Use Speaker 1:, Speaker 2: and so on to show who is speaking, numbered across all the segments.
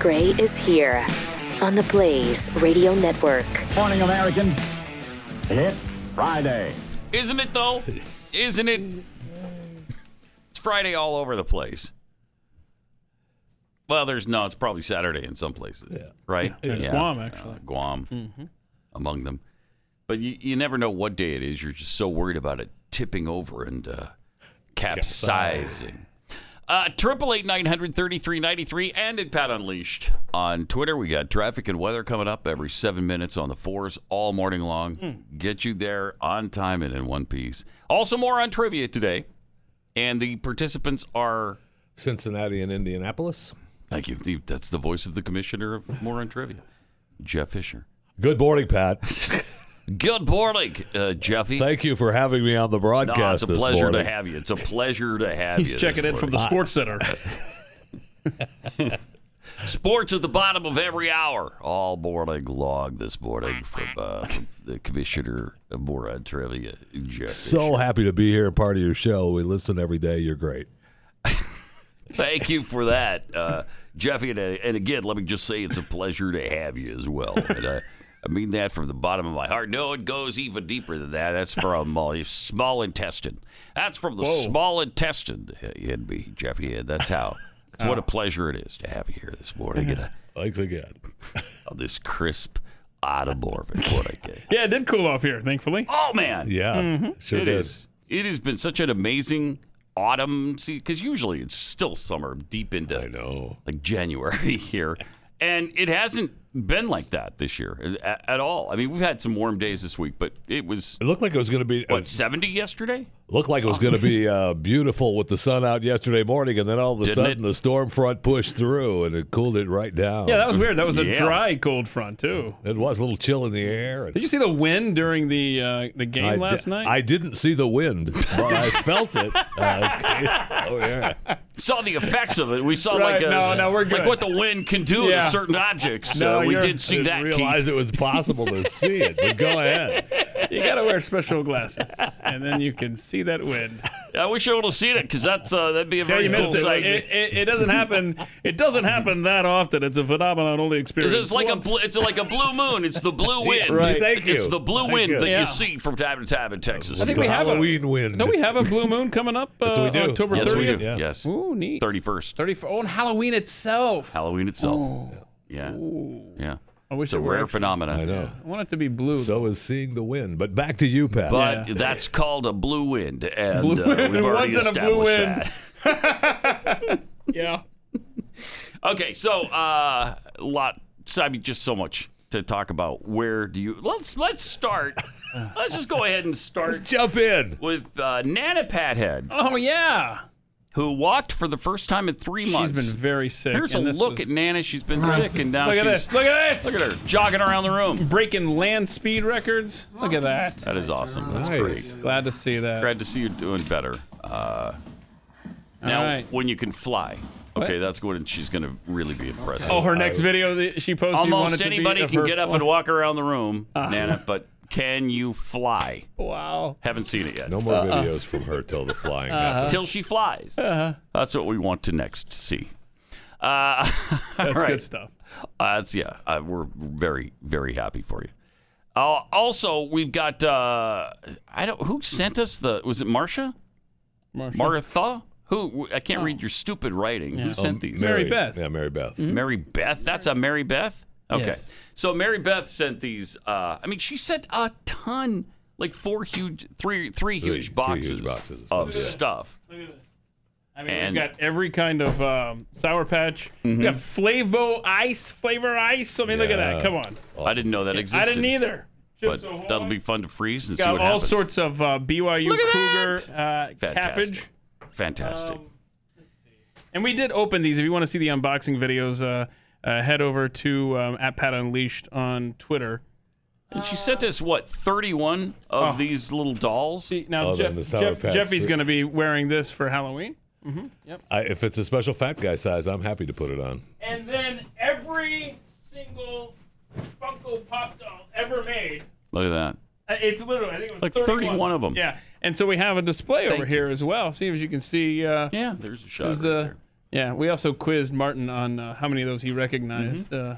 Speaker 1: Gray is here on the Blaze Radio Network.
Speaker 2: Morning, American. It's Friday.
Speaker 3: Isn't it though? Isn't it? It's Friday all over the place. Well, there's no. It's probably Saturday in some places, right?
Speaker 4: Yeah, Guam, actually. Mm-hmm.
Speaker 3: Uh, Guam, among them. But you, you never know what day it is. You're just so worried about it tipping over and uh, capsizing. Uh, Triple eight nine hundred thirty three ninety three and at Pat Unleashed on Twitter. We got traffic and weather coming up every seven minutes on the fours all morning long.
Speaker 4: Hmm.
Speaker 3: Get you there on time and in one piece. Also more on trivia today, and the participants are.
Speaker 5: Cincinnati and Indianapolis.
Speaker 3: Thank you. Steve. That's the voice of the commissioner of More on Trivia, Jeff Fisher.
Speaker 5: Good morning, Pat.
Speaker 3: Good morning, uh, Jeffy.
Speaker 5: Thank you for having me on the
Speaker 3: No,
Speaker 5: broadcast
Speaker 3: it's a
Speaker 5: this
Speaker 3: pleasure
Speaker 5: morning.
Speaker 3: to have you. It's a pleasure to have you.
Speaker 4: He's
Speaker 3: this
Speaker 4: checking in from the
Speaker 3: morning.
Speaker 4: sports center.
Speaker 3: sports at the bottom of every hour. All morning log this morning from, uh, from the commissioner of More on Trivia, Jeff. Fisher.
Speaker 5: so happy to be here and part of your show. We listen every day. You're great.
Speaker 3: Thank you for that, uh, Jeffy. And, uh, and again, let me just say it's a pleasure to have you as well. And, uh, I mean that from the bottom of my heart. No, it goes even deeper than that. That's from my small intestine. That's from the small intestine in me, Jeffy. And that's how. It's what a pleasure it is to have you here this morning and, uh,
Speaker 5: Thanks again.
Speaker 3: on this crisp automorphic morning.
Speaker 4: yeah, it did cool off here, thankfully. Mm-hmm.
Speaker 3: Oh man,
Speaker 5: Yeah, sure
Speaker 3: it
Speaker 5: did.
Speaker 3: is. It has been such an amazing autumn. See, because usually it's still summer, deep into
Speaker 5: I know.
Speaker 3: like January here. And it hasn't been like that this year at, at all. I mean, we've had some warm days this week, but it was
Speaker 5: It looked like it was going to be.
Speaker 3: what 70 yesterday.
Speaker 5: Looked like it was going to be uh, beautiful with the sun out yesterday morning, and then all of a
Speaker 3: Didn't
Speaker 5: sudden
Speaker 3: it?
Speaker 5: the storm front pushed through and it cooled it right down.
Speaker 4: Yeah, that was weird. That was a
Speaker 3: Yeah.
Speaker 4: dry cold front too.
Speaker 5: it was a little chill in the air.
Speaker 4: Did you see the wind during the uh, the game
Speaker 5: I di-
Speaker 4: last night?
Speaker 5: I didn't see the wind, but I felt it. Uh, okay. Oh yeah.
Speaker 3: Saw the effects of it. We saw
Speaker 4: Right,
Speaker 3: like a,
Speaker 4: no, no, we're good.
Speaker 3: like what the wind can do
Speaker 4: Yeah.
Speaker 3: to certain objects.
Speaker 4: No,
Speaker 3: uh, we
Speaker 4: you're-
Speaker 3: did see
Speaker 5: didn't
Speaker 3: that.
Speaker 5: realize
Speaker 3: Keith.
Speaker 5: it was possible to see it, but go ahead.
Speaker 4: you gotta wear special glasses, and then you can see that wind.
Speaker 3: I wish I would have seen it because that's uh, that'd be a
Speaker 4: Yeah,
Speaker 3: very
Speaker 4: you
Speaker 3: cool
Speaker 4: missed it.
Speaker 3: sight.
Speaker 4: It, it. it doesn't happen. It doesn't happen that often. It's a phenomenon only
Speaker 3: It's,
Speaker 4: experienced.
Speaker 3: it's like a
Speaker 4: once.
Speaker 3: bl- it's like a blue moon. It's the blue wind.
Speaker 4: right.
Speaker 5: Thank you.
Speaker 3: It's the blue
Speaker 5: Thank
Speaker 3: wind
Speaker 5: you.
Speaker 3: that
Speaker 4: Yeah.
Speaker 3: you see from time to time in Texas.
Speaker 4: I think we
Speaker 5: The
Speaker 4: have a-
Speaker 5: Halloween wind.
Speaker 4: Don't we have a blue moon coming up? Uh,
Speaker 5: Yes, we do.
Speaker 4: October
Speaker 3: yes, we do.
Speaker 4: thirtieth.
Speaker 5: Yeah.
Speaker 3: Yes,
Speaker 4: Ooh, neat.
Speaker 3: thirty first.
Speaker 4: 34. Oh, and Halloween itself.
Speaker 3: Halloween itself. Yeah. Yeah.
Speaker 4: I wish
Speaker 3: It's a
Speaker 4: it were.
Speaker 3: rare phenomenon.
Speaker 5: I know.
Speaker 4: I want it to be blue.
Speaker 5: So is seeing the wind. But back to you, Pat.
Speaker 3: But
Speaker 4: Yeah.
Speaker 3: that's called a blue wind, and
Speaker 4: Blue
Speaker 3: uh,
Speaker 4: wind.
Speaker 3: we've already
Speaker 4: What's in a blue
Speaker 3: established
Speaker 4: wind?
Speaker 3: that.
Speaker 4: yeah.
Speaker 3: Okay, so uh, a lot. so, I mean, just so much to talk about. Where do you? Let's let's start. let's just go ahead and start
Speaker 5: Let's jump in.
Speaker 3: with uh, Nana Pathead,
Speaker 4: Oh yeah.
Speaker 3: who walked for the first time in three
Speaker 4: She's
Speaker 3: months.
Speaker 4: been very sick.
Speaker 3: Here's a
Speaker 4: and this
Speaker 3: look
Speaker 4: was-
Speaker 3: at Nana. She's been sick, and now
Speaker 4: Look
Speaker 3: she's
Speaker 4: at this. Look at this.
Speaker 3: look at her jogging around the room.
Speaker 4: breaking land speed records. Look at that.
Speaker 3: That is awesome. That's
Speaker 5: Nice.
Speaker 3: great.
Speaker 4: Glad to see that.
Speaker 3: Glad to see you doing better. Uh, now,
Speaker 4: right.
Speaker 3: when you can fly, okay,
Speaker 4: What?
Speaker 3: that's when she's going to really be impressive.
Speaker 4: Oh, her next video that she posted. you want it
Speaker 3: Almost
Speaker 4: to be
Speaker 3: anybody
Speaker 4: of
Speaker 3: can
Speaker 4: her Uh-huh.
Speaker 3: get up
Speaker 4: fl-
Speaker 3: and walk around the room, Nana, but can you fly?
Speaker 4: Wow.
Speaker 3: Haven't seen it yet.
Speaker 5: No more
Speaker 4: Uh-uh.
Speaker 5: videos from her till the flying
Speaker 4: Uh-huh.
Speaker 5: happens.
Speaker 3: Till she flies. That's what we want to next see.
Speaker 4: That's
Speaker 3: right.
Speaker 4: good stuff.
Speaker 3: Uh, that's yeah. Uh, we're very very happy for you. Uh, also, we've got uh, I don't who sent us the was it Marcia
Speaker 4: Marcia.
Speaker 3: Martha who I can't read your stupid writing. Who sent these?
Speaker 4: Oh. Mary Beth. Mm-hmm.
Speaker 5: Yeah, Mary Beth.
Speaker 3: Mary Beth. That's a Mary Beth. Okay.
Speaker 4: Yes.
Speaker 3: So Mary Beth sent these. Uh, I mean, she sent a ton, like four huge, three three huge
Speaker 5: three huge
Speaker 3: boxes,
Speaker 5: boxes of
Speaker 3: of
Speaker 5: stuff, yeah.
Speaker 3: stuff.
Speaker 4: I mean,
Speaker 3: and- Mm-hmm.
Speaker 4: we've got every kind of um, sour patch. We got Flavo Ice, Flavor Ice. I mean, look at that.
Speaker 5: Yeah.
Speaker 4: Come on.
Speaker 3: I didn't know that existed.
Speaker 4: I didn't either.
Speaker 3: But
Speaker 4: Chips Ahoy.
Speaker 3: that'll be fun to freeze and see
Speaker 4: got
Speaker 3: what
Speaker 4: all
Speaker 3: happens.
Speaker 4: sorts of uh, BYU
Speaker 3: Look at
Speaker 4: Cougar uh,
Speaker 3: Fantastic.
Speaker 4: cabbage. Um,
Speaker 3: Fantastic.
Speaker 4: uh, And we did open these. If you want to see the unboxing videos, uh, uh, head over to um, at Pat Unleashed on Twitter.
Speaker 3: and she sent us what thirty-one of these little dolls.
Speaker 4: uh, See, Now,
Speaker 5: Oh,
Speaker 4: Jeff,
Speaker 5: then the Sour
Speaker 4: Jeff-
Speaker 5: Patch
Speaker 4: Jeffy's
Speaker 5: suit.
Speaker 4: going to be wearing this for Halloween. Mm-hmm.
Speaker 5: I, if it's a special fat guy size, I'm happy to put it on.
Speaker 4: And then every single Funko Pop doll ever made. Uh,
Speaker 3: Look at that.
Speaker 4: It's literally, I think it was
Speaker 3: Like 31. 31 of 'em.
Speaker 4: Yeah. And so we have a display
Speaker 3: Thank
Speaker 4: over
Speaker 3: you.
Speaker 4: here as well. See if you can see. Uh,
Speaker 3: Yeah, there's a shot.
Speaker 4: There's
Speaker 3: right
Speaker 4: the-
Speaker 3: there.
Speaker 4: yeah. Yeah, we also quizzed Martin on uh, how many of those he recognized.
Speaker 3: Mm-hmm.
Speaker 4: Uh,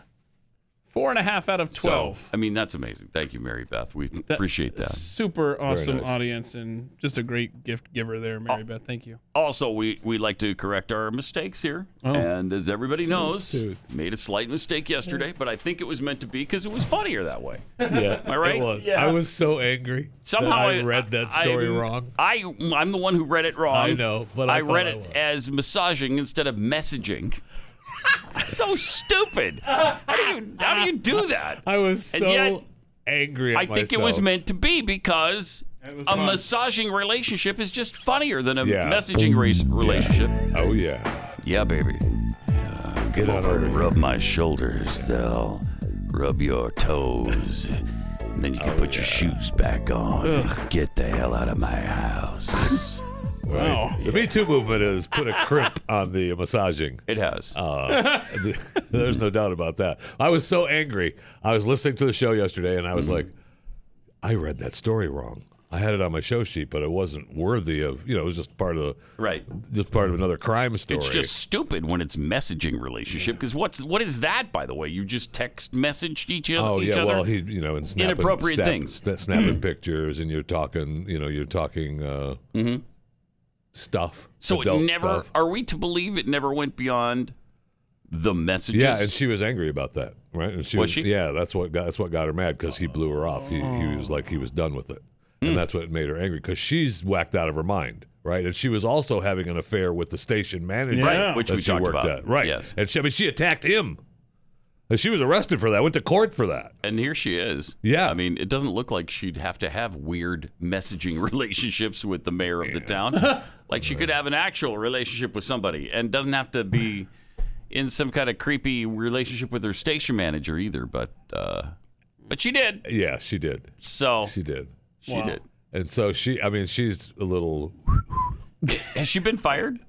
Speaker 4: four and a half out of
Speaker 3: So,
Speaker 4: twelve.
Speaker 3: I mean, that's amazing. Thank you, Mary Beth. We appreciate that.
Speaker 4: Super awesome
Speaker 5: nice.
Speaker 4: audience and just a great gift giver there,
Speaker 3: Oh.
Speaker 4: Mary Beth. Thank you.
Speaker 3: Also, we, we like to correct our mistakes here.
Speaker 4: Oh.
Speaker 3: And as everybody knows, made a slight mistake yesterday, but I think it was meant to be because it was funnier that way.
Speaker 5: Yeah. Am
Speaker 3: I right?
Speaker 5: It was.
Speaker 3: Yeah.
Speaker 5: I was so angry.
Speaker 3: Somehow
Speaker 5: that I read that story
Speaker 3: I-
Speaker 5: wrong.
Speaker 3: I I'm the one who read it wrong.
Speaker 5: I know, but I thought
Speaker 3: read
Speaker 5: I
Speaker 3: it
Speaker 5: was.
Speaker 3: as massaging instead of messaging. so stupid. How do you how do you do that?
Speaker 5: I was
Speaker 3: And
Speaker 5: so
Speaker 3: yet-
Speaker 5: angry at
Speaker 3: I think it was
Speaker 5: myself.
Speaker 3: meant to be because
Speaker 4: was
Speaker 3: a
Speaker 4: fun.
Speaker 3: massaging relationship is just funnier than a
Speaker 5: Yeah.
Speaker 3: messaging race relationship.
Speaker 5: Oh, yeah.
Speaker 3: Yeah, baby.
Speaker 5: Get on over here.
Speaker 3: Rub my shoulders, they'll rub your toes. And then you can put your shoes back on. and Get the hell out of my house.
Speaker 5: Right. The Me Too movement has put a crimp on the massaging.
Speaker 3: it has.
Speaker 5: Uh, there's no doubt about that. I was so angry. I was listening to the show yesterday, and I was like, I read that story wrong. I had it on my show sheet, but it wasn't worthy of. You know, it was just part of the
Speaker 3: Right.
Speaker 5: just part of another crime story.
Speaker 3: It's just stupid when it's messaging relationship because what's what is that by the way? You just text messaged each other.
Speaker 5: Oh
Speaker 3: each
Speaker 5: yeah,
Speaker 3: other?
Speaker 5: well he, you know, and snapping,
Speaker 3: Inappropriate
Speaker 5: snap-
Speaker 3: things.
Speaker 5: sna- snapping pictures, and you're talking, you know, you're talking uh, stuff.
Speaker 3: Mm-hmm. so it
Speaker 5: adult
Speaker 3: never.
Speaker 5: stuff.
Speaker 3: Are we to believe it never went beyond the messages?
Speaker 5: Yeah, and she was angry about that, right? And she
Speaker 3: Was she?
Speaker 5: Yeah, that's what got, that's what got her mad because he blew her off. He, he was like he was done with it,
Speaker 3: Hmm.
Speaker 5: and that's what made her angry because she's whacked out of her mind, right? And she was also having an affair with the station manager,
Speaker 4: Right,
Speaker 3: which
Speaker 5: that
Speaker 3: we
Speaker 5: she
Speaker 3: talked
Speaker 5: worked
Speaker 3: about.
Speaker 5: at, right?
Speaker 3: Yes.
Speaker 5: and she, I mean she attacked him. And she was arrested for that. Went to court for that.
Speaker 3: and here she is.
Speaker 5: Yeah.
Speaker 3: I mean, it doesn't look like she'd have to have weird messaging relationships with the mayor of the town. like she could have an actual relationship with somebody and doesn't have to be in some kind of creepy relationship with her station manager either. But uh, but she did.
Speaker 5: Yeah, she did.
Speaker 3: So
Speaker 5: She did.
Speaker 3: she did.
Speaker 5: And so she, I mean, she's a little.
Speaker 3: Has she been fired?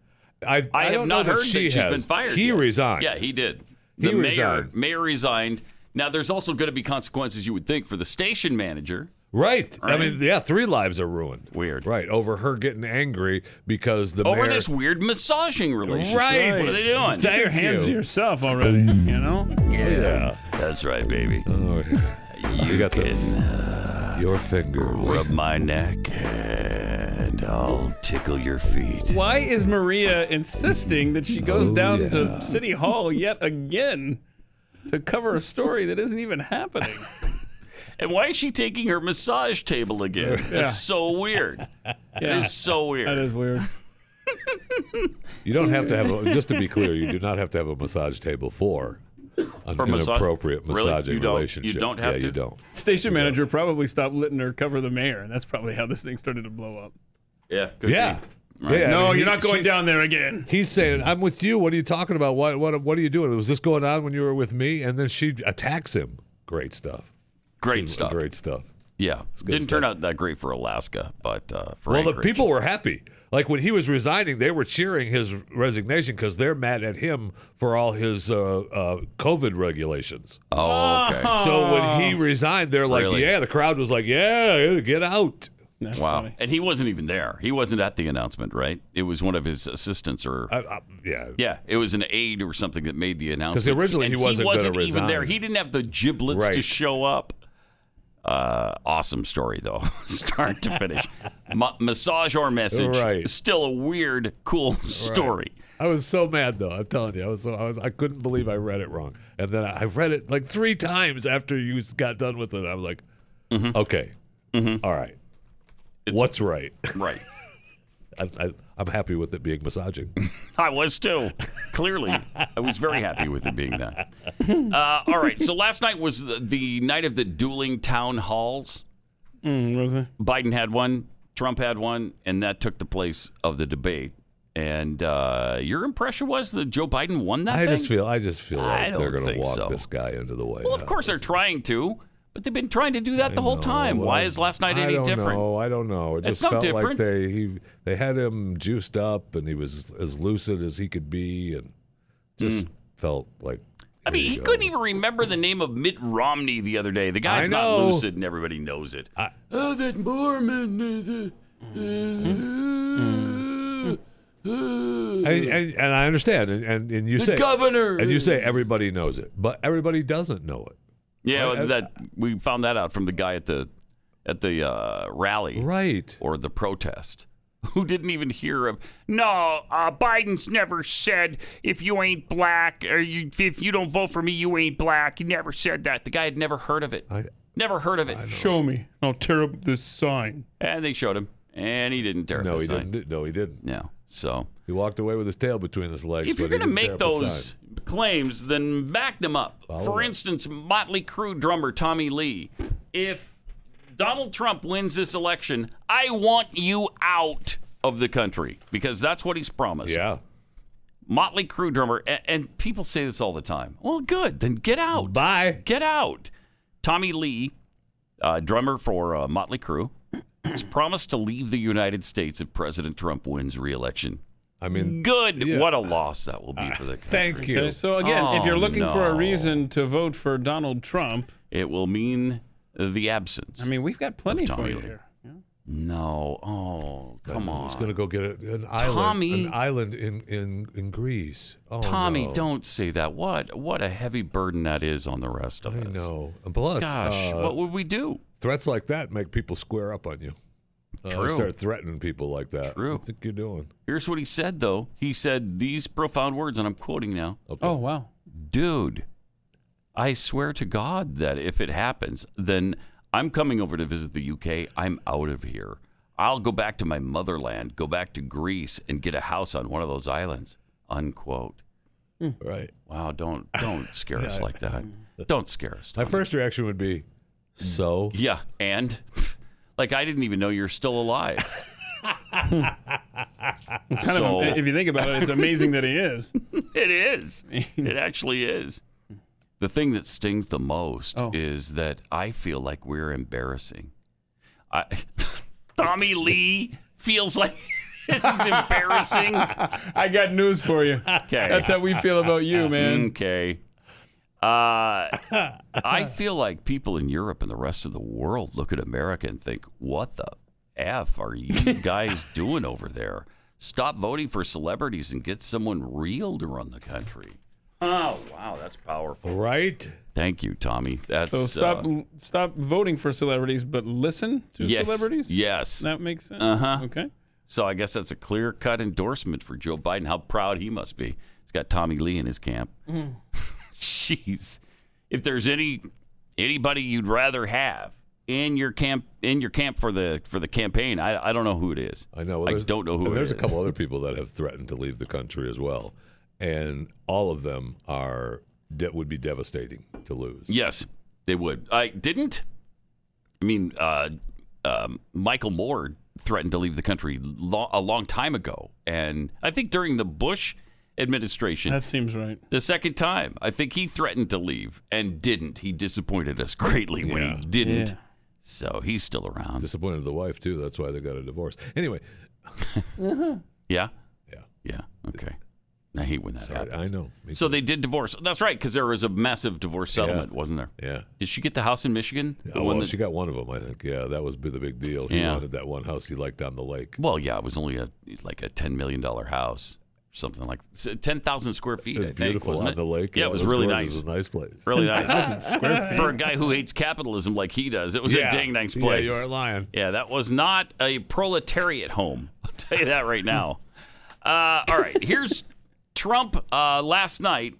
Speaker 5: I, I,
Speaker 3: I, have
Speaker 5: don't
Speaker 3: not
Speaker 5: know
Speaker 3: heard
Speaker 5: that she
Speaker 3: has
Speaker 5: has.
Speaker 3: been fired.
Speaker 5: He
Speaker 3: yet.
Speaker 5: resigned.
Speaker 3: Yeah, he did.
Speaker 5: He
Speaker 3: The mayor
Speaker 5: resigned.
Speaker 3: mayor resigned. Now there's also going to be consequences you would think for the station manager.
Speaker 5: Right. I
Speaker 3: Right.
Speaker 5: mean, yeah, three lives are ruined.
Speaker 3: Weird.
Speaker 5: Right. Over her getting angry because the
Speaker 3: Over
Speaker 5: mayor.
Speaker 3: this weird massaging relationship.
Speaker 5: Right.
Speaker 3: What are they doing?
Speaker 5: Thank
Speaker 4: Your hands
Speaker 5: you.
Speaker 4: to yourself already. You know.
Speaker 5: Yeah.
Speaker 3: That's right, baby.
Speaker 5: Oh, yeah.
Speaker 3: You,
Speaker 5: got the-
Speaker 3: can uh,
Speaker 5: Your fingers.
Speaker 3: rub my neck and I'll tickle your feet.
Speaker 4: Why is Maria insisting that she
Speaker 3: Oh,
Speaker 4: goes down to City Hall yet again to cover a story that isn't even happening?
Speaker 3: And why is she taking her massage table again? That's so weird. It
Speaker 4: Yeah,
Speaker 3: is so weird.
Speaker 4: that is weird.
Speaker 5: You don't have to have a. Just to be clear, you do not have to have a massage table for an
Speaker 3: For massage-
Speaker 5: inappropriate
Speaker 3: Really?
Speaker 5: massaging
Speaker 3: You don't- you
Speaker 5: relationship.
Speaker 3: don't have
Speaker 5: yeah,
Speaker 3: to?
Speaker 5: You don't.
Speaker 4: Station manager probably stopped letting her cover the mayor, and that's probably how this thing started to blow up.
Speaker 3: yeah. Could
Speaker 5: Yeah.
Speaker 3: Be.
Speaker 5: Yeah, I
Speaker 4: No,
Speaker 5: mean,
Speaker 4: you're
Speaker 5: he-
Speaker 4: not going
Speaker 5: she-
Speaker 4: down there again.
Speaker 5: He's saying, "I'm with you. What are you talking about? What what what are you doing? Was this going on when you were with me?" And then she attacks him. Great stuff. uh,
Speaker 3: Great stuff.
Speaker 5: Great stuff.
Speaker 3: Yeah.
Speaker 5: good
Speaker 3: Didn't turn
Speaker 5: stuff.
Speaker 3: out that great for Alaska, but uh, for
Speaker 5: Well, the
Speaker 3: Anchorage.
Speaker 5: people were happy. Like when he was resigning, they were cheering his resignation because they're mad at him for all his uh, uh, COVID regulations.
Speaker 3: Oh, okay.
Speaker 5: So when he resigned, they're like,
Speaker 3: Really?
Speaker 5: "Yeah." The crowd was like, "Yeah, get out."
Speaker 4: That's
Speaker 3: wow.
Speaker 4: funny.
Speaker 3: And he wasn't even there. He wasn't at the announcement, right? It was one of his assistants or
Speaker 5: I, I, yeah.
Speaker 3: Yeah, it was an aide or something that made the announcement.
Speaker 5: 'Cause originally
Speaker 3: And
Speaker 5: he wasn't gonna
Speaker 3: even
Speaker 5: resign.
Speaker 3: there. He didn't have the giblets to
Speaker 5: Right.
Speaker 3: show up. Uh, awesome story though, start to finish. Ma- massage or message,
Speaker 5: Right.
Speaker 3: still a weird, cool story.
Speaker 5: I was so mad though. I'm telling you, I was so I was I couldn't believe I read it wrong. And then I, I read it like three times after you got done with it. I was like,
Speaker 3: Mm-hmm.
Speaker 5: "Okay, all right, what's right?"
Speaker 3: Right.
Speaker 5: I, I, I'm happy with it being massaging.
Speaker 3: I was too. Clearly, I was very happy with it being that. Uh, all right. So last night was the, the night of the dueling town halls.
Speaker 4: Mm, was it?
Speaker 3: Biden had one, Trump had one, and that took the place of the debate. And uh, your impression was that Joe Biden won that
Speaker 5: I
Speaker 3: thing?
Speaker 5: just feel I just feel
Speaker 3: I
Speaker 5: like they're
Speaker 3: don't
Speaker 5: going to
Speaker 3: think
Speaker 5: walk
Speaker 3: so.
Speaker 5: this guy into the way.
Speaker 3: well, of course they're trying to, but they've been trying to do that the whole time. Why is last night
Speaker 5: I
Speaker 3: any
Speaker 5: don't
Speaker 3: different?
Speaker 5: Know. I don't know. It just
Speaker 3: no
Speaker 5: felt
Speaker 3: different.
Speaker 5: like they he, they had him juiced up and he was as lucid as he could be and just
Speaker 3: Mm.
Speaker 5: felt like.
Speaker 3: I mean,
Speaker 5: here
Speaker 3: he
Speaker 5: you
Speaker 3: couldn't
Speaker 5: go.
Speaker 3: even remember the name of Mitt Romney the other day. The
Speaker 5: I
Speaker 3: guy's not
Speaker 5: know.
Speaker 3: lucid, and everybody knows it. oh, that Mormon. uh, the- uh,
Speaker 5: and, and, and Hmm. I understand, and, and, and you
Speaker 3: The
Speaker 5: say
Speaker 3: governor.
Speaker 5: and you say everybody knows it, but everybody doesn't know it.
Speaker 3: Yeah,
Speaker 5: I- I-
Speaker 3: that we found that out from the guy at the at the uh, rally
Speaker 5: Right.
Speaker 3: or the protest who didn't even hear of no uh, biden's never said if you ain't black or you, if you don't vote for me you ain't black he never said that the guy had never heard of it
Speaker 5: I,
Speaker 3: never heard of it
Speaker 4: Show me. I'll tear up this sign.
Speaker 3: and they showed him and he didn't tear up
Speaker 5: no,
Speaker 3: the
Speaker 5: he
Speaker 3: sign.
Speaker 5: didn't. No, he didn't.
Speaker 3: yeah so
Speaker 5: He walked away with his tail between his legs.
Speaker 3: if you're
Speaker 5: but he
Speaker 3: going to
Speaker 5: didn't tear
Speaker 3: make
Speaker 5: up his
Speaker 3: those
Speaker 5: sign.
Speaker 3: claims, then back them up. For
Speaker 5: up.
Speaker 3: instance, Motley Crue drummer Tommy Lee. If Donald Trump wins this election, I want you out of the country because that's what he's promised.
Speaker 5: yeah,
Speaker 3: Motley Crue drummer, and, and people say this all the time. Well, good, then get out.
Speaker 5: bye.
Speaker 3: Get out. Tommy Lee, uh, drummer for uh, Motley Crue, is promised to leave the United States if President Trump wins re-election.
Speaker 5: I mean,
Speaker 3: Good.
Speaker 5: Yeah. Uh,
Speaker 3: What a loss that will be for the country.
Speaker 5: thank you.
Speaker 4: Okay, so again, if you're
Speaker 3: Oh,
Speaker 4: looking for a
Speaker 3: no.
Speaker 4: reason to vote for Donald Trump,
Speaker 3: It will mean the absence.
Speaker 4: I mean, we've got plenty for
Speaker 3: Tommy
Speaker 4: you
Speaker 3: Lee.
Speaker 4: here.
Speaker 3: no. Oh, come on.
Speaker 5: He's gonna go get a, an island,
Speaker 3: Tommy.
Speaker 5: an island in in in Greece. Oh,
Speaker 3: Tommy,
Speaker 5: no.
Speaker 3: don't say that. What what a heavy burden that is on the rest of
Speaker 5: I
Speaker 3: us.
Speaker 5: know. And plus,
Speaker 3: Gosh,
Speaker 5: uh,
Speaker 3: what would we do?
Speaker 5: threats like that make people square up on you. Uh,
Speaker 3: True.
Speaker 5: Start threatening people like that.
Speaker 3: True.
Speaker 5: What do you think you're doing?
Speaker 3: Here's what he said though. He said these profound words and I'm quoting now.
Speaker 5: Okay.
Speaker 4: Oh wow.
Speaker 3: Dude, I swear to God that if it happens, then I'm coming over to visit the UK. I'm out of here. I'll go back to my motherland, go back to Greece and get a house on one of those islands. Unquote.
Speaker 4: Hmm.
Speaker 5: right.
Speaker 3: Wow, don't don't scare us like that. Don't scare us.
Speaker 5: My first reaction would be, so
Speaker 3: Yeah, and like I didn't even know you're still alive.
Speaker 4: Kind
Speaker 3: so
Speaker 4: of, if you think about it, it's amazing that he is.
Speaker 3: it is. It actually is. The thing that stings the most
Speaker 4: Oh.
Speaker 3: is that I feel like we're embarrassing. I, Tommy Lee feels like this is embarrassing.
Speaker 4: I got news for you.
Speaker 3: Okay.
Speaker 4: That's how we feel about you, man.
Speaker 3: Okay. Uh, I feel like people in Europe and the rest of the world look at America and think, what the F are you guys doing over there? Stop voting for celebrities and get someone real to run the country. Oh, wow. That's powerful.
Speaker 5: right.
Speaker 3: Thank you, Tommy. That's
Speaker 4: So stop,
Speaker 3: uh,
Speaker 4: stop voting for celebrities, but listen to
Speaker 3: yes,
Speaker 4: celebrities.
Speaker 3: Yes.
Speaker 4: that makes sense.
Speaker 3: Uh-huh.
Speaker 4: Okay.
Speaker 3: So I guess that's a clear cut endorsement for Joe Biden. How proud he must be. He's got Tommy Lee in his camp.
Speaker 4: Hmm.
Speaker 3: Jeez. If there's any anybody you'd rather have in your camp in your camp for the for the campaign, I, I don't know who it is.
Speaker 5: I know.
Speaker 3: I
Speaker 5: there's-
Speaker 3: don't know who
Speaker 5: and
Speaker 3: it
Speaker 5: There's a
Speaker 3: is.
Speaker 5: couple other people that have threatened to leave the country as well, and all of them are that would be devastating to lose.
Speaker 3: Yes, they would. I didn't. I mean, uh, um, Michael Moore threatened to leave the country lo- a long time ago, and I think during the Bush administration,
Speaker 4: That seems right.
Speaker 3: The second time, I think he threatened to leave and didn't. He disappointed us greatly when he didn't.
Speaker 4: Yeah.
Speaker 3: So he's still around.
Speaker 5: Disappointed the wife too. That's why they got a divorce. Anyway,
Speaker 3: Uh-huh. yeah?
Speaker 5: Yeah.
Speaker 3: Yeah. Okay. I hate when that
Speaker 5: sorry,
Speaker 3: happens.
Speaker 5: I know. Me
Speaker 3: So
Speaker 5: too.
Speaker 3: they did divorce. That's right, because there was a massive divorce settlement, wasn't there?
Speaker 5: yeah.
Speaker 3: Did she get the house in Michigan? The
Speaker 5: Oh,
Speaker 3: one
Speaker 5: well,
Speaker 3: that-
Speaker 5: she got one of them, I think. Yeah, that was be the big deal. She
Speaker 3: Yeah.
Speaker 5: wanted that one house he liked on the lake.
Speaker 3: well, yeah, it was only a like a ten million dollar house, something like ten thousand square feet.
Speaker 5: It was
Speaker 3: I think,
Speaker 5: beautiful
Speaker 3: wasn't
Speaker 5: on the lake.
Speaker 3: Yeah, it was really nice.
Speaker 5: gorgeous. It was a nice place.
Speaker 3: Really nice for a guy who hates capitalism like he does. It was a dang nice place.
Speaker 5: you are lying.
Speaker 3: Yeah, that was not a proletariat home. I'll tell you that right now. Uh, all right, here's Trump uh, last night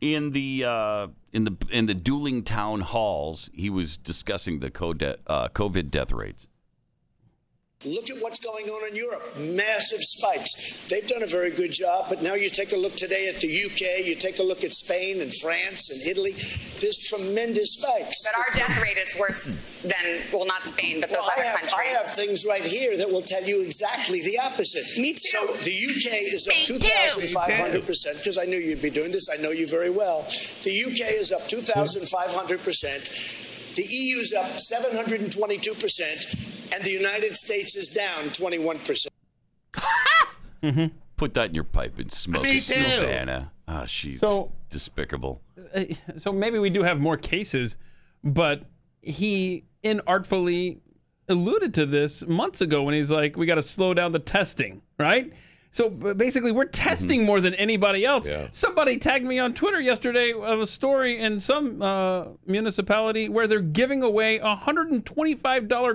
Speaker 3: in the uh, in the in the dueling town halls. He was discussing the co- de- uh, COVID death rates.
Speaker 6: Look at what's going on in Europe. Massive spikes. They've done a very good job, but now you take a look today at the UK, you take a look at Spain and France and Italy. There's tremendous spikes.
Speaker 7: But our death rate is worse than, well, not Spain, but those
Speaker 6: Well, I,
Speaker 7: other
Speaker 6: have, I
Speaker 7: countries.
Speaker 6: have things right here that will tell you exactly the opposite.
Speaker 7: Me too.
Speaker 6: So the UK is up
Speaker 7: Me too.
Speaker 6: 2,500 percent because I knew you'd be doing this. I know you very well. The UK is up 2,500 percent. The EU is up 722 percent, and the United States is down 21 percent.
Speaker 3: Put that in your pipe and smoke
Speaker 5: Me
Speaker 3: it,
Speaker 5: too.
Speaker 3: Savannah. Ah, she's
Speaker 4: So-
Speaker 3: despicable.
Speaker 4: Uh, So maybe we do have more cases, but he inartfully alluded to this months ago when he's like, "We got to slow down the testing," right? So b- basically, we're testing more than anybody else.
Speaker 5: Yeah.
Speaker 4: Somebody tagged me on Twitter yesterday of a story in some uh, municipality where they're giving away $125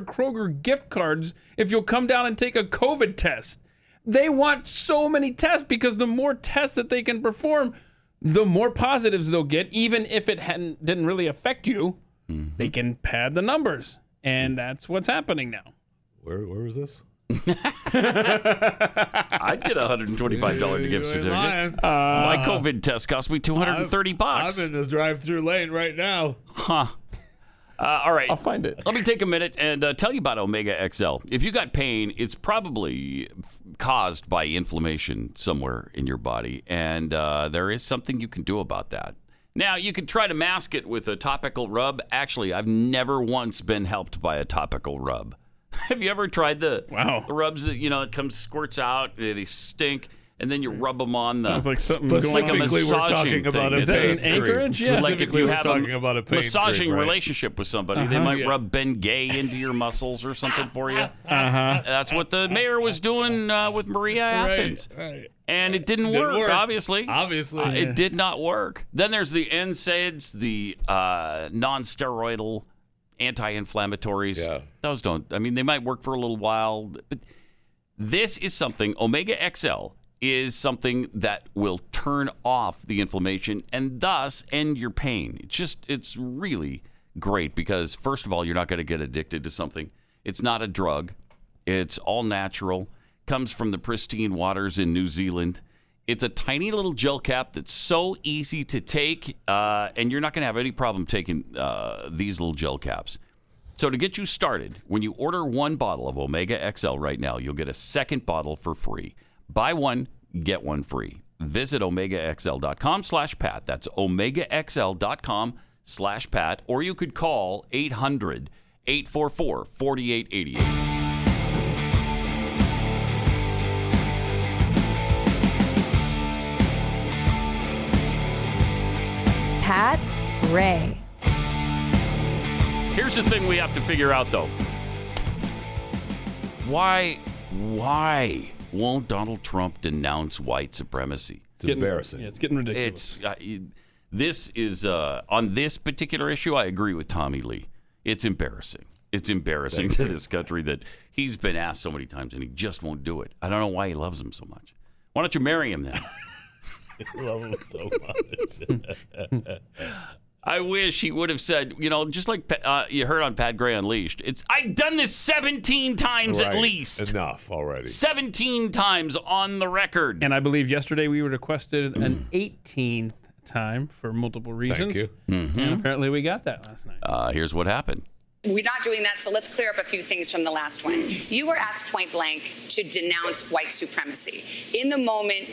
Speaker 4: Kroger gift cards if you'll come down and take a COVID test. They want so many tests because the more tests that they can perform, the more positives they'll get, even if it hadn't, didn't really affect you.
Speaker 3: Mm-hmm.
Speaker 4: They can pad the numbers. And that's what's happening now.
Speaker 5: Where where was this?
Speaker 3: I'd get a hundred and twenty-five dollar
Speaker 5: You
Speaker 3: gift
Speaker 5: ain't
Speaker 3: certificate.
Speaker 5: lying.
Speaker 3: My
Speaker 4: Uh-huh.
Speaker 3: COVID test cost me two hundred and thirty bucks.
Speaker 5: I'm in this drive-through lane right now.
Speaker 3: Uh, all right.
Speaker 4: I'll find it.
Speaker 3: Let me take a minute and uh, tell you about Omega XL. If you got pain, it's probably f- caused by inflammation somewhere in your body, and uh, there is something you can do about that. Now, you can try to mask it with a topical rub. Actually, I've never once been helped by a topical rub. Have you ever tried the
Speaker 4: Wow.
Speaker 3: the rubs that you know it comes squirts out, they they stink, and then you rub them on the
Speaker 4: Sounds like something
Speaker 5: But
Speaker 4: going
Speaker 3: like
Speaker 4: on.
Speaker 3: a
Speaker 5: specifically, we're
Speaker 3: massaging
Speaker 5: talking about
Speaker 3: thing.
Speaker 5: a
Speaker 3: Is that
Speaker 5: pain
Speaker 4: in Anchorage?
Speaker 5: cream.
Speaker 4: Yeah.
Speaker 3: like if
Speaker 5: Specifically,
Speaker 3: you
Speaker 5: we're
Speaker 3: have
Speaker 5: talking
Speaker 3: a
Speaker 5: about a pain
Speaker 3: massaging
Speaker 5: cream, right?
Speaker 3: relationship with somebody, they
Speaker 4: Uh-huh.
Speaker 3: might
Speaker 5: Yeah.
Speaker 3: rub Ben Gay into your muscles or something for you.
Speaker 4: Uh-huh.
Speaker 3: That's what the mayor was doing uh, with Maria
Speaker 5: Right,
Speaker 3: Athens,
Speaker 5: right.
Speaker 3: and it didn't,
Speaker 5: Didn't
Speaker 3: work,
Speaker 5: work.
Speaker 3: Obviously,
Speaker 5: Obviously.
Speaker 3: Uh, it did not work. Then there's the NSAIDs, the uh, non-steroidal anti-inflammatories.
Speaker 5: Yeah.
Speaker 3: Those don't. I mean, they might work for a little while, but this is something omega xl is something that will turn off the inflammation and thus end your pain it's just it's really great because first of all you're not going to get addicted to something it's not a drug it's all natural comes from the pristine waters in new zealand it's a tiny little gel cap that's so easy to take uh, and you're not going to have any problem taking uh, these little gel caps so to get you started, when you order one bottle of Omega XL right now, you'll get a second bottle for free. Buy one, get one free. Visit omegaxl.com slash pat. That's omegaxl.com slash pat. Or you could call 800 844 4888.
Speaker 8: Pat Ray.
Speaker 3: Here's the thing we have to figure out, though. Why, why won't Donald Trump denounce white supremacy?
Speaker 5: It's embarrassing.
Speaker 4: Yeah, it's getting ridiculous.
Speaker 3: It's uh, you- this is uh, on this particular issue. I agree with Tommy Lee. It's embarrassing. It's embarrassing to this country that he's been asked so many times and he just won't do it. I don't know why he loves him so much. Why don't you marry him then?
Speaker 5: love him so much.
Speaker 3: I wish he would have said, you know, just like uh, you heard on Pat Gray Unleashed. It's I've done this 17 times at
Speaker 5: Right.
Speaker 3: least.
Speaker 5: Enough already.
Speaker 3: 17 times on the record. Mm.
Speaker 4: And I believe yesterday we requested an 18th time for multiple reasons.
Speaker 5: Thank you.
Speaker 4: And apparently we got that last night.
Speaker 3: Mm-hmm. Uh, here's what happened.
Speaker 7: We're not doing that, so let's clear up a few things from the last one. You were asked point blank to denounce white supremacy. In the moment,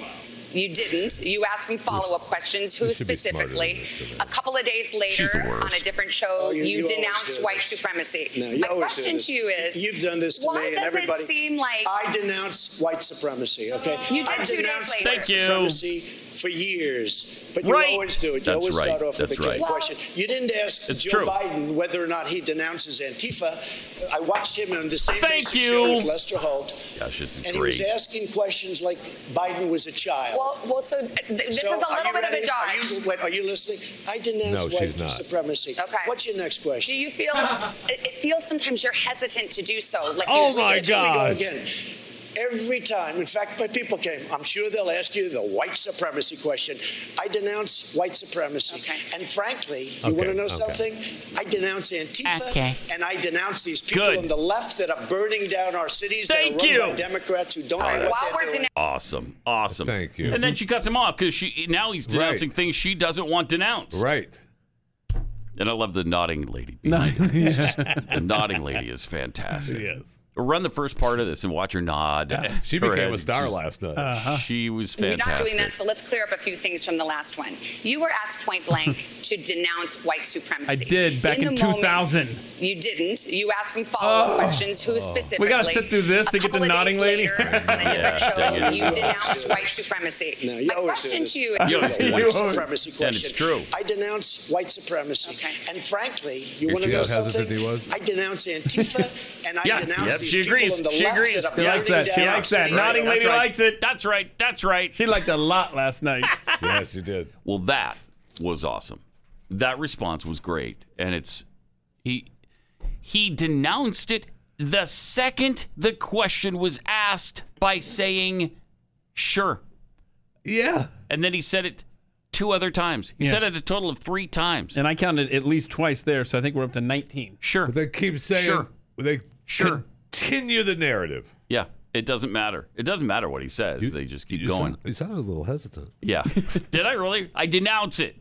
Speaker 7: you didn't. You asked some follow up questions. Who
Speaker 5: you should be smarter than
Speaker 7: specifically?
Speaker 5: this, Savannah.
Speaker 7: A couple of days
Speaker 3: She's the
Speaker 7: later,
Speaker 3: worst.
Speaker 7: on a different show, you,
Speaker 6: you- Oh, you always
Speaker 7: denounced
Speaker 6: do
Speaker 7: white
Speaker 6: this.
Speaker 7: supremacy.
Speaker 6: No, you
Speaker 7: My
Speaker 6: always do
Speaker 7: question
Speaker 6: this.
Speaker 7: to you is
Speaker 6: You've done this to
Speaker 7: why
Speaker 6: me and
Speaker 7: does
Speaker 6: everybody-
Speaker 7: it seem like
Speaker 6: I denounce white supremacy, okay?
Speaker 7: You did
Speaker 6: I
Speaker 7: two days
Speaker 6: denounced
Speaker 7: later.
Speaker 6: white
Speaker 3: Thank you.
Speaker 6: Supremacy for years, but you
Speaker 3: Right.
Speaker 6: always do it. You
Speaker 3: That's
Speaker 6: always
Speaker 3: right.
Speaker 6: start off with
Speaker 3: That's
Speaker 6: a
Speaker 3: right.
Speaker 6: key question. You didn't ask
Speaker 3: It's
Speaker 6: Joe
Speaker 3: true.
Speaker 6: Biden whether or not he denounces Antifa. I watched him on the same
Speaker 3: Thank
Speaker 6: basis
Speaker 3: you.
Speaker 6: with Lester Holt,
Speaker 3: Gosh, this is
Speaker 6: and he
Speaker 3: great.
Speaker 6: was asking questions like Biden was a child.
Speaker 7: Well, well, so th- this is
Speaker 6: So
Speaker 7: a
Speaker 6: are
Speaker 7: little
Speaker 6: you
Speaker 7: bit of
Speaker 6: ready?
Speaker 7: a dodge.
Speaker 6: Are you, wait, are you listening? I denounce
Speaker 5: No, she's
Speaker 6: white
Speaker 5: not.
Speaker 6: supremacy.
Speaker 7: Okay.
Speaker 6: What's your next question?
Speaker 7: Do you feel it, it feels sometimes you're hesitant to do so? Like
Speaker 5: Oh
Speaker 7: you're-
Speaker 5: my
Speaker 6: Here we go
Speaker 5: God.
Speaker 6: again. Every time, in fact, my people came. I'm sure they'll ask you the white supremacy question. I denounce white supremacy.
Speaker 7: Okay.
Speaker 6: And frankly, you
Speaker 5: Okay,
Speaker 6: want to know
Speaker 5: okay.
Speaker 6: something? I denounce Antifa,
Speaker 3: Okay.
Speaker 6: and I denounce these people
Speaker 3: Good.
Speaker 6: on the left that are burning down our cities.
Speaker 3: Thank
Speaker 6: that are run
Speaker 3: you.
Speaker 6: By Democrats who don't know
Speaker 7: While
Speaker 6: what
Speaker 7: we're
Speaker 6: they're doing.
Speaker 7: denouncing
Speaker 3: Awesome. Awesome.
Speaker 5: Thank you.
Speaker 3: And then she cuts him off because she now he's denouncing
Speaker 5: Right.
Speaker 3: things she doesn't want denounced.
Speaker 5: Right.
Speaker 3: And I love the nodding lady. The nodding lady is fantastic.
Speaker 5: Yes.
Speaker 3: Run the first part of this and watch her nod.
Speaker 5: She
Speaker 3: Her
Speaker 5: became
Speaker 3: head.
Speaker 5: a star
Speaker 3: She's-
Speaker 5: last night.
Speaker 3: She was
Speaker 7: You're
Speaker 3: fantastic.
Speaker 7: not doing that, so let's clear up a few things from the last one. You were asked point blank to denounce white supremacy.
Speaker 4: I did back in,
Speaker 7: the moment,
Speaker 4: 2000
Speaker 7: you didn't. You asked some follow-up questions.
Speaker 3: Oh.
Speaker 7: Who specifically?
Speaker 4: Oh. gotta sit through this
Speaker 7: A
Speaker 4: to get to
Speaker 7: couple of
Speaker 4: nodding
Speaker 7: days
Speaker 4: lady?
Speaker 7: Later, on a
Speaker 3: Yeah,
Speaker 7: different show,
Speaker 3: dang it.
Speaker 7: you denounced white supremacy.
Speaker 6: No, you
Speaker 7: My
Speaker 6: always do
Speaker 7: question
Speaker 6: this.
Speaker 7: to you
Speaker 6: You
Speaker 7: is.
Speaker 6: know the
Speaker 4: You
Speaker 6: white
Speaker 4: always-
Speaker 6: supremacy
Speaker 3: And it's
Speaker 6: question.
Speaker 3: true.
Speaker 6: I denounce white supremacy.
Speaker 7: Okay.
Speaker 6: And frankly, you
Speaker 5: You
Speaker 6: want to
Speaker 5: see
Speaker 6: know
Speaker 5: how hesitant
Speaker 6: something?
Speaker 5: he was?
Speaker 6: I denounce Antifa and I
Speaker 3: Yeah,
Speaker 6: denounce
Speaker 3: yep,
Speaker 6: that.
Speaker 3: She agrees. She agrees.
Speaker 4: She likes that. She likes that. Nodding lady
Speaker 3: right.
Speaker 4: likes it.
Speaker 3: That's right. That's right.
Speaker 4: She liked a lot last night.
Speaker 5: yes, you did.
Speaker 3: Well, that was awesome. That response was great, and it's he he denounced it the second the question was asked by saying sure,
Speaker 5: Yeah.
Speaker 3: and then he said it two other times. He said it a total of three times.
Speaker 4: and I counted at least twice there, so I think we're up to 19.
Speaker 3: sure.
Speaker 5: But they keep saying
Speaker 3: Sure.
Speaker 5: they
Speaker 3: Sure.
Speaker 5: continue the narrative.
Speaker 3: yeah. It doesn't matter. It doesn't matter what he says. they just keep
Speaker 5: You
Speaker 3: going.
Speaker 5: sound- you sounded a little hesitant.
Speaker 3: Yeah. Did I really? I denounce it.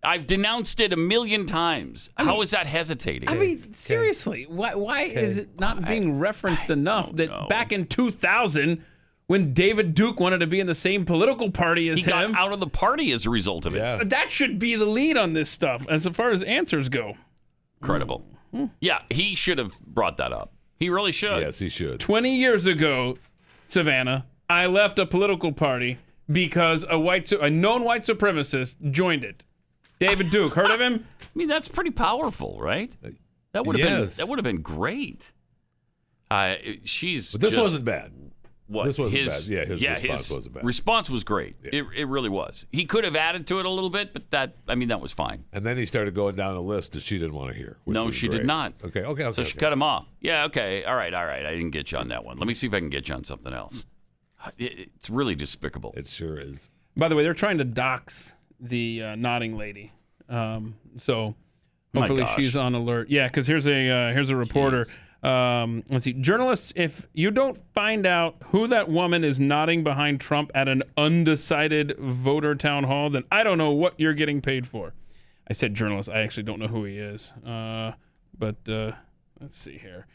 Speaker 3: I've denounced it a million times. How is that hesitating?
Speaker 4: I mean, seriously, why, why is it not being referenced enough that
Speaker 3: know.
Speaker 4: back in 2000, when David Duke wanted to be in the same political party as
Speaker 3: he got
Speaker 4: him,
Speaker 3: out of the party as a result of it.
Speaker 5: Yeah.
Speaker 4: that should be the lead on this stuff as far as answers go.
Speaker 3: Incredible. Yeah, he should have brought that up. He really should.
Speaker 5: Yes, he should.
Speaker 4: 20 years ago, Savannah, I left a political party because a white, su- a known white supremacist joined it. David Duke, heard of him?
Speaker 3: I mean, that's pretty powerful, right? That would have
Speaker 5: Yes.
Speaker 3: been that would have been great. Uh, she's
Speaker 5: But this
Speaker 3: just-
Speaker 5: wasn't bad.
Speaker 3: what
Speaker 5: This wasn't
Speaker 3: his
Speaker 5: bad. Yeah, his response wasn't bad.
Speaker 3: Response was great. It, it really was. He could have added to it a little bit, but that I mean that was fine.
Speaker 5: And then he started going down a list that she didn't want to hear. which
Speaker 3: No,
Speaker 5: was
Speaker 3: she
Speaker 5: great.
Speaker 3: did not.
Speaker 5: Okay, okay, okay.
Speaker 3: So she
Speaker 5: okay.
Speaker 3: cut him off. Yeah, okay. All right, all right. I didn't get you on that one. Let me see if I can get you on something else. It- it's really despicable.
Speaker 5: It sure is.
Speaker 4: By the way, they're trying to dox the uh, nodding lady. Um, so
Speaker 3: My
Speaker 4: hopefully
Speaker 3: gosh.
Speaker 4: she's on alert. Yeah, because here's a uh, here's a reporter. Um, let's see, journalists. If you don't find out who that woman is nodding behind Trump at an undecided voter town hall, then I don't know what you're getting paid for. I said journalist. I actually don't know who he is. Uh, but uh, let's see here.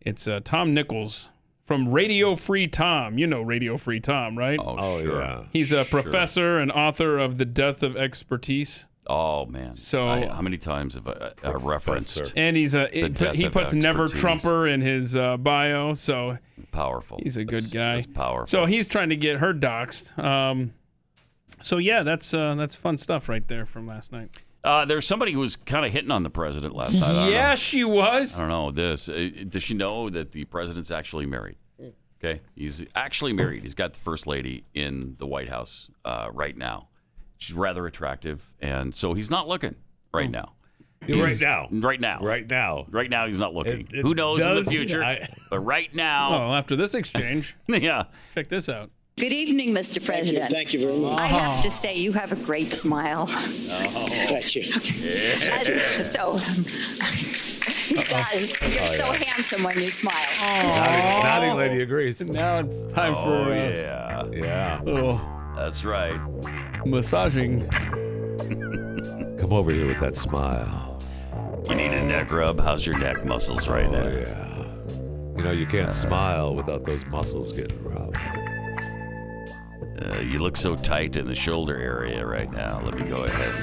Speaker 4: It's uh, Tom Nichols from Radio Free Tom. You know Radio Free Tom, right?
Speaker 3: Oh,
Speaker 5: Oh
Speaker 3: sure.
Speaker 5: yeah.
Speaker 4: He's a professor and author of The Death of Expertise.
Speaker 3: Oh man.
Speaker 4: So-
Speaker 3: I- how many times have I, I referenced
Speaker 5: Professor.
Speaker 4: And he's a
Speaker 3: The Death
Speaker 4: he
Speaker 3: of
Speaker 4: puts never
Speaker 3: Expertise.
Speaker 4: Trumper in his uh, bio, so
Speaker 3: powerful?
Speaker 4: he's a good
Speaker 3: That's-
Speaker 4: guy.
Speaker 3: That's powerful.
Speaker 4: So he's trying to get her doxxed. Um, so yeah, that's uh, that's fun stuff right there from last night.
Speaker 3: uh, there's somebody who was kind of hitting on the president last night. I don't know.
Speaker 4: Yeah, she was.
Speaker 3: I don't know this. Uh, Does she know that the president's actually married?
Speaker 5: Hmm.
Speaker 3: Okay, he's actually married. He's got the first lady in the White House uh, right now. She's rather attractive, and so he's not looking right now.
Speaker 5: Hmm. Right
Speaker 3: He's-
Speaker 5: now.
Speaker 3: Right now.
Speaker 5: Right now.
Speaker 3: Right now, he's not looking.
Speaker 5: It- it
Speaker 3: Who knows in the
Speaker 5: does-
Speaker 3: future?
Speaker 5: I-
Speaker 3: but right now,
Speaker 4: Well, after this exchange,
Speaker 3: yeah.
Speaker 4: check this out.
Speaker 9: Good evening, Mr.
Speaker 6: Thank you,
Speaker 9: President.
Speaker 6: thank you very much.
Speaker 9: I have to say, you have a great smile.
Speaker 6: Thank you.
Speaker 9: As- so, he does. You're so handsome when you smile.
Speaker 5: Nodding, nodding lady agrees.
Speaker 4: Oh. Now it's time
Speaker 3: Oh
Speaker 4: for uh, Oh. a
Speaker 3: yeah,
Speaker 5: Yeah.
Speaker 4: little
Speaker 3: that's right.
Speaker 4: massaging.
Speaker 5: Come over here with that smile.
Speaker 3: You need a neck rub. How's your neck muscles right Uh, now?
Speaker 5: Oh, Yeah. You know, you can't smile without those muscles getting rubbed.
Speaker 3: Uh, you look so tight in the shoulder area right now. Let me go ahead.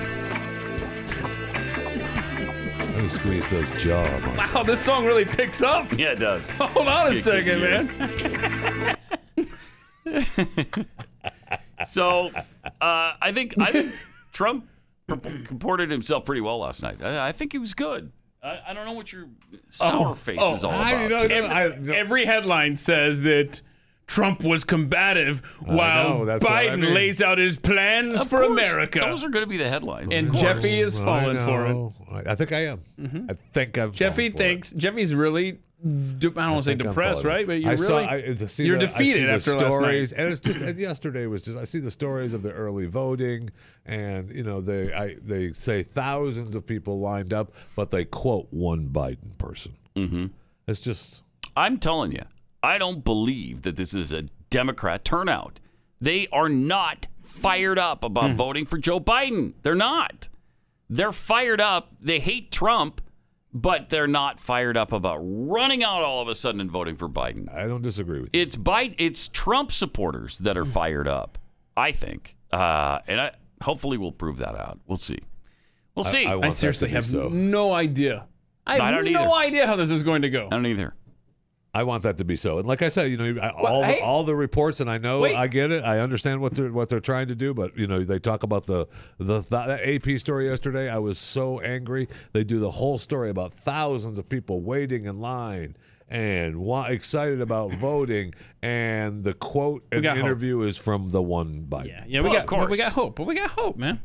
Speaker 5: Let me squeeze those jaw muscles.
Speaker 4: Wow, this song really picks up.
Speaker 3: Oh, Yeah, it does.
Speaker 4: Hold on a
Speaker 3: Kicks in
Speaker 4: second,
Speaker 3: gear.
Speaker 4: man.
Speaker 3: So uh, I think I think Trump comp- comported himself pretty well last night. I, I think he was good. I, I don't know what your
Speaker 4: Oh,
Speaker 3: sour face is all about.
Speaker 5: I- you know,
Speaker 3: today.
Speaker 5: I- no.
Speaker 4: every headline says that Trump was combative while
Speaker 5: know, that's what I
Speaker 4: Biden
Speaker 5: mean.
Speaker 4: lays out his plans
Speaker 3: Of
Speaker 4: for
Speaker 3: course,
Speaker 4: America.
Speaker 3: Those are going to be the headlines.
Speaker 4: And
Speaker 3: of course.
Speaker 4: Jeffy is falling
Speaker 5: I
Speaker 4: for it.
Speaker 5: know. Oh, I I think I am. I think I'm.
Speaker 4: Mm-hmm. Jeffy
Speaker 5: falling for
Speaker 4: thinks Jeffy's really de- I don't want to say
Speaker 5: think I'm
Speaker 4: depressed,
Speaker 5: falling.
Speaker 4: right? But you're
Speaker 5: I
Speaker 4: really
Speaker 5: saw, I, to see
Speaker 4: you're
Speaker 5: the, I see
Speaker 4: defeated
Speaker 5: the
Speaker 4: after last night.
Speaker 5: stories, and it's just and yesterday was just I see the stories of the early voting, and you know they I, they say thousands of people lined up, but they quote one Biden person. Mm-hmm. It's just
Speaker 3: I'm telling you, I don't believe that this is a Democrat turnout. They are not fired up
Speaker 5: Hmm.
Speaker 3: about voting for Joe Biden. They're not. They're fired up. They hate Trump, but they're not fired up about running out all of a sudden and voting for Biden.
Speaker 5: I don't disagree with you. Hmm.
Speaker 3: it's Biden, it's Trump supporters that are fired up. I think, uh, and I hopefully we'll prove that out. We'll see. We'll see.
Speaker 5: I
Speaker 3: I,
Speaker 5: want that
Speaker 4: I
Speaker 5: to
Speaker 4: seriously
Speaker 5: be
Speaker 4: have
Speaker 5: so.
Speaker 4: no idea. I have
Speaker 3: I don't
Speaker 4: no
Speaker 3: either.
Speaker 4: idea how this is going to go.
Speaker 3: don't either.
Speaker 5: I want that to be so. And like I said, you know, I, all
Speaker 4: I-
Speaker 5: the, all the reports, and I know
Speaker 4: Wait.
Speaker 5: I get it. I understand what they're what they're trying to do, but you know, they talk about the the th- that AP story yesterday. I was so angry. They do the whole story about thousands of people waiting in line, and why excited about voting. And the quote and
Speaker 4: got hope.
Speaker 5: interview is from the one Biden.
Speaker 4: Yeah, yeah, we
Speaker 3: Well,
Speaker 4: got
Speaker 3: of course.
Speaker 4: we got hope, but we got hope, man.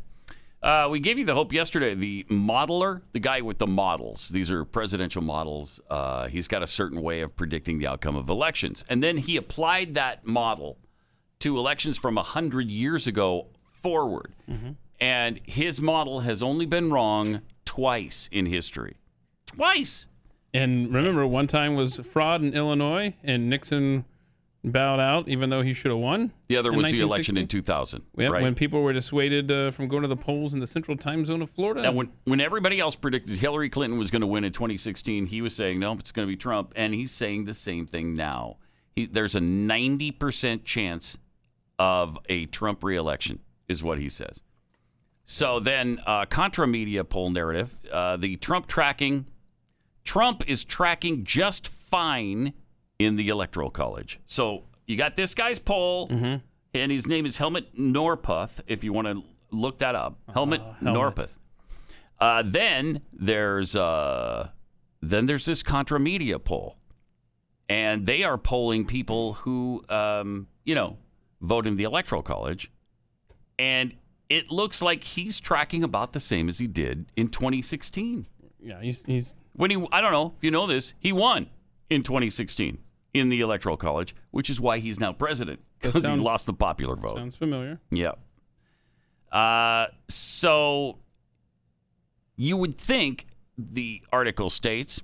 Speaker 3: Uh, we gave you the hope yesterday. The modeler, the guy with the models, these are presidential models. Uh, he's got a certain way of predicting the outcome of elections. And then he applied that model to elections from 100 years ago forward. And his model has only been wrong twice in history. Twice.
Speaker 4: And remember, one time was fraud in Illinois, and Nixon bowed out, even though he should have won.
Speaker 3: The other
Speaker 4: in
Speaker 3: was the election in
Speaker 4: 1960.
Speaker 3: 2000.
Speaker 4: Yep,
Speaker 3: right?
Speaker 4: when people were dissuaded uh, from going to the polls in the central time zone of Florida.
Speaker 3: Now, when, when everybody else predicted Hillary Clinton was going to win in 2016, he was saying, no, it's going to be Trump. And he's saying the same thing now. He, there's a 90% chance of a Trump reelection, is what he says. So then, uh, contra media poll narrative uh, the Trump tracking, Trump is tracking just fine in the Electoral College. So you got this guy's poll, and his name is Helmut Norputh, if you want to look that up. Helmut Norputh. Uh, then there's uh, then there's this Contra Media poll, and they are polling people who um, you know vote in the Electoral College, and it looks like he's tracking about the same as he did in 2016
Speaker 4: yeah, he's, he's
Speaker 3: when he I don't know if you know this he won in 2016 in the Electoral College, which is why he's now president because he
Speaker 4: sound-
Speaker 3: lost the popular vote.
Speaker 4: sounds familiar.
Speaker 3: Yeah. Uh, so you would think the article states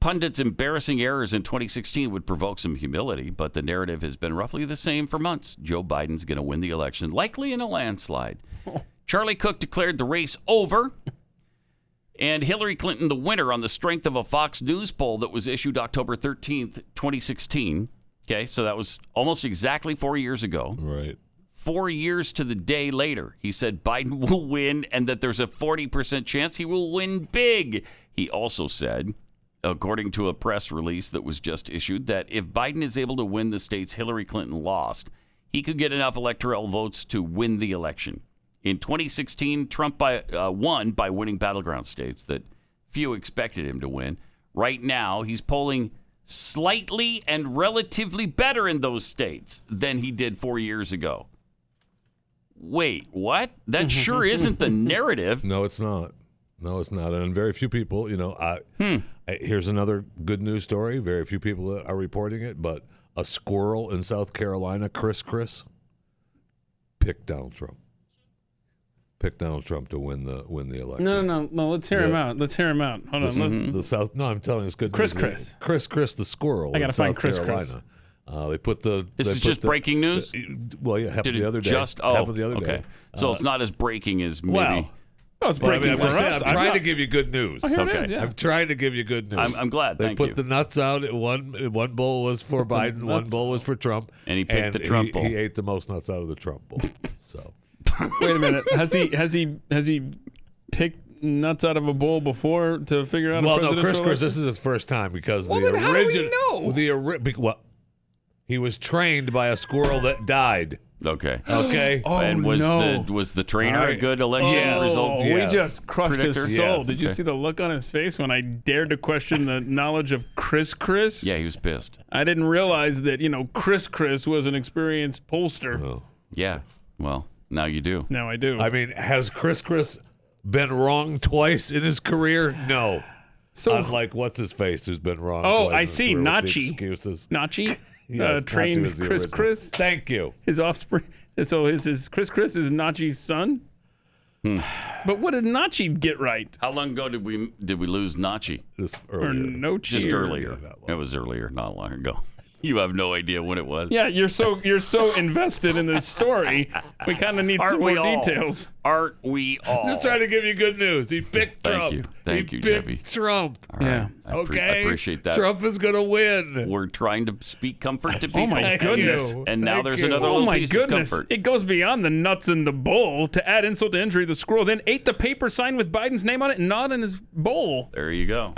Speaker 3: pundits' embarrassing errors in 2016 would provoke some humility, but the narrative has been roughly the same for months. Joe Biden's going to win the election, likely in a landslide. Charlie Cook declared the race over. And Hillary Clinton, the winner, on the strength of a Fox News poll that was issued October 13th, 2016. Okay, so that was almost exactly four years ago
Speaker 5: Right.
Speaker 3: four years to the day later, he said Biden will win and that there's a 40% chance he will win big. He also said, according to a press release that was just issued, that if Biden is able to win the states Hillary Clinton lost, he could get enough electoral votes to win the election. In 2016, Trump by, uh, won by winning battleground states that few expected him to win. Right now, he's polling slightly and relatively better in those states than he did four years ago. Wait, what? That sure isn't the narrative.
Speaker 5: Mm-hmm. No, it's not. No, it's not. And very few people, you know, I,
Speaker 3: Hmm.
Speaker 5: I- here's another good news story. Very few people are reporting it, but a squirrel in South Carolina, Chris Chris, picked Donald Trump. Picked Donald Trump to win the win the election.
Speaker 4: No, no, no, no. Let's hear him
Speaker 5: Yeah.
Speaker 4: out. Let's hear him out. Hold on.
Speaker 5: The,
Speaker 4: Let's,
Speaker 3: Mhm.
Speaker 5: the South. No, I'm telling you, it's good.
Speaker 4: Chris
Speaker 5: news.
Speaker 4: Chris.
Speaker 5: Chris Chris, the squirrel.
Speaker 4: I gotta
Speaker 5: in
Speaker 4: find
Speaker 5: South
Speaker 4: Chris
Speaker 5: Carolina.
Speaker 4: Chris.
Speaker 5: Uh, they put the.
Speaker 3: This
Speaker 5: they
Speaker 3: is
Speaker 5: put
Speaker 3: just
Speaker 5: the-
Speaker 3: breaking news?
Speaker 5: the- well, yeah, happened
Speaker 3: Did it
Speaker 5: the other day.
Speaker 3: just? Oh,
Speaker 5: happened the other
Speaker 3: okay.
Speaker 5: day.
Speaker 3: So
Speaker 5: Uh,
Speaker 3: it's not as breaking as maybe.
Speaker 5: well,
Speaker 4: oh, it's
Speaker 5: well, I mean,
Speaker 4: breaking
Speaker 5: I'm,
Speaker 4: for
Speaker 5: just saying,
Speaker 4: us.
Speaker 5: I'm trying to
Speaker 4: not-
Speaker 5: give you good news.
Speaker 4: Oh, here it
Speaker 3: Okay.
Speaker 4: is, yeah.
Speaker 5: I'm trying to give you good news.
Speaker 3: I'm- I'm glad.
Speaker 5: They
Speaker 3: Thank
Speaker 5: put
Speaker 3: you.
Speaker 5: the nuts out. at One one bowl was for Biden. One bowl was for Trump.
Speaker 3: And he picked the Trump
Speaker 5: he,
Speaker 3: bowl.
Speaker 5: He ate the most nuts out of the Trump bowl. so
Speaker 4: Wait a minute. Has he has he has he picked nuts out of a bowl before to figure out?
Speaker 5: well,
Speaker 4: a
Speaker 5: no, Chris,
Speaker 4: presidential
Speaker 5: Chris,
Speaker 4: election?
Speaker 5: this is his first time because
Speaker 4: Well,
Speaker 5: the
Speaker 4: then how do we
Speaker 5: original.
Speaker 4: know?
Speaker 5: The ori- be- well, he was trained by a squirrel that died.
Speaker 3: Okay.
Speaker 5: Okay.
Speaker 4: Oh,
Speaker 3: and was
Speaker 4: no.
Speaker 3: the was the trainer
Speaker 5: All
Speaker 3: a
Speaker 5: right.
Speaker 3: good election
Speaker 5: Yes.
Speaker 3: result?
Speaker 4: Oh,
Speaker 5: Yes.
Speaker 4: we just crushed
Speaker 3: Predictor?
Speaker 4: his soul.
Speaker 5: Yes.
Speaker 4: Did you see the look on his face when I dared to question the knowledge of Chris Chris?
Speaker 3: Yeah, he was pissed.
Speaker 4: I didn't realize that, you know, Chris Chris was an experienced pollster.
Speaker 5: Oh.
Speaker 3: Yeah. Well, now you do.
Speaker 4: Now I do.
Speaker 5: I mean, has Chris Chris been wrong twice in his career? No.
Speaker 4: so,
Speaker 5: Unlike what's his face, who's been wrong.
Speaker 4: Oh,
Speaker 5: twice
Speaker 4: I
Speaker 5: in his
Speaker 4: see,
Speaker 5: career with the
Speaker 4: Nachi.
Speaker 5: Excuses.
Speaker 4: Nachi uh,
Speaker 5: Yes, Nachi
Speaker 4: trained
Speaker 5: was the
Speaker 4: Chris
Speaker 5: original.
Speaker 4: Chris,
Speaker 5: Thank you.
Speaker 4: his offspring. So his, his Chris Chris is Nachi's son.
Speaker 3: Hmm.
Speaker 4: But what did Nachi get right?
Speaker 3: How long ago did we did we lose Nachi?
Speaker 5: This
Speaker 4: Or
Speaker 5: earlier.
Speaker 4: no
Speaker 3: Just earlier.
Speaker 5: not long.
Speaker 3: It was earlier, not long ago. You have no idea when it was.
Speaker 4: Yeah, you're so you're so invested in this story. We kind of need
Speaker 3: Aren't
Speaker 4: some
Speaker 3: we
Speaker 4: more
Speaker 3: all?
Speaker 4: details.
Speaker 3: Aren't we all?
Speaker 5: Just trying to give you good news. He picked
Speaker 3: oh. Thank
Speaker 5: Trump.
Speaker 3: you. Thank
Speaker 5: he
Speaker 3: you,
Speaker 5: picked
Speaker 3: Jeffy.
Speaker 5: Trump.
Speaker 4: Yeah.
Speaker 3: I appre-
Speaker 5: Okay.
Speaker 3: I appreciate that.
Speaker 5: Trump is going to win.
Speaker 3: We're trying to speak comfort to people.
Speaker 4: Oh, my
Speaker 5: Thank
Speaker 4: goodness.
Speaker 5: you.
Speaker 3: And now
Speaker 5: Thank
Speaker 3: there's
Speaker 5: you.
Speaker 3: another
Speaker 4: Oh
Speaker 3: little
Speaker 4: my
Speaker 3: piece
Speaker 4: goodness.
Speaker 3: of comfort.
Speaker 4: It goes beyond the nuts in the bowl. To add insult to injury, the squirrel then ate the paper sign with Biden's name on it and not in his bowl.
Speaker 3: there you go.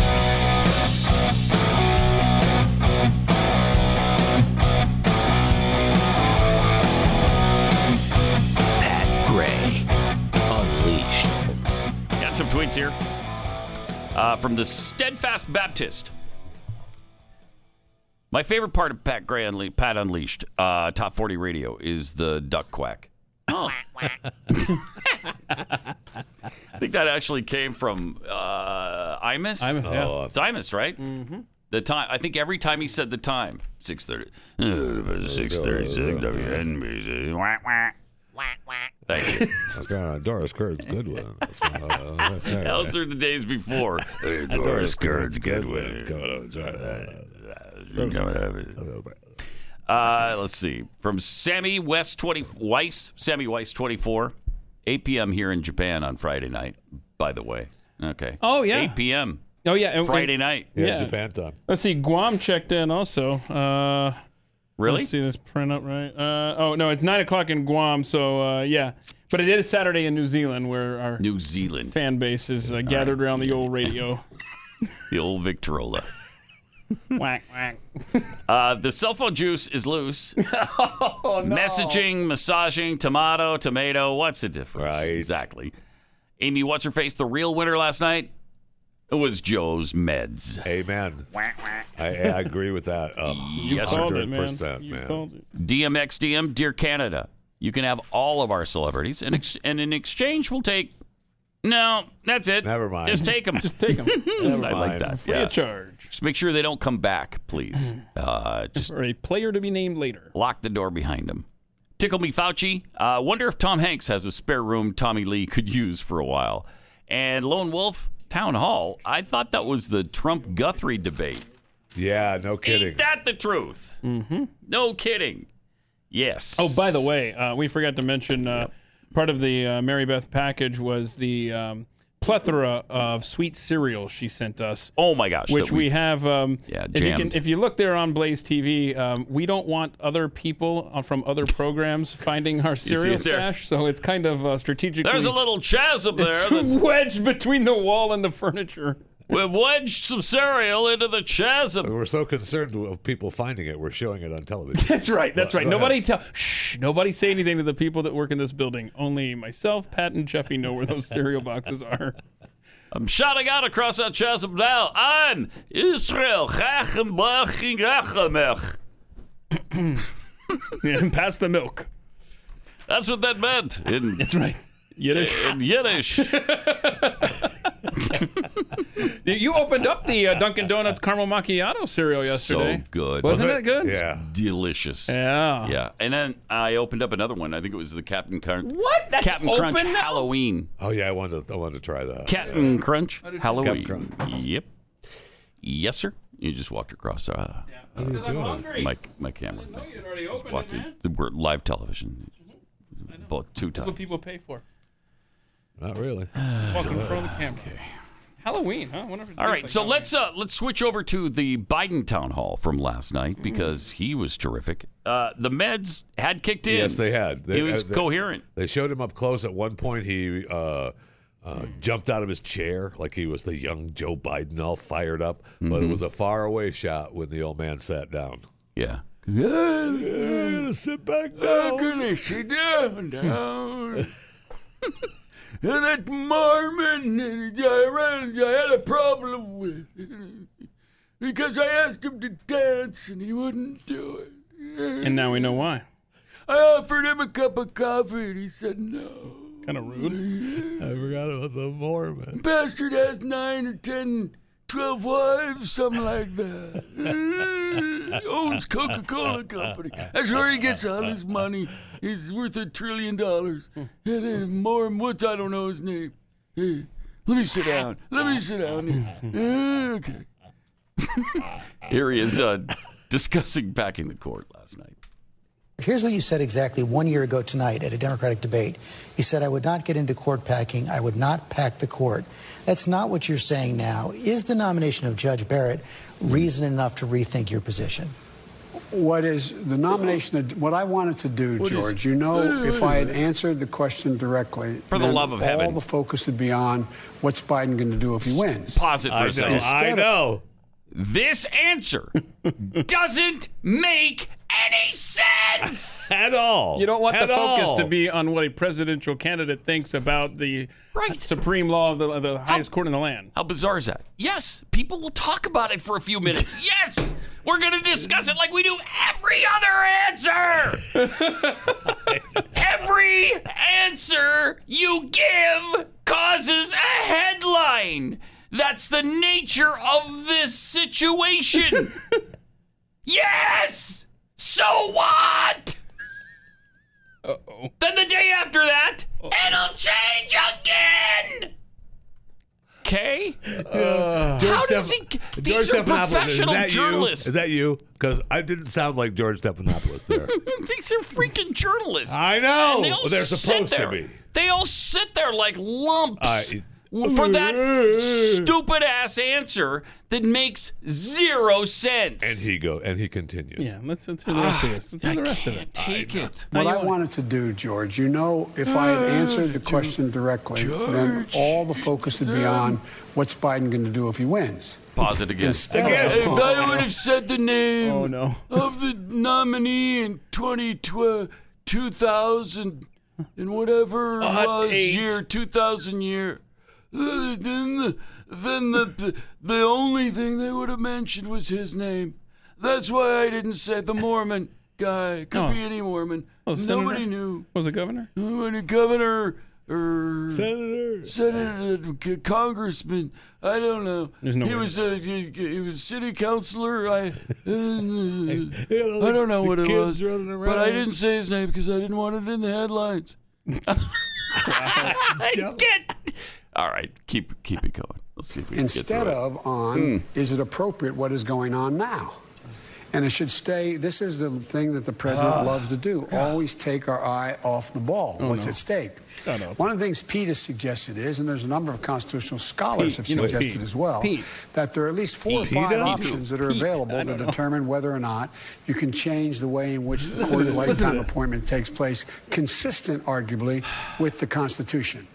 Speaker 10: Gray Unleashed.
Speaker 3: Got some tweets here uh, from the Steadfast Baptist. My favorite part of Pat Gray Unle- Pat Unleashed, uh, Top 40 Radio, is the duck quack. Oh. I think that actually came from uh, Imus.
Speaker 4: Imus, yeah. Oh.
Speaker 3: It's Imus, right? Mm-hmm. The time. I think every time he said the time, 6.30. Uh, 6.36 WNBC. Wah, wah. Thank you.
Speaker 5: Okay, Doris Kurt's good one. uh,
Speaker 3: Those are the days before. Uh, Doris Kearns Goodwin. Uh, let's see. From Sammy West 20 Weiss, Sammy Weiss 24, 8 p.m. here in Japan on Friday night, by the way. Okay.
Speaker 4: Oh, yeah.
Speaker 3: 8 p.m.
Speaker 4: Oh yeah, and- and-
Speaker 3: Friday night.
Speaker 5: Yeah,
Speaker 4: Yeah.
Speaker 5: Japan time.
Speaker 4: Let's see. Guam checked in also. Uh,
Speaker 3: Really?
Speaker 4: Let's see this print up right. Uh, oh no, it's nine o'clock in Guam. So uh, yeah, but it is Saturday in New Zealand where our
Speaker 3: New Zealand.
Speaker 4: fan base is uh, gathered around the old radio.
Speaker 3: The old Victorola.
Speaker 4: whack whack.
Speaker 3: Uh, the cell phone juice is loose.
Speaker 4: Oh,
Speaker 5: Oh,
Speaker 3: Messaging, massaging, tomato, tomato. What's the difference?
Speaker 5: Right.
Speaker 3: Exactly. Amy, what's her face? The real winner last night? It was Joe's meds.
Speaker 5: Amen. I, I agree with that. a
Speaker 3: Yes,
Speaker 4: Called it, man.
Speaker 5: 100%,
Speaker 4: You
Speaker 5: man.
Speaker 4: called it.
Speaker 3: DMX DM, Dear Canada, you can have all of our celebrities, and, ex- and in exchange, we'll take. No, that's it.
Speaker 5: Never mind.
Speaker 3: Just take them. Just
Speaker 4: Take them.
Speaker 3: I like
Speaker 5: mind.
Speaker 3: that.
Speaker 4: Free
Speaker 3: Yeah.
Speaker 4: of charge
Speaker 3: Just make sure they don't come back, please. Uh, just
Speaker 4: for a player to be named later.
Speaker 3: lock the door behind him. Tickle me, Fauci. Uh, wonder if Tom Hanks has a spare room Tommy Lee could use for a while. And Lone Wolf Town Hall. I thought that was the Trump Guthrie debate.
Speaker 5: Yeah, no kidding.
Speaker 3: Ain't that the truth? Mm-hmm. No kidding. Yes.
Speaker 4: Oh, by the way, uh, we forgot to mention uh, part of the uh, Mary Beth package was the um, plethora of sweet cereals she sent us.
Speaker 3: oh my gosh.
Speaker 4: which
Speaker 3: that
Speaker 4: we
Speaker 3: we've-
Speaker 4: have. Um,
Speaker 3: Yeah,
Speaker 4: if you, can,
Speaker 3: jammed.
Speaker 4: if you look there on Blaze TV, um, we don't want other people uh, from other programs finding our
Speaker 3: see
Speaker 4: cereal
Speaker 3: it there?
Speaker 4: stash, so it's kind of uh, strategically
Speaker 3: There's a little chasm there.
Speaker 4: it's
Speaker 3: that-
Speaker 4: wedged between the wall and the furniture.
Speaker 3: We've wedged some cereal into the chasm.
Speaker 5: We're so concerned with people finding it, we're showing it on television.
Speaker 4: That's right. That's right.
Speaker 5: go ahead.
Speaker 4: Nobody tell. Shh. Nobody say anything to the people that work in this building. Only myself, Pat, and Jeffy know where those cereal boxes are.
Speaker 3: I'm shouting out across that chasm now. I'm Israel. Rachenbach Rachemech.
Speaker 4: Yeah, and pass the milk.
Speaker 3: That's what that meant in,
Speaker 4: That's right. Yiddish.
Speaker 3: in Yiddish.
Speaker 4: You opened up the uh, Dunkin' Donuts caramel macchiato cereal Oh, yesterday.
Speaker 3: So good.
Speaker 4: Wasn't it good?
Speaker 5: yeah.
Speaker 3: delicious.
Speaker 4: Yeah.
Speaker 3: Yeah. And then I opened up another one. I think it was the Captain Crunch.
Speaker 4: What? That's
Speaker 3: Captain
Speaker 4: open
Speaker 3: Crunch
Speaker 4: now?
Speaker 3: Halloween.
Speaker 5: Oh yeah, I wanted to, I wanted to try that.
Speaker 3: Captain Crunch Halloween.
Speaker 5: Captain
Speaker 3: Yep. Yes, sir. You just walked across uh,
Speaker 4: Because I'm hungry.
Speaker 3: my my camera.
Speaker 4: I know
Speaker 3: thing.
Speaker 4: you'd already opened
Speaker 3: Walked
Speaker 4: it, man. Mm-hmm.
Speaker 3: in- We're live television. About two
Speaker 4: That's what
Speaker 3: times.
Speaker 4: people pay for.
Speaker 5: Not really.
Speaker 4: Walking in front of the camera. Halloween, huh? I wonder if it
Speaker 3: All
Speaker 4: tastes
Speaker 3: right,
Speaker 4: like
Speaker 3: so
Speaker 4: Halloween.
Speaker 3: let's uh, let's switch over to the Biden town hall from last
Speaker 4: Mm-hmm.
Speaker 3: night because he was terrific. Uh, the meds had kicked in.
Speaker 5: Yes, they had. They,
Speaker 3: He was
Speaker 5: uh, they-
Speaker 3: coherent.
Speaker 5: They showed him up close. At one point, he uh, uh, jumped out of his chair like he was the young Joe Biden, all fired up. But it
Speaker 3: Mm-hmm.
Speaker 5: was a faraway shot when the old man sat down.
Speaker 3: Yeah.
Speaker 5: Yeah, sit back down.
Speaker 3: sit down, down. that Mormon uh, I had a problem with because I asked him to dance and he wouldn't do it.
Speaker 4: And now we know why.
Speaker 3: I offered him a cup of coffee and he said no.
Speaker 4: Kind of rude.
Speaker 5: I forgot it was a Mormon.
Speaker 3: Bastard has nine or ten, twelve wives, something like that. Owns Coca Cola Company. That's where he gets all his money. He's worth a trillion dollars. And then Morm Woods, I don't know his name. Hey, let me sit down. Let me sit down here. Okay. here he is uh, discussing backing the court last night.
Speaker 11: Here's what you said exactly one year ago tonight at a Democratic debate. You said, I would not get into court packing. I would not pack the court. That's not what you're saying now. Is the nomination of Judge Barrett reason enough to rethink your position?
Speaker 2: What is the nomination? Of, what I wanted to do, George, you know, if I had answered the question directly,
Speaker 3: For the
Speaker 2: then
Speaker 3: love of
Speaker 2: all
Speaker 3: heaven.
Speaker 2: the focus would be on what's Biden going to do if he wins.
Speaker 3: Pause it
Speaker 5: I know. I know.
Speaker 3: This answer doesn't make any sense
Speaker 5: at all.
Speaker 4: You don't want
Speaker 5: At
Speaker 4: the focus
Speaker 5: all.
Speaker 4: to be on what a presidential candidate thinks about the
Speaker 3: Right.
Speaker 4: supreme law of the, of the highest court in the land.
Speaker 3: How bizarre is that? Yes, people will talk about it for a few minutes. Yes, we're going to discuss it like we do every other answer. every answer you give causes a headline. That's the nature of this situation. yes! So what?
Speaker 4: Uh-oh.
Speaker 3: Then the day after that, it'll change again. Okay?
Speaker 5: Uh, George
Speaker 3: How does
Speaker 5: Stephan-
Speaker 3: he- these are
Speaker 5: Stephanopoulos,
Speaker 3: professional
Speaker 5: is that
Speaker 3: journalists.
Speaker 5: You? Is that you? Because I didn't sound like George Stephanopoulos there.
Speaker 3: These are freaking journalists.
Speaker 5: I know.
Speaker 3: And they all
Speaker 5: Well, they're
Speaker 3: sit
Speaker 5: supposed to
Speaker 3: there.
Speaker 5: be.
Speaker 3: They all sit there like lumps
Speaker 5: I-
Speaker 3: for that stupid ass answer that makes zero sense.
Speaker 5: and he go and he continues.
Speaker 4: Yeah, let's, let's hear the rest of this. Let's hear
Speaker 3: I
Speaker 4: the rest of
Speaker 3: can't
Speaker 4: it.
Speaker 3: take it.
Speaker 2: What I wanted to do, George, you know, if I
Speaker 3: Uh,
Speaker 2: had answered the question directly, then all the focus would be on what's Biden going to do if he wins.
Speaker 3: Pause it again.
Speaker 5: Again.
Speaker 3: If I would have said the name
Speaker 4: Oh, no.
Speaker 3: of the nominee in 2012, 2000, and whatever it
Speaker 4: Odd
Speaker 3: was
Speaker 4: eight.
Speaker 3: year, 2000 year, uh, then, the, then the, the only thing they would have mentioned was his name. That's why I didn't say the Mormon guy. Could
Speaker 4: Oh.
Speaker 3: be any Mormon.
Speaker 4: Oh, Senator?
Speaker 3: Nobody knew.
Speaker 4: Was it governor?
Speaker 3: Nobody, governor or
Speaker 5: Senator.
Speaker 3: senator, c- congressman. I don't know.
Speaker 4: There's no
Speaker 3: he
Speaker 4: way.
Speaker 3: was a he, he was city councilor. I uh,
Speaker 5: I don't
Speaker 3: I don't know what it was,
Speaker 5: running around.
Speaker 3: but I didn't say his name because I didn't want it in the headlines. Get all right. Keep keep it going. Let's see if we
Speaker 2: instead of on
Speaker 4: Hmm.
Speaker 2: is it appropriate what is going on now and it should stay this is the thing that the president
Speaker 4: Ah.
Speaker 2: loves to do always take our eye off the ball
Speaker 4: Oh,
Speaker 2: what's at stake one of the things pete has suggested is and there's a number of constitutional scholars
Speaker 4: Pete,
Speaker 2: have
Speaker 4: you know
Speaker 2: suggested
Speaker 4: Pete.
Speaker 2: as well
Speaker 4: Pete.
Speaker 2: that there are at least four
Speaker 3: Pete.
Speaker 2: or five
Speaker 3: Pete who?
Speaker 2: options that are
Speaker 4: Pete, I
Speaker 2: available to
Speaker 4: don't know.
Speaker 2: determine whether or not you can change the way in which the
Speaker 4: Listen to
Speaker 2: court
Speaker 4: this, listen to
Speaker 2: lifetime
Speaker 4: this.
Speaker 2: appointment takes place consistent arguably with the constitution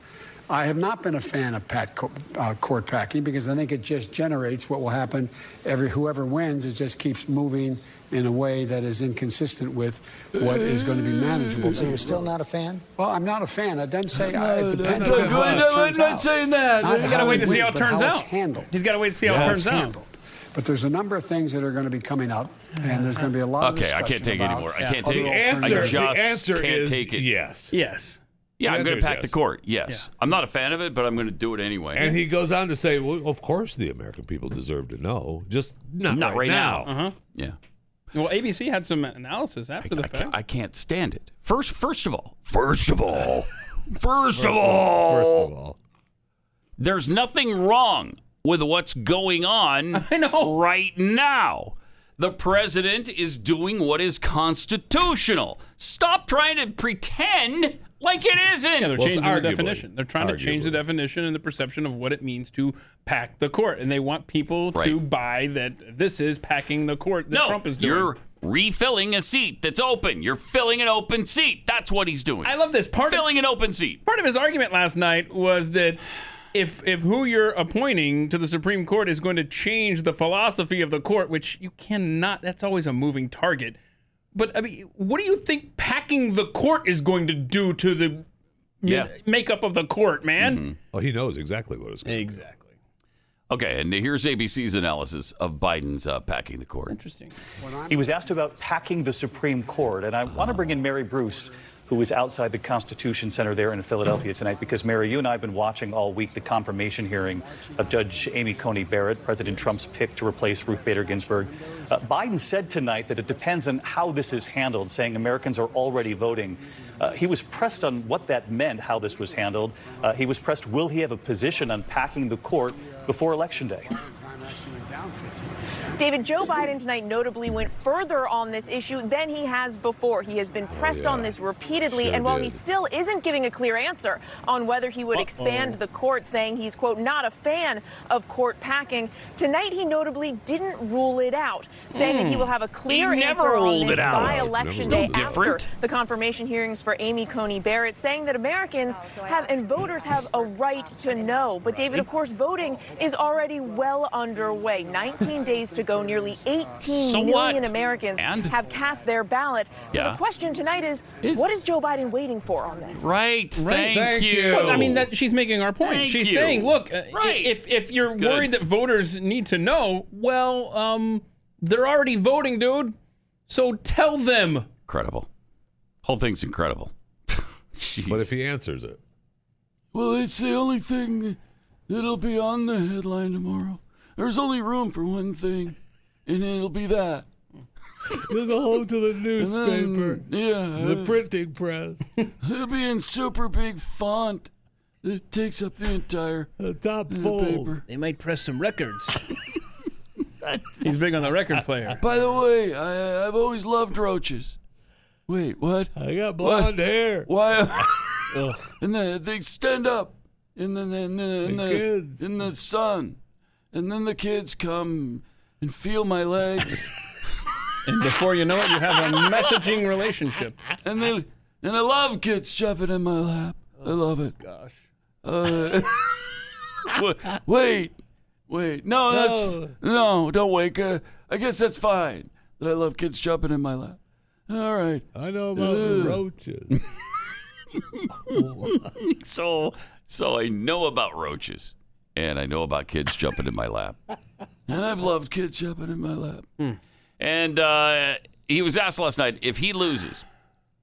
Speaker 2: I have not been a fan of Pat co- uh, court packing because I think it just generates what will happen. Every whoever wins, it just keeps moving in a way that is inconsistent with what is going to be manageable.
Speaker 11: So you're still not a fan?
Speaker 2: Well, I'm not a fan. I didn't say I, it depends
Speaker 5: no,
Speaker 2: on
Speaker 5: no,
Speaker 2: how
Speaker 5: no,
Speaker 2: it
Speaker 3: I'm
Speaker 2: turns
Speaker 3: not
Speaker 2: out.
Speaker 3: saying that.
Speaker 2: Not
Speaker 3: You
Speaker 4: You
Speaker 2: how
Speaker 4: gotta
Speaker 2: he
Speaker 4: wait to see
Speaker 2: wins,
Speaker 4: how it
Speaker 2: but
Speaker 4: turns
Speaker 2: it's
Speaker 4: out.
Speaker 2: handled.
Speaker 4: He's gotta wait to see how
Speaker 2: How
Speaker 4: it
Speaker 2: it's
Speaker 4: turns out.
Speaker 2: handled. But there's a number of things that are going to be coming up, and there's going to be a lot. of
Speaker 3: Okay, I
Speaker 2: discussion
Speaker 3: can't take
Speaker 2: about
Speaker 3: anymore. I can't
Speaker 4: Oh,
Speaker 2: other
Speaker 3: take
Speaker 5: The
Speaker 3: I
Speaker 5: answer.
Speaker 2: alternatives.
Speaker 5: The
Speaker 3: just
Speaker 5: answer
Speaker 3: can't
Speaker 5: is
Speaker 3: take it.
Speaker 5: yes.
Speaker 4: Yes.
Speaker 3: Yeah, I'm
Speaker 5: The
Speaker 3: going
Speaker 5: answer
Speaker 3: to
Speaker 5: is
Speaker 3: pack the
Speaker 5: yes.
Speaker 3: court. Yes,
Speaker 4: Yeah.
Speaker 3: I'm not a fan of it, but I'm going to do it anyway.
Speaker 5: And he goes on to say, "Well, of course the American people deserve to know, just not,
Speaker 3: Not right now.
Speaker 4: Uh huh.
Speaker 3: yeah.
Speaker 4: Well, ABC had some analysis after the
Speaker 3: I can't,
Speaker 4: fact.
Speaker 3: I can't stand it. First, first of all, first of all, first of all,
Speaker 5: First of all,
Speaker 3: there's nothing wrong with what's going on
Speaker 4: I know.
Speaker 3: right now. The president is doing what is constitutional. Stop trying to pretend like it isn't.
Speaker 4: Yeah, they're
Speaker 5: Well, it's
Speaker 4: changing the
Speaker 5: arguably-
Speaker 4: definition. They're trying to change the
Speaker 5: arguably.
Speaker 4: definition and the perception of what it means to pack the court, and they want people to
Speaker 3: Right.
Speaker 4: buy that this is packing the court that
Speaker 3: no,
Speaker 4: Trump is doing.
Speaker 3: you're refilling a seat that's open. You're filling an open seat. That's what he's doing.
Speaker 4: I love this part. Of,
Speaker 3: filling an open seat.
Speaker 4: part of his argument last night was that if if who you're appointing to the Supreme Court is going to change the philosophy of the court, which you cannot, that's always a moving target. But I mean, what do you think packing the court is going to do to the
Speaker 3: Yeah. Mm-hmm.
Speaker 4: makeup of the court, man?
Speaker 5: oh, he knows exactly what it's going.
Speaker 4: Exactly.
Speaker 3: Okay, and here's ABC's analysis of Biden's uh, packing the court.
Speaker 4: Interesting.
Speaker 12: He was asked about packing the Supreme Court, and I want to bring in Mary Bruce, who was outside the Constitution Center there in Philadelphia tonight, because Mary, you and I have been watching all week the confirmation hearing of Judge Amy Coney Barrett, President Trump's pick to replace Ruth Bader Ginsburg. Uh, Biden said tonight that it depends on how this is handled, saying Americans are already voting. Uh, he was pressed on what that meant, how this was handled. Uh, he was pressed, will he have a position on packing the court before Election Day?
Speaker 13: David, Joe Biden tonight notably went further on this issue than he has before. He has been pressed
Speaker 5: Oh, yeah.
Speaker 13: on this repeatedly,
Speaker 5: Sure
Speaker 13: and while he
Speaker 5: did.
Speaker 13: still isn't giving a clear answer on whether he would expand the court, saying he's, quote, not a fan of court packing, tonight he notably didn't rule it out, saying that he will have a clear
Speaker 3: Hmm. never
Speaker 13: answer
Speaker 3: ruled
Speaker 13: on this
Speaker 3: it out.
Speaker 13: by election
Speaker 5: Never
Speaker 13: day
Speaker 5: ruled it out.
Speaker 13: after
Speaker 3: Different.
Speaker 13: the confirmation hearings for Amy Coney Barrett, saying that Americans have and voters have a right to know. But David, of course, voting is already well underway. Friday, 19 days to go. Nearly 18 million
Speaker 3: So what?
Speaker 13: Americans
Speaker 3: And?
Speaker 13: have cast their ballot. So
Speaker 3: Yeah.
Speaker 13: the question tonight is, what is Joe Biden waiting for on this?
Speaker 3: Right. Thank, you.
Speaker 4: Well, I mean, that she's making our point.
Speaker 3: Thank
Speaker 4: she's
Speaker 3: you.
Speaker 4: saying, look, uh,
Speaker 3: Right.
Speaker 4: if if you're
Speaker 3: Good.
Speaker 4: worried that voters need to know, well, um, they're already voting, dude. So tell them.
Speaker 3: incredible. Whole thing's incredible. But if
Speaker 5: he answers it,
Speaker 14: Well, it's the only thing that'll be on the headline tomorrow. There's only room for one thing, and it'll be that.
Speaker 5: You'll go home to the
Speaker 14: newspaper.
Speaker 3: Um,
Speaker 14: yeah. uh,
Speaker 5: The printing press.
Speaker 14: it'll be in super big font that takes up the entire
Speaker 5: top
Speaker 15: They might press some records.
Speaker 4: He's big on the record player.
Speaker 14: Uh, By the way, I, I've always loved roaches. Wait, what?
Speaker 5: I got
Speaker 4: blonde
Speaker 5: hair.
Speaker 14: Why? and then they stand up in the in the, in
Speaker 5: The
Speaker 14: the, in the sun, and then the kids come and feel my legs,
Speaker 4: And before you know it, you have a messaging relationship.
Speaker 14: and then and I love kids jumping in my lap. I love it. Gosh. Uh, wa- wait, wait. No,
Speaker 10: No.
Speaker 14: that's no. Don't wake. Uh, I guess that's fine. That I love kids jumping in my lap. All right.
Speaker 5: I know
Speaker 3: about
Speaker 14: Ugh.
Speaker 5: roaches.
Speaker 3: so so I know about roaches and I know about kids jumping in my lap.
Speaker 14: And I've loved kids jumping in my lap.
Speaker 3: And uh, he was asked last night if he loses,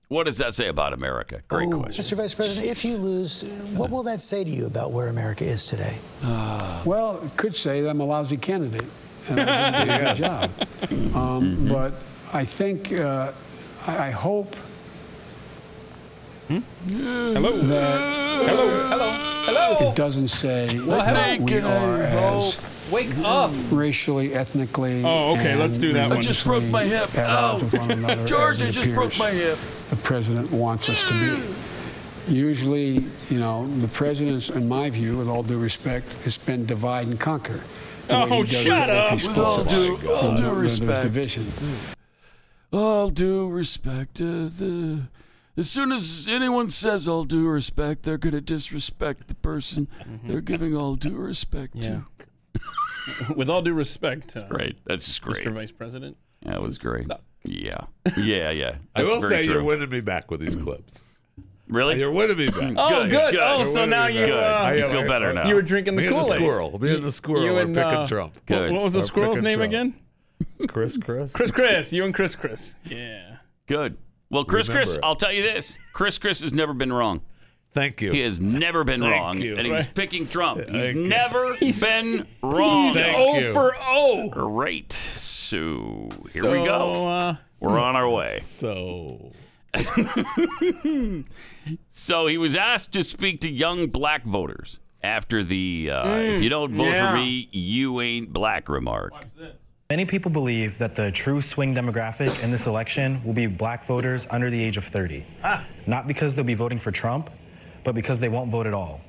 Speaker 3: what does that say about America? Great question.
Speaker 11: Mr. Vice President, if you lose, what will that say to you about where America is today?
Speaker 2: Well, it could say that I'm a lousy candidate and I didn't do a
Speaker 11: Yes.
Speaker 2: good job. Um,
Speaker 3: Mm-hmm.
Speaker 2: But I think, uh, I, I hope.
Speaker 4: Hmm? Hello. Hello. Hello. Hello.
Speaker 2: It doesn't say
Speaker 4: Well,
Speaker 2: that
Speaker 4: hello.
Speaker 2: we
Speaker 4: Can I
Speaker 2: are as
Speaker 4: Wake up.
Speaker 2: racially, ethnically.
Speaker 4: Oh, okay, let's do that
Speaker 2: and
Speaker 4: one. I just
Speaker 14: broke my hip.
Speaker 2: religiously at odds
Speaker 14: Ow.
Speaker 2: with one another
Speaker 14: George,
Speaker 2: as it
Speaker 14: I just broke
Speaker 2: appears
Speaker 14: my hip. Mm.
Speaker 2: The president wants us to be. Usually, you know, the president's, in my view, with all due respect, has been divide and conquer. the way he
Speaker 14: Oh,
Speaker 2: does it
Speaker 14: shut
Speaker 2: with
Speaker 14: up.
Speaker 2: these
Speaker 14: With
Speaker 2: sports
Speaker 14: all
Speaker 2: books.
Speaker 14: due-
Speaker 2: You
Speaker 14: all
Speaker 2: know,
Speaker 14: due
Speaker 2: there's
Speaker 14: respect.
Speaker 2: division.
Speaker 14: All due respect. Uh, the, as soon as anyone says all due respect, they're going to disrespect the person they're giving all due respect
Speaker 4: Yeah.
Speaker 14: to.
Speaker 4: With all due respect, uh,
Speaker 3: Right. That's just great.
Speaker 4: Mr. Vice President.
Speaker 3: That was great. Yeah. Yeah, yeah.
Speaker 5: I
Speaker 3: That's
Speaker 5: will
Speaker 3: very
Speaker 5: say you're
Speaker 3: true.
Speaker 5: winning me back with these clips.
Speaker 3: Really?
Speaker 5: You're winning me back.
Speaker 4: Oh, good. Oh,
Speaker 5: You're
Speaker 4: so
Speaker 5: winning
Speaker 4: now
Speaker 5: me
Speaker 4: you,
Speaker 5: back.
Speaker 4: uh,
Speaker 5: I
Speaker 4: You
Speaker 5: am-
Speaker 4: feel
Speaker 5: I-
Speaker 4: better
Speaker 5: I-
Speaker 4: now. You were drinking the
Speaker 5: me and the
Speaker 4: Kool-Aid.
Speaker 5: squirrel. Me and the squirrel
Speaker 4: You
Speaker 5: are
Speaker 4: and,
Speaker 5: picking
Speaker 4: uh,
Speaker 5: Trump.
Speaker 4: what- what was the
Speaker 5: Are
Speaker 4: squirrel's
Speaker 5: picking
Speaker 4: name
Speaker 5: Trump.
Speaker 4: again?
Speaker 5: Chris Chris.
Speaker 4: Chris Chris. You and Chris Chris. Yeah.
Speaker 3: Good. Well, Chris
Speaker 4: Remember
Speaker 3: Chris,
Speaker 4: it.
Speaker 3: I'll tell you this. Chris Chris has never been wrong.
Speaker 5: Thank you.
Speaker 3: He has never been
Speaker 5: Thank
Speaker 3: wrong.
Speaker 5: you.
Speaker 3: And he's
Speaker 5: Right.
Speaker 3: picking Trump. He's
Speaker 5: Thank you.
Speaker 3: never been wrong.
Speaker 4: He's Thank 0 you. for 0.
Speaker 3: Great. So here
Speaker 4: So,
Speaker 3: we go.
Speaker 4: uh,
Speaker 3: We're on our way.
Speaker 5: So
Speaker 3: So he was asked to speak to young black voters after the uh,
Speaker 16: Mm,
Speaker 3: if you don't vote
Speaker 16: yeah.
Speaker 3: for me, you ain't black remark.
Speaker 16: Many people believe that the true swing demographic in this election will be black voters under the age of 30. Not because they'll be voting for Trump, but because they won't vote at all.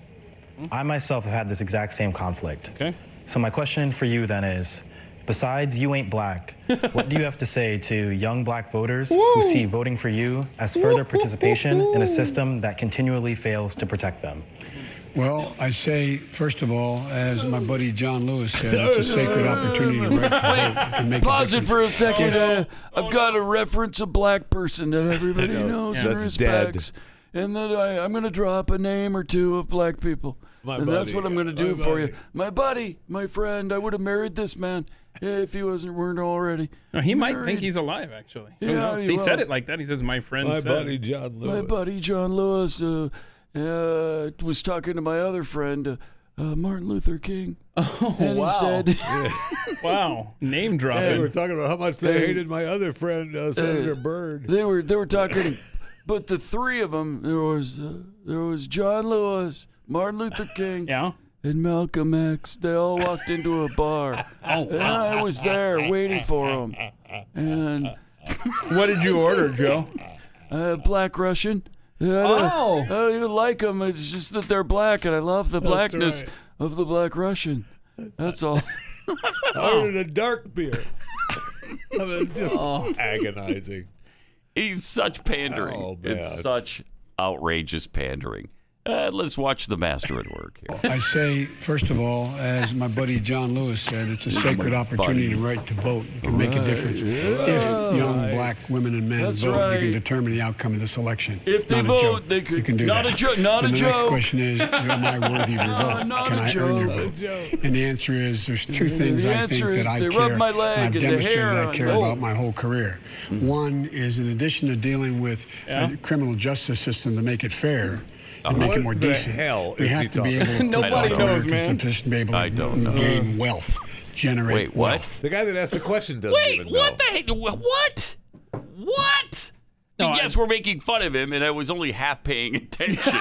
Speaker 16: I myself have had this exact same conflict. Okay. So, my question for you then is besides you ain't black, what do you have to say to young black voters who see voting for you as further participation in a system that continually fails to protect them?
Speaker 2: Well, I say, first of all, as my buddy John Lewis said, it's a sacred opportunity to write to vote and make a
Speaker 14: Pause it
Speaker 2: difference.
Speaker 14: for a second. Uh, I've got to reference a black person that everybody
Speaker 5: No,
Speaker 14: knows and
Speaker 5: that's dead.
Speaker 14: respects. And then I, I'm going to drop a name or two of black people.
Speaker 5: My
Speaker 14: and that's
Speaker 5: buddy.
Speaker 14: what I'm going to do
Speaker 5: My
Speaker 14: for you.
Speaker 5: buddy.
Speaker 14: My buddy, my friend, I would have married this man if he wasn't weren't already.
Speaker 4: No, he might think
Speaker 14: married.
Speaker 4: he's alive, actually. Who
Speaker 14: Yeah,
Speaker 4: knows?
Speaker 14: he
Speaker 4: He, said
Speaker 14: will.
Speaker 4: it like that. He says, my friend
Speaker 5: My
Speaker 4: said.
Speaker 5: buddy John
Speaker 14: My buddy John Lewis uh, uh, was talking to my other friend, uh, uh, Martin Luther King. Oh, and
Speaker 4: wow.
Speaker 14: he said,
Speaker 4: wow. Name dropping.
Speaker 5: Hey, we're talking about how much they
Speaker 14: Hey.
Speaker 5: hated my other friend, uh, Senator Byrd.
Speaker 14: They were they were talking, but the three of them there was uh, there was John Lewis, Martin Luther King, and Malcolm X. They all walked into a bar, oh, and I was there waiting for them. And
Speaker 4: what did you order, Joe? Oh.
Speaker 14: Uh, black Russian. I don't, I don't even like them. It's just that they're black, and I love the
Speaker 5: That's
Speaker 14: blackness
Speaker 5: right.
Speaker 14: of the Black Russian. That's all.
Speaker 5: I ordered a dark beer. I mean, it's just
Speaker 3: Oh.
Speaker 5: agonizing.
Speaker 3: He's such pandering.
Speaker 5: Oh, man.
Speaker 3: it's such outrageous pandering. Uh, let's watch the master at work here.
Speaker 2: I say, first of all, as my buddy John Lewis said, it's a sacred opportunity to right to vote. You can make a
Speaker 3: Right.
Speaker 2: difference.
Speaker 3: Yeah.
Speaker 2: If young black women and men
Speaker 3: That's
Speaker 2: vote, you
Speaker 3: right.
Speaker 2: can determine the outcome of this election.
Speaker 3: If they
Speaker 2: Not a
Speaker 3: vote,
Speaker 2: joke.
Speaker 3: they could-
Speaker 2: You can do
Speaker 3: not
Speaker 2: that.
Speaker 3: a jo- not
Speaker 2: and
Speaker 3: a
Speaker 2: the next
Speaker 3: joke.
Speaker 2: question is, am I worthy of your
Speaker 3: No,
Speaker 2: vote?
Speaker 3: not
Speaker 2: can
Speaker 3: a
Speaker 2: I earn your
Speaker 3: joke.
Speaker 2: vote? And the answer is, there's two
Speaker 3: The
Speaker 2: things I
Speaker 3: answer
Speaker 2: think
Speaker 3: is
Speaker 2: that I
Speaker 3: they
Speaker 2: care.
Speaker 3: rub my leg
Speaker 2: I've
Speaker 3: and the
Speaker 2: demonstrated
Speaker 3: hair
Speaker 2: I
Speaker 3: on- Mm.
Speaker 2: care
Speaker 3: Oh.
Speaker 2: about my whole career. One is, in addition to dealing with the criminal justice system to make it fair. And make it
Speaker 5: What
Speaker 2: more
Speaker 5: the
Speaker 2: decent.
Speaker 5: hell
Speaker 2: we
Speaker 5: is
Speaker 2: have
Speaker 5: he
Speaker 2: to be
Speaker 5: talking
Speaker 2: able to
Speaker 5: about? Nobody
Speaker 2: put
Speaker 5: knows,
Speaker 2: Americans
Speaker 5: man.
Speaker 2: in position to be able
Speaker 5: I
Speaker 2: to
Speaker 5: don't know.
Speaker 2: gain wealth, generate wealth.
Speaker 5: The guy that asked the question doesn't
Speaker 3: Wait,
Speaker 5: even
Speaker 3: what
Speaker 5: know.
Speaker 3: the heck? Wh- What? What? And yes, we're making fun of him, and I was only half paying attention.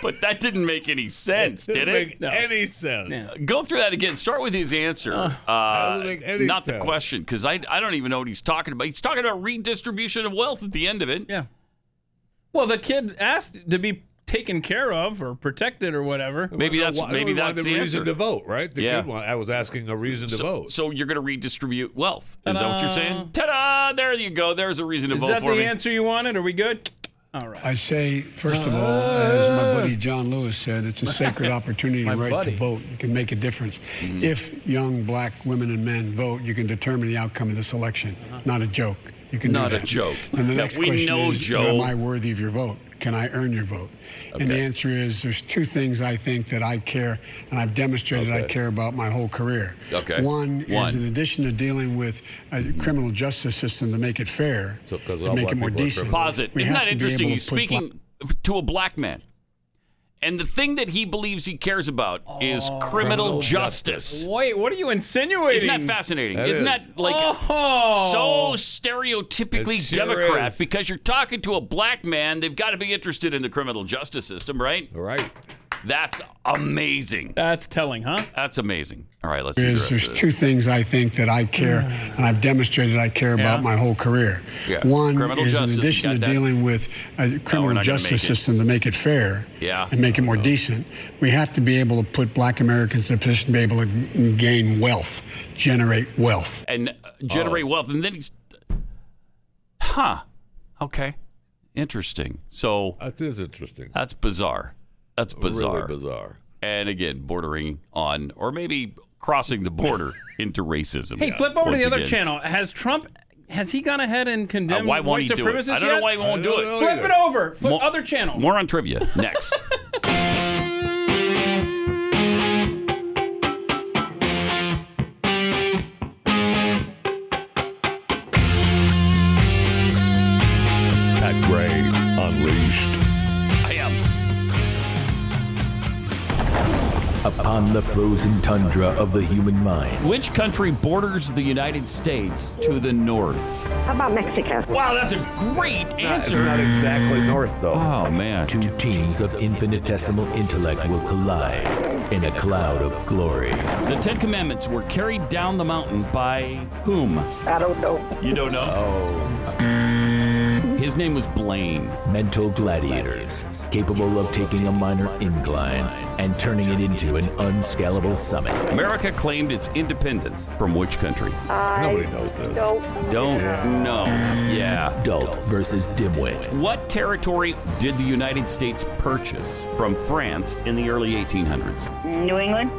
Speaker 3: but that didn't make any sense, did
Speaker 5: Didn't
Speaker 3: it?
Speaker 5: make any sense.
Speaker 3: Go through that again. Start with his answer. Uh,
Speaker 5: doesn't make any
Speaker 3: not the
Speaker 5: sense.
Speaker 3: question, because I, I don't even know what he's talking about. He's talking about redistribution of wealth at the end of it.
Speaker 4: Yeah. Well, the kid asked to be taken care of or protected or whatever.
Speaker 3: Maybe that's maybe that's the
Speaker 5: reason
Speaker 3: answer.
Speaker 5: to vote, Oh, right? The
Speaker 3: Yeah.
Speaker 5: kid one. I was asking a reason to
Speaker 3: So-
Speaker 5: vote.
Speaker 3: So you're going to redistribute wealth. Is that what you're
Speaker 4: Ta-da.
Speaker 3: saying? Ta-da! There you go. There's a reason to
Speaker 4: Is
Speaker 3: vote
Speaker 4: that
Speaker 3: for
Speaker 4: the
Speaker 3: me.
Speaker 4: answer you wanted? Are we good?
Speaker 2: I say, first of all, as my buddy John Lewis said, it's a sacred opportunity
Speaker 4: My
Speaker 2: and right
Speaker 4: buddy.
Speaker 2: to vote. You can make a difference.
Speaker 5: Mm-hmm.
Speaker 2: If young black women and men vote, you can determine the outcome of this election.
Speaker 5: Uh-huh.
Speaker 2: Not a joke. You can do
Speaker 3: Not a
Speaker 2: that.
Speaker 3: joke.
Speaker 2: And the
Speaker 3: Yeah,
Speaker 2: next
Speaker 3: we
Speaker 2: question
Speaker 3: know,
Speaker 2: is,
Speaker 3: Joe.
Speaker 2: am I worthy of your vote? Can I earn your vote? And the answer is, there's two things I think that I care, and I've demonstrated I
Speaker 3: Okay.
Speaker 2: care about my whole career.
Speaker 3: Okay.
Speaker 2: One,
Speaker 3: One.
Speaker 2: is in addition to dealing with a criminal justice system to make it fair,
Speaker 5: So, 'cause
Speaker 2: to
Speaker 5: all
Speaker 2: make
Speaker 5: black
Speaker 2: it more
Speaker 5: people are
Speaker 2: decent.
Speaker 3: Pause it.
Speaker 2: we
Speaker 3: Isn't
Speaker 2: have
Speaker 3: that
Speaker 2: to be
Speaker 3: interesting?
Speaker 2: able
Speaker 3: He's
Speaker 2: to put black
Speaker 3: speaking to a black man. And the thing that he believes he cares about is
Speaker 2: Oh.
Speaker 3: criminal,
Speaker 4: criminal
Speaker 3: justice.
Speaker 4: Wait, what are you
Speaker 3: Isn't
Speaker 4: insinuating?
Speaker 3: that fascinating?
Speaker 4: That
Speaker 3: is Isn't
Speaker 4: is.
Speaker 3: that like so
Speaker 4: Oh.
Speaker 3: stereotypically
Speaker 4: It sure
Speaker 3: Democrat?
Speaker 4: is.
Speaker 3: Because you're talking to a black man, they've got to be interested in the criminal justice system, right?
Speaker 5: Right.
Speaker 3: That's amazing.
Speaker 4: That's telling, huh?
Speaker 3: That's amazing. All right, let's see. the
Speaker 2: is
Speaker 3: rest
Speaker 2: there's
Speaker 3: of this.
Speaker 2: two things I think that I care, and I've demonstrated I care about
Speaker 3: Yeah.
Speaker 2: my whole career.
Speaker 3: Yeah.
Speaker 2: One
Speaker 3: Criminal
Speaker 2: is
Speaker 3: justice,
Speaker 2: in
Speaker 3: you
Speaker 2: addition
Speaker 3: got
Speaker 2: to
Speaker 3: that?
Speaker 2: dealing with a criminal
Speaker 3: gonna
Speaker 2: justice
Speaker 3: make it.
Speaker 2: system to make it fair
Speaker 3: Yeah.
Speaker 2: and make it more decent, we have to be able to put black Americans in a position to be able to g- gain wealth, generate wealth.
Speaker 3: and uh, generate
Speaker 2: Oh.
Speaker 3: wealth. And then he's, huh? Okay, interesting. So
Speaker 5: that is interesting.
Speaker 3: That's bizarre. That's
Speaker 5: Really
Speaker 3: bizarre.
Speaker 5: bizarre.
Speaker 3: And again, bordering on, or maybe crossing the border into racism.
Speaker 4: Hey, flip over to
Speaker 3: Once
Speaker 4: the other
Speaker 3: again.
Speaker 4: channel. Has Trump? Has he gone ahead and
Speaker 3: Uh,
Speaker 4: condemned
Speaker 3: why won't
Speaker 4: white
Speaker 3: he do it?
Speaker 4: supremacists
Speaker 3: I don't know
Speaker 4: yet?
Speaker 3: why he won't I do don't it. know
Speaker 4: Flip
Speaker 3: either.
Speaker 4: it over. Flip
Speaker 3: More-
Speaker 4: other channel.
Speaker 3: More on trivia next.
Speaker 5: Pat Gray unleashed.
Speaker 3: I am.
Speaker 10: Upon the frozen tundra of the human mind,
Speaker 3: Which country borders the United States to the north?
Speaker 17: How about Mexico?
Speaker 3: Wow, that's a great answer.
Speaker 10: exactly
Speaker 5: north, though.
Speaker 10: Oh, man. Two teams of infinitesimal intellect will collide in a cloud of glory.
Speaker 3: The Ten Commandments were carried down the mountain by whom?
Speaker 17: I don't know.
Speaker 3: You don't know?
Speaker 5: Oh.
Speaker 3: His name was Blaine.
Speaker 10: Mental gladiators, capable of taking a minor incline and turning it into an unscalable summit.
Speaker 3: America claimed its independence from which country?
Speaker 17: I
Speaker 10: Nobody knows this.
Speaker 17: don't.
Speaker 3: Don't know. Yeah.
Speaker 10: Adult versus dimwit.
Speaker 3: What territory did the United States purchase from France in the early 1800s?
Speaker 17: New England?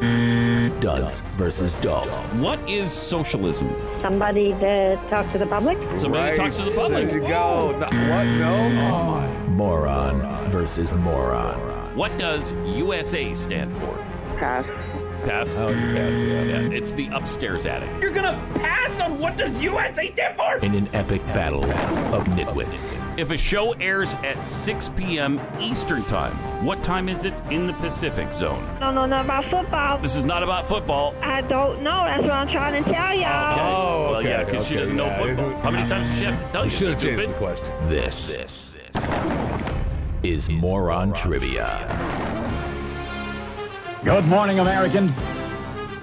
Speaker 10: Dunce versus dolt.
Speaker 3: What is socialism?
Speaker 17: Somebody that talks to the public?
Speaker 3: Somebody that talks to the public.
Speaker 5: There you go. No- what? No.
Speaker 10: Moron versus moron.
Speaker 3: What does USA stand for?
Speaker 17: Pass.
Speaker 3: Pass.
Speaker 5: Oh, you passed, yeah.
Speaker 3: Yeah, it's the upstairs attic.
Speaker 4: You're gonna pass on what does USA stand for?
Speaker 10: In an epic battle of nitwits.
Speaker 3: If a show airs at 6 p.m. Eastern Time, what time is it in the Pacific Zone?
Speaker 17: No, no, no, about football.
Speaker 3: This is not about football.
Speaker 17: I don't know. That's what I'm trying to tell y'all.
Speaker 5: Oh,
Speaker 3: Well,
Speaker 5: okay.
Speaker 3: yeah, because she
Speaker 5: okay,
Speaker 3: doesn't know
Speaker 5: yeah.
Speaker 3: football. How many times does she have to tell
Speaker 5: We
Speaker 3: you?
Speaker 5: should have
Speaker 3: stupid?
Speaker 5: changed the question.
Speaker 10: This, is moron trivia.
Speaker 18: Good morning, American.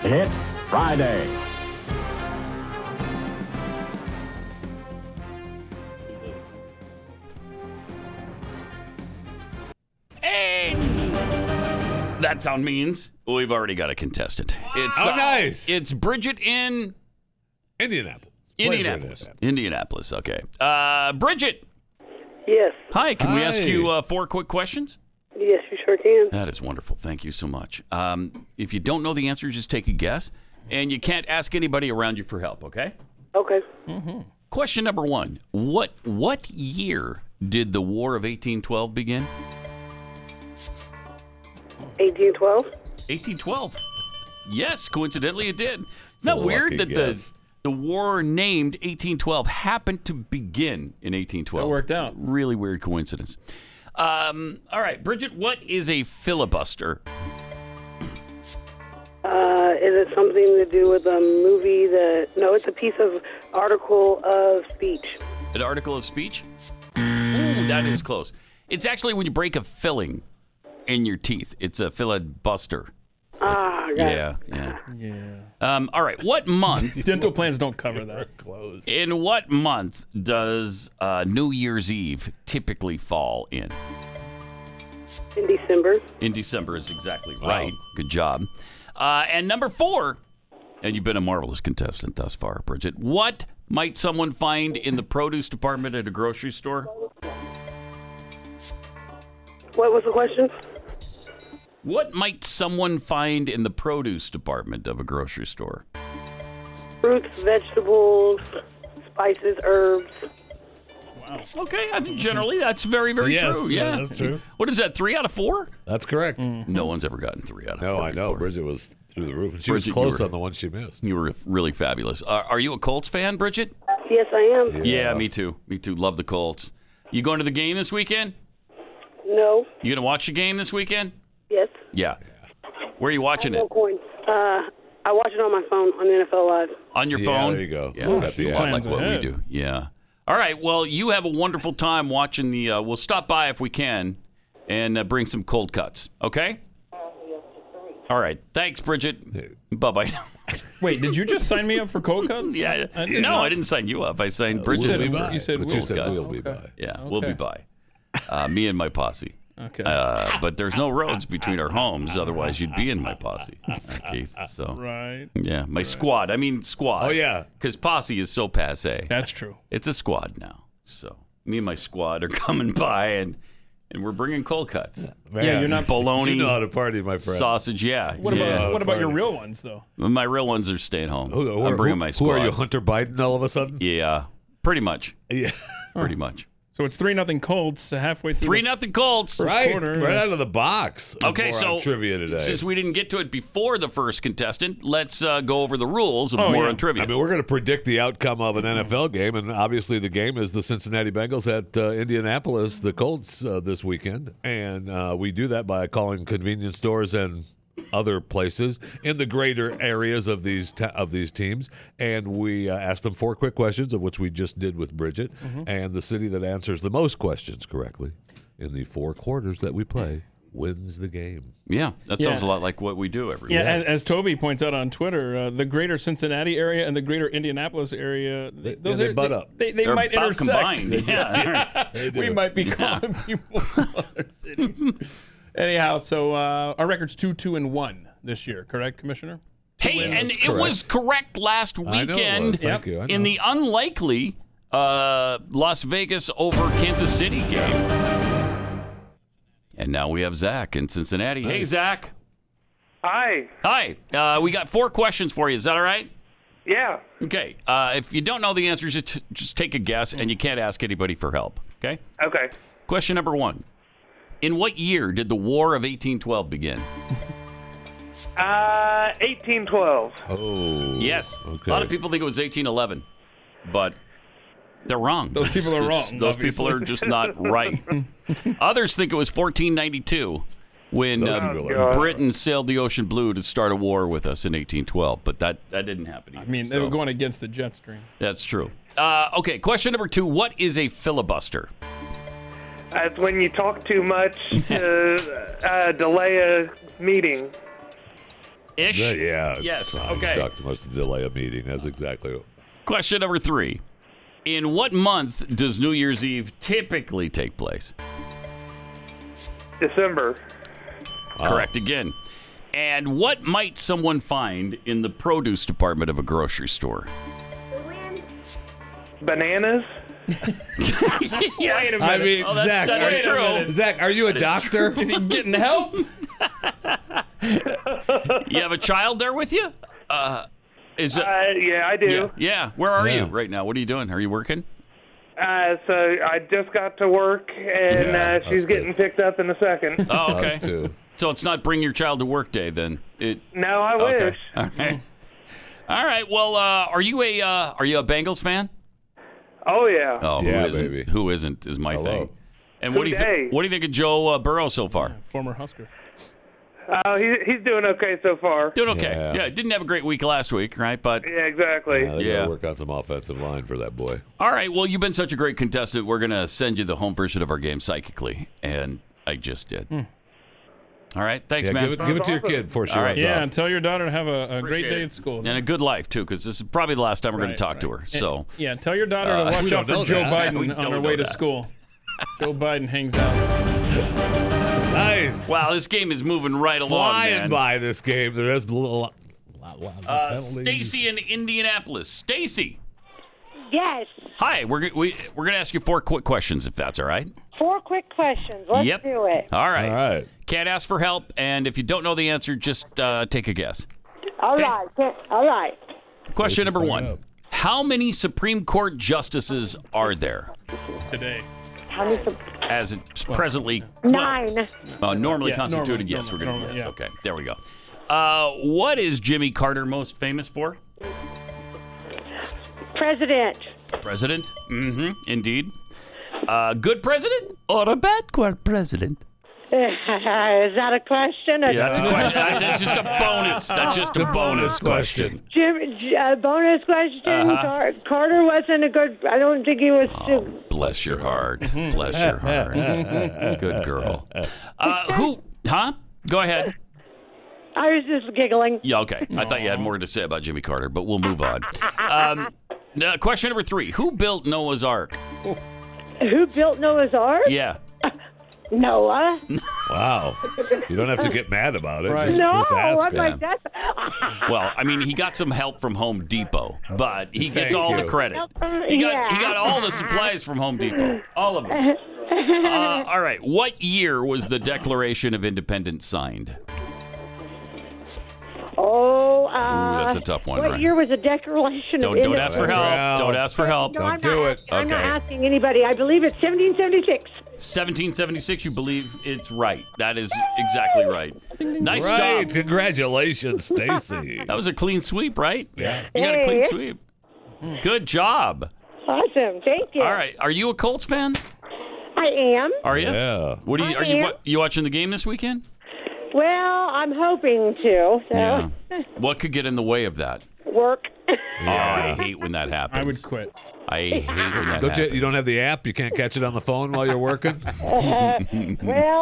Speaker 18: It's Friday.
Speaker 3: That sound means we've already got a contestant. It's
Speaker 5: How
Speaker 3: uh,
Speaker 5: Oh, nice.
Speaker 3: It's Bridget in
Speaker 5: Indianapolis. Play
Speaker 3: Indianapolis. Indianapolis. Okay. Uh, Bridget.
Speaker 19: Yes.
Speaker 3: Hi. Can we ask
Speaker 5: Hi.
Speaker 3: you uh, four quick questions?
Speaker 19: Yes,
Speaker 17: sure can.
Speaker 3: That is wonderful. Thank you so much. Um, if you don't know the answer, just take a guess. And you can't ask anybody around you for help, okay? Mm-hmm.
Speaker 17: Okay.
Speaker 3: Question number one What what year did the War of 1812 begin?
Speaker 17: 1812.
Speaker 3: 1812. Yes, coincidentally, it did. It's not
Speaker 17: a
Speaker 3: weird
Speaker 17: lucky
Speaker 3: that
Speaker 17: guess.
Speaker 3: the the war named 1812 happened to begin in 1812. That worked out. Really weird coincidence. Um, all right, Bridget, what is a filibuster?
Speaker 17: Uh, is it something to do with a movie that? No, it's a piece of article of speech.
Speaker 3: An article of speech? Ooh, that is close. It's actually when you break a filling in your teeth. It's a filibuster.
Speaker 17: Ah, got it.
Speaker 3: Yeah, yeah. Yeah. Um, all right, what month?
Speaker 4: Dental plans don't cover that.
Speaker 5: Close.
Speaker 3: In what month does uh, New Year's Eve typically fall in?
Speaker 17: In December.
Speaker 3: In December is exactly right. Good job. Uh, and number four, and you've been a marvelous contestant thus far, Bridget. What might someone find in the produce department at a grocery store?
Speaker 17: What was the question?
Speaker 3: What might someone find in the produce department of a grocery store?
Speaker 17: Fruits, vegetables, spices, herbs.
Speaker 3: Wow. Okay, I think generally that's very, very
Speaker 5: Yes,
Speaker 3: true.
Speaker 5: yeah,
Speaker 3: Yeah,
Speaker 5: that's true.
Speaker 3: What is that? Three out of four?
Speaker 5: That's correct.
Speaker 3: No one's ever gotten three out of
Speaker 5: no,
Speaker 3: four.
Speaker 5: I know. Bridget was through the roof. and She
Speaker 3: Bridget, you
Speaker 5: was close
Speaker 3: were-
Speaker 5: on the one she missed.
Speaker 3: You were really fabulous. Uh, Are are you a Colts fan, Bridget?
Speaker 17: Yes, I am.
Speaker 3: Yeah. me too. Me too. Love the Colts. You going to the game this weekend?
Speaker 17: No.
Speaker 3: You gonna watch the game this weekend?
Speaker 17: Yes.
Speaker 3: Yeah. Where are you watching
Speaker 17: No
Speaker 3: it?
Speaker 17: coins. Uh, I watch it on my phone on NFL Live.
Speaker 3: On your
Speaker 5: Yeah,
Speaker 3: phone?
Speaker 5: there you go.
Speaker 3: Yeah,
Speaker 5: Ooh,
Speaker 3: that's
Speaker 5: she
Speaker 3: a lot like
Speaker 5: plans
Speaker 3: what we
Speaker 5: ahead.
Speaker 3: do. Yeah. All right. Well, you have a wonderful time watching the. Uh, we'll stop by if we can, and uh, bring some cold cuts. Okay. All right. Thanks, Bridget. Bye bye.
Speaker 4: Wait, did you just sign me up for cold cuts?
Speaker 3: yeah.
Speaker 4: I did
Speaker 3: no,
Speaker 4: not.
Speaker 3: I didn't sign you up. I signed Bridget.
Speaker 4: we'll be
Speaker 3: up
Speaker 4: by.
Speaker 3: for
Speaker 4: You said
Speaker 3: cold
Speaker 4: we'll. You said
Speaker 3: cuts.
Speaker 4: we'll be by.
Speaker 3: Yeah, we'll be
Speaker 4: Okay.
Speaker 3: by. Uh, me and my posse.
Speaker 4: Okay.
Speaker 3: Uh, but there's no roads between our homes, otherwise you'd be in my posse, uh, Keith. So.
Speaker 4: Right.
Speaker 3: Yeah, my squad. I mean squad.
Speaker 5: Oh, yeah.
Speaker 3: because posse is so passe.
Speaker 4: That's true.
Speaker 3: It's a squad now. So me and my squad are coming by, and and we're bringing cold cuts.
Speaker 5: Man,
Speaker 3: baloney.
Speaker 5: You know how to party, my friend.
Speaker 3: Sausage. Yeah.
Speaker 4: What
Speaker 3: yeah.
Speaker 4: about what about your real ones though?
Speaker 3: My real ones are staying home.
Speaker 5: Who, who,
Speaker 3: I'm
Speaker 5: are-
Speaker 3: bringing
Speaker 5: who-
Speaker 3: my
Speaker 5: who
Speaker 3: squad.
Speaker 5: are you, Hunter Biden? All of a sudden?
Speaker 3: Yeah, pretty much.
Speaker 5: Yeah,
Speaker 3: pretty much.
Speaker 4: So it's three nothing Colts halfway through.
Speaker 3: Three
Speaker 4: the-
Speaker 3: nothing Colts.
Speaker 4: First Right, quarter. right out
Speaker 5: of the box.
Speaker 3: Okay,
Speaker 5: More
Speaker 3: so
Speaker 5: on trivia today.
Speaker 3: Since we didn't get to it before the first contestant, let's uh, go over the rules of
Speaker 5: Oh,
Speaker 3: more
Speaker 5: yeah.
Speaker 3: on trivia.
Speaker 5: I mean, we're going to predict the outcome of an NFL game, and obviously the game is the Cincinnati Bengals at uh, Indianapolis, the Colts, uh, this weekend. And uh, we do that by calling convenience stores and other places in the greater areas of these te- of these teams, and we uh, ask them four quick questions, of which we just did with Bridget,
Speaker 3: Mm-hmm.
Speaker 5: and the city that answers the most questions correctly in the four quarters that we play wins the game.
Speaker 3: yeah, that sounds a
Speaker 4: Yeah.
Speaker 3: lot like what we do every
Speaker 4: Yeah,
Speaker 3: week.
Speaker 4: as, as Toby points out on Twitter, uh, the greater Cincinnati area and the greater Indianapolis area, th- those
Speaker 5: they
Speaker 4: are
Speaker 5: butt
Speaker 4: they,
Speaker 5: up.
Speaker 4: They, they
Speaker 5: They're
Speaker 4: might
Speaker 5: about
Speaker 4: intersect.
Speaker 5: combined. They do.
Speaker 4: Yeah.
Speaker 5: They do.
Speaker 4: we might be
Speaker 5: Yeah.
Speaker 4: calling people from other cities. Anyhow, so uh, our record's two, two, and one this year, correct, Commissioner? Two
Speaker 3: Hey,
Speaker 4: wins.
Speaker 3: and it was correct last
Speaker 4: know it
Speaker 3: weekend
Speaker 4: was. Thank you. I
Speaker 3: in
Speaker 4: know.
Speaker 3: the unlikely uh, Las Vegas over Kansas City game. And now we have Zach in Cincinnati. Hey,
Speaker 19: Nice.
Speaker 3: Zach.
Speaker 19: Hi.
Speaker 3: Hi. Uh, we got four questions for you. Is that all right?
Speaker 19: Yeah.
Speaker 3: Okay. Uh, if you don't know the answers, just, just take a guess, and you can't ask anybody for help. Okay?
Speaker 19: Okay.
Speaker 3: Question number one In what year did the War of 1812 begin?
Speaker 19: Uh, 1812.
Speaker 5: Oh.
Speaker 3: Yes.
Speaker 5: Okay.
Speaker 3: A lot of people think it was 1811, but they're wrong.
Speaker 4: Those people are
Speaker 3: It's-
Speaker 4: wrong,
Speaker 3: Those
Speaker 4: obviously.
Speaker 3: people are just not right. Others think it was 1492 when
Speaker 4: Those people are
Speaker 3: uh,
Speaker 4: wrong.
Speaker 3: Britain sailed the ocean blue to start a war with us in 1812, but that, that didn't happen.
Speaker 4: I
Speaker 3: Either,
Speaker 4: mean, they
Speaker 3: so
Speaker 4: were going against the jet stream.
Speaker 3: that's true. Uh, okay, question number two What is a filibuster?
Speaker 19: That's when you talk too much to uh, delay a meeting.
Speaker 3: Ish.
Speaker 5: Yeah.
Speaker 3: Yes,
Speaker 5: trying to
Speaker 3: okay.
Speaker 5: Talk too much to delay a meeting. That's exactly. What,
Speaker 3: Question number three In what month does New Year's Eve typically take place?
Speaker 19: December.
Speaker 4: Uh,
Speaker 3: Correct again. And what might someone find in the produce department of a grocery store?
Speaker 19: Bananas.
Speaker 4: Wait a minute.
Speaker 5: I mean,
Speaker 4: Oh, that's-
Speaker 5: Zach,
Speaker 4: that
Speaker 5: are,
Speaker 4: is
Speaker 5: you-
Speaker 4: true.
Speaker 5: Zach, are you a
Speaker 4: That is
Speaker 5: doctor?
Speaker 4: true. Is he getting help?
Speaker 3: You have a child there with you? Uh, is it?
Speaker 19: Uh, yeah, I do.
Speaker 3: Yeah. yeah. Where are
Speaker 5: Yeah.
Speaker 3: you right now? What are you doing? Are you working?
Speaker 19: Uh, so I just got to work, and
Speaker 3: Yeah,
Speaker 19: uh, she's
Speaker 3: us too.
Speaker 19: getting picked up in a second.
Speaker 3: Oh, okay. So it's not bring your child to work day then. It.
Speaker 19: No, I wish.
Speaker 3: Okay. All right. All right. Well, uh, are you a uh, are you a Bengals fan?
Speaker 19: Oh yeah.
Speaker 3: Oh,
Speaker 5: Yeah,
Speaker 3: who isn't?
Speaker 5: baby.
Speaker 3: Who isn't is my thing. And what do you
Speaker 19: Today.
Speaker 3: think? What do you think of Joe uh, Burrow so far?
Speaker 4: Former Husker.
Speaker 19: Uh, he, he's doing okay so far.
Speaker 3: Doing okay. Yeah. didn't have a great week last week, right? But
Speaker 19: Yeah, exactly.
Speaker 5: Yeah, they
Speaker 3: Yeah.
Speaker 5: Uh, gotta work on some offensive line for that boy.
Speaker 3: all right. Well, you've been such a great contestant. We're gonna send you the home version of our game psychically, and I just did.
Speaker 4: Hmm.
Speaker 3: All right. Thanks,
Speaker 5: Yeah,
Speaker 3: man.
Speaker 5: give it- give it to your kid before she
Speaker 3: All
Speaker 5: runs
Speaker 4: Yeah,
Speaker 5: off.
Speaker 4: and tell your daughter to have a, a great day at school.
Speaker 3: and a good life too, because this is probably the last time we're going
Speaker 4: Right,
Speaker 3: to talk to her. So
Speaker 4: Yeah, tell your daughter to
Speaker 3: Uh, we
Speaker 4: watch
Speaker 3: don't
Speaker 4: out for
Speaker 3: know
Speaker 4: Joe
Speaker 3: that. We
Speaker 4: Biden on
Speaker 3: don't know
Speaker 4: her way to
Speaker 3: that.
Speaker 4: school. Joe Biden hangs out.
Speaker 5: Nice.
Speaker 3: Wow, this game is moving right along,
Speaker 5: Flying
Speaker 3: man.
Speaker 5: by this game. There's a lot.
Speaker 3: Uh,
Speaker 5: penalties.
Speaker 3: Stacy in Indianapolis. Stacy,
Speaker 20: Yes.
Speaker 3: hi. We're g- we, we're going to ask you four quick questions, if that's all right.
Speaker 20: Four quick questions. Let's
Speaker 3: yep.
Speaker 20: do it.
Speaker 3: All right.
Speaker 5: All right.
Speaker 3: Can't ask for help, and if you don't know the answer, just uh, take a guess.
Speaker 20: All right. All right.
Speaker 3: Question number one: How many Supreme Court justices are there
Speaker 4: Today.
Speaker 20: How many sup-
Speaker 3: as it's presently?
Speaker 20: Nine.
Speaker 3: Uh, normally
Speaker 4: Yeah,
Speaker 3: constituted.
Speaker 4: normal,
Speaker 3: yes, we're going to
Speaker 4: normal,
Speaker 3: yes. Okay, there we go. Uh, what is Jimmy Carter most famous for?
Speaker 20: President.
Speaker 3: President. Mm-hmm. Indeed. Uh, good president or a bad court president?
Speaker 20: Is that a question?
Speaker 3: Yeah, that's a question. That- That's just a bonus. That's just a bonus question.
Speaker 20: Jim, J- uh, bonus question.
Speaker 3: Uh-huh.
Speaker 20: Car- Carter wasn't a good. I don't think he was.
Speaker 5: Oh.
Speaker 3: Bless your heart.
Speaker 4: Mm-hmm.
Speaker 3: Bless your heart. Good girl. Uh, who? Huh? Go ahead.
Speaker 20: I was just giggling.
Speaker 3: Yeah, okay. I thought you had more to say about Jimmy Carter, but we'll move on. Um, uh, question number three Who built Noah's Ark?
Speaker 20: Who built Noah's Ark?
Speaker 3: Yeah.
Speaker 20: Noah.
Speaker 5: Wow. You don't have to get mad about it. Just,
Speaker 20: No,
Speaker 5: just ask
Speaker 20: I'm like
Speaker 5: him.
Speaker 20: that's
Speaker 3: Well, I mean, he got some help from Home Depot, but he gets
Speaker 5: Thank
Speaker 3: all the
Speaker 5: you.
Speaker 3: credit. He got, he got all the supplies from Home Depot, all of them. Uh, all right. What year was the Declaration of Independence signed?
Speaker 20: oh. Uh,
Speaker 3: that's a tough one,
Speaker 20: What
Speaker 3: right?
Speaker 20: year was the Declaration
Speaker 3: Don't,
Speaker 20: of
Speaker 3: don't ask for
Speaker 20: Independence?
Speaker 3: help. Don't ask for help.
Speaker 20: No, I'm not
Speaker 3: it.
Speaker 20: I'm not
Speaker 3: Okay.
Speaker 20: asking anybody. I believe it's 1776.
Speaker 3: 1776, you believe it's right. That is exactly right. Nice
Speaker 5: Right.
Speaker 3: job.
Speaker 5: Congratulations, Stacy.
Speaker 3: That was a clean sweep, right?
Speaker 5: Yeah.
Speaker 3: You got a clean
Speaker 20: Hey.
Speaker 3: sweep. Good job.
Speaker 20: Awesome. Thank you.
Speaker 3: All right. Are you a Colts fan?
Speaker 20: I am.
Speaker 3: Are you?
Speaker 5: Yeah.
Speaker 3: What are you?
Speaker 20: I
Speaker 3: Are you?
Speaker 20: am.
Speaker 3: What, you watching the game this weekend?
Speaker 20: Well, I'm hoping to. So
Speaker 3: Yeah. What could get in the way of that?
Speaker 20: work.
Speaker 3: Oh, I hate when that happens.
Speaker 4: I would quit.
Speaker 3: I hate when that
Speaker 5: Don't you,
Speaker 3: happens.
Speaker 5: you don't have the app? You can't catch it on the phone while you're working?
Speaker 20: well,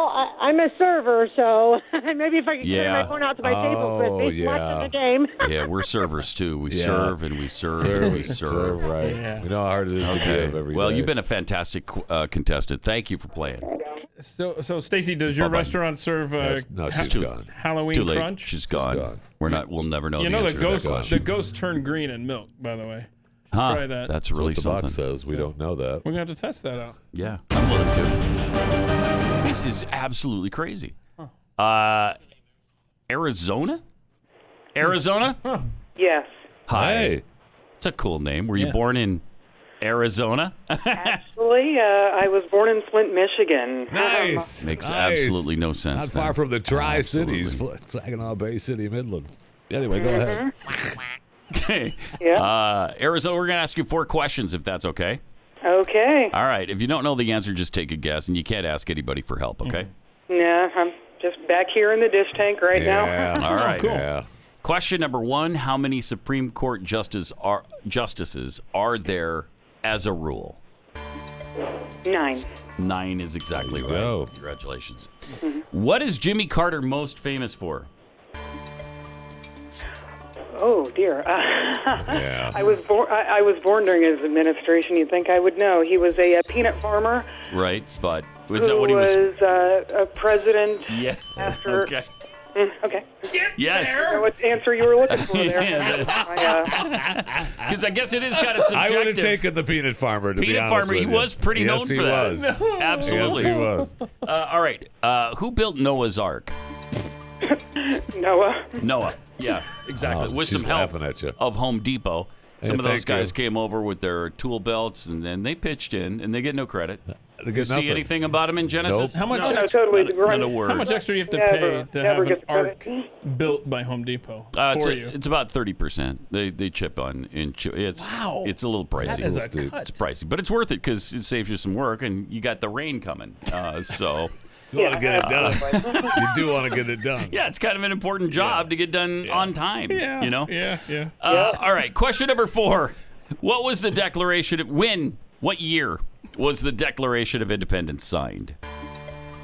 Speaker 20: I, I'm a server, so maybe if I could carry
Speaker 3: Yeah.
Speaker 20: my phone out to my table for at
Speaker 5: Oh,
Speaker 20: least
Speaker 5: yeah.
Speaker 20: watching the game.
Speaker 3: yeah, we're servers too. We
Speaker 5: Yeah.
Speaker 3: serve and we serve, and we serve.
Speaker 5: Serve right.
Speaker 4: Yeah.
Speaker 5: You know how hard it is to
Speaker 3: Okay.
Speaker 5: give every
Speaker 3: well,
Speaker 5: day.
Speaker 3: you've been a fantastic uh, contestant. Thank you for playing.
Speaker 4: So, so Stacy, does your
Speaker 3: Bye-bye.
Speaker 4: restaurant serve uh,
Speaker 5: Yes, no,
Speaker 4: ha-
Speaker 5: she's gone.
Speaker 4: Halloween
Speaker 3: Too late.
Speaker 4: crunch?
Speaker 3: She's gone. We're not. We'll never know.
Speaker 4: you
Speaker 3: the
Speaker 4: know the
Speaker 3: answer to that
Speaker 4: ghost. The
Speaker 3: question.
Speaker 4: ghost turned green in milk. By the way,
Speaker 3: Huh,
Speaker 4: try that.
Speaker 3: That's
Speaker 5: That's
Speaker 3: really
Speaker 5: what the
Speaker 3: something.
Speaker 5: box says. We don't know that.
Speaker 4: We're gonna have to test that out.
Speaker 3: Yeah, I'm willing to. This is absolutely crazy. Uh, Arizona, Arizona.
Speaker 17: Yes.
Speaker 3: Hi. It's a cool name. Were you born in Arizona?
Speaker 17: Actually, uh, I was born in Flint, Michigan.
Speaker 5: Nice.
Speaker 3: Makes
Speaker 5: Nice.
Speaker 3: absolutely no sense.
Speaker 5: Not
Speaker 3: then.
Speaker 5: far from the Tri
Speaker 3: Absolutely.
Speaker 5: Cities, Fl- Saginaw Bay City, Midland. Anyway,
Speaker 17: Mm-hmm.
Speaker 5: go ahead.
Speaker 3: Okay.
Speaker 17: Yeah.
Speaker 3: Uh, Arizona, we're going to ask you four questions if that's okay.
Speaker 17: Okay.
Speaker 3: All right. If you don't know the answer, just take a guess, and you can't ask anybody for help, okay?
Speaker 17: Yeah, I'm just back here in the dish tank Mm-hmm. right now.
Speaker 3: All right.
Speaker 4: cool.
Speaker 5: Yeah.
Speaker 3: Question number one How many Supreme Court justice are, justices are there as a rule?
Speaker 17: Nine.
Speaker 3: Nine is exactly
Speaker 5: There
Speaker 3: right.
Speaker 5: you go.
Speaker 3: Congratulations.
Speaker 17: Mm-hmm.
Speaker 3: What is Jimmy Carter most famous for?
Speaker 17: Oh dear. Uh,
Speaker 5: Yeah.
Speaker 17: I was born. I, I was born during his administration. You'd think I would know. He was a, uh peanut farmer
Speaker 3: Right, but was
Speaker 17: who
Speaker 3: that what he was?
Speaker 17: uh, a president
Speaker 3: Yes.
Speaker 17: after
Speaker 3: Okay.
Speaker 20: Mm, Okay.
Speaker 3: Yes.
Speaker 20: I don't know what answer you were looking for there.
Speaker 3: Yeah.
Speaker 20: I, uh,
Speaker 3: Because I guess it is kind of subjective.
Speaker 5: I would have taken the peanut farmer. To be
Speaker 3: Peanut
Speaker 5: honest
Speaker 3: Farmer, he
Speaker 5: with you.
Speaker 3: was pretty
Speaker 5: yes,
Speaker 3: known
Speaker 5: he
Speaker 3: for that.
Speaker 5: Was.
Speaker 3: No. Absolutely.
Speaker 5: Yes, he was.
Speaker 3: Uh, all right. Uh, who built Noah's Ark?
Speaker 20: Noah.
Speaker 3: Noah. Yeah, exactly.
Speaker 5: Oh,
Speaker 3: with
Speaker 5: she's
Speaker 3: some help
Speaker 5: laughing at you.
Speaker 3: of Home Depot.
Speaker 5: Hey,
Speaker 3: Some of those
Speaker 5: thank you.
Speaker 3: guys came over with their tool belts, and then they pitched in, and they get no credit.
Speaker 5: They
Speaker 3: you
Speaker 5: get
Speaker 3: see
Speaker 5: nothing.
Speaker 3: anything about them in Genesis?
Speaker 5: Nope.
Speaker 4: How much?
Speaker 3: No.
Speaker 4: ex-
Speaker 20: totally.
Speaker 4: not a-
Speaker 3: Right.
Speaker 4: not a word. How much extra do you have to
Speaker 20: Never-
Speaker 4: pay to
Speaker 20: never
Speaker 4: have an
Speaker 20: gets
Speaker 4: ark built by Home Depot
Speaker 3: Uh, it's,
Speaker 4: for
Speaker 3: a-
Speaker 4: you?
Speaker 3: it's about thirty percent. They they chip on in chip. It's
Speaker 4: Wow.
Speaker 3: it's a little pricey.
Speaker 4: That is a Little steep. cut.
Speaker 3: It's pricey, but it's worth it because it saves you some work, and you got the rain coming. Uh, so
Speaker 5: You wanna get it
Speaker 3: Uh,
Speaker 5: done. you do want to get it done.
Speaker 3: Yeah, it's kind of an important job to get done on time.
Speaker 4: Yeah,
Speaker 3: you know.
Speaker 4: Yeah, yeah.
Speaker 3: Uh, All right. Question number four: What was the Declaration? Of, when? What year was the Declaration of Independence signed?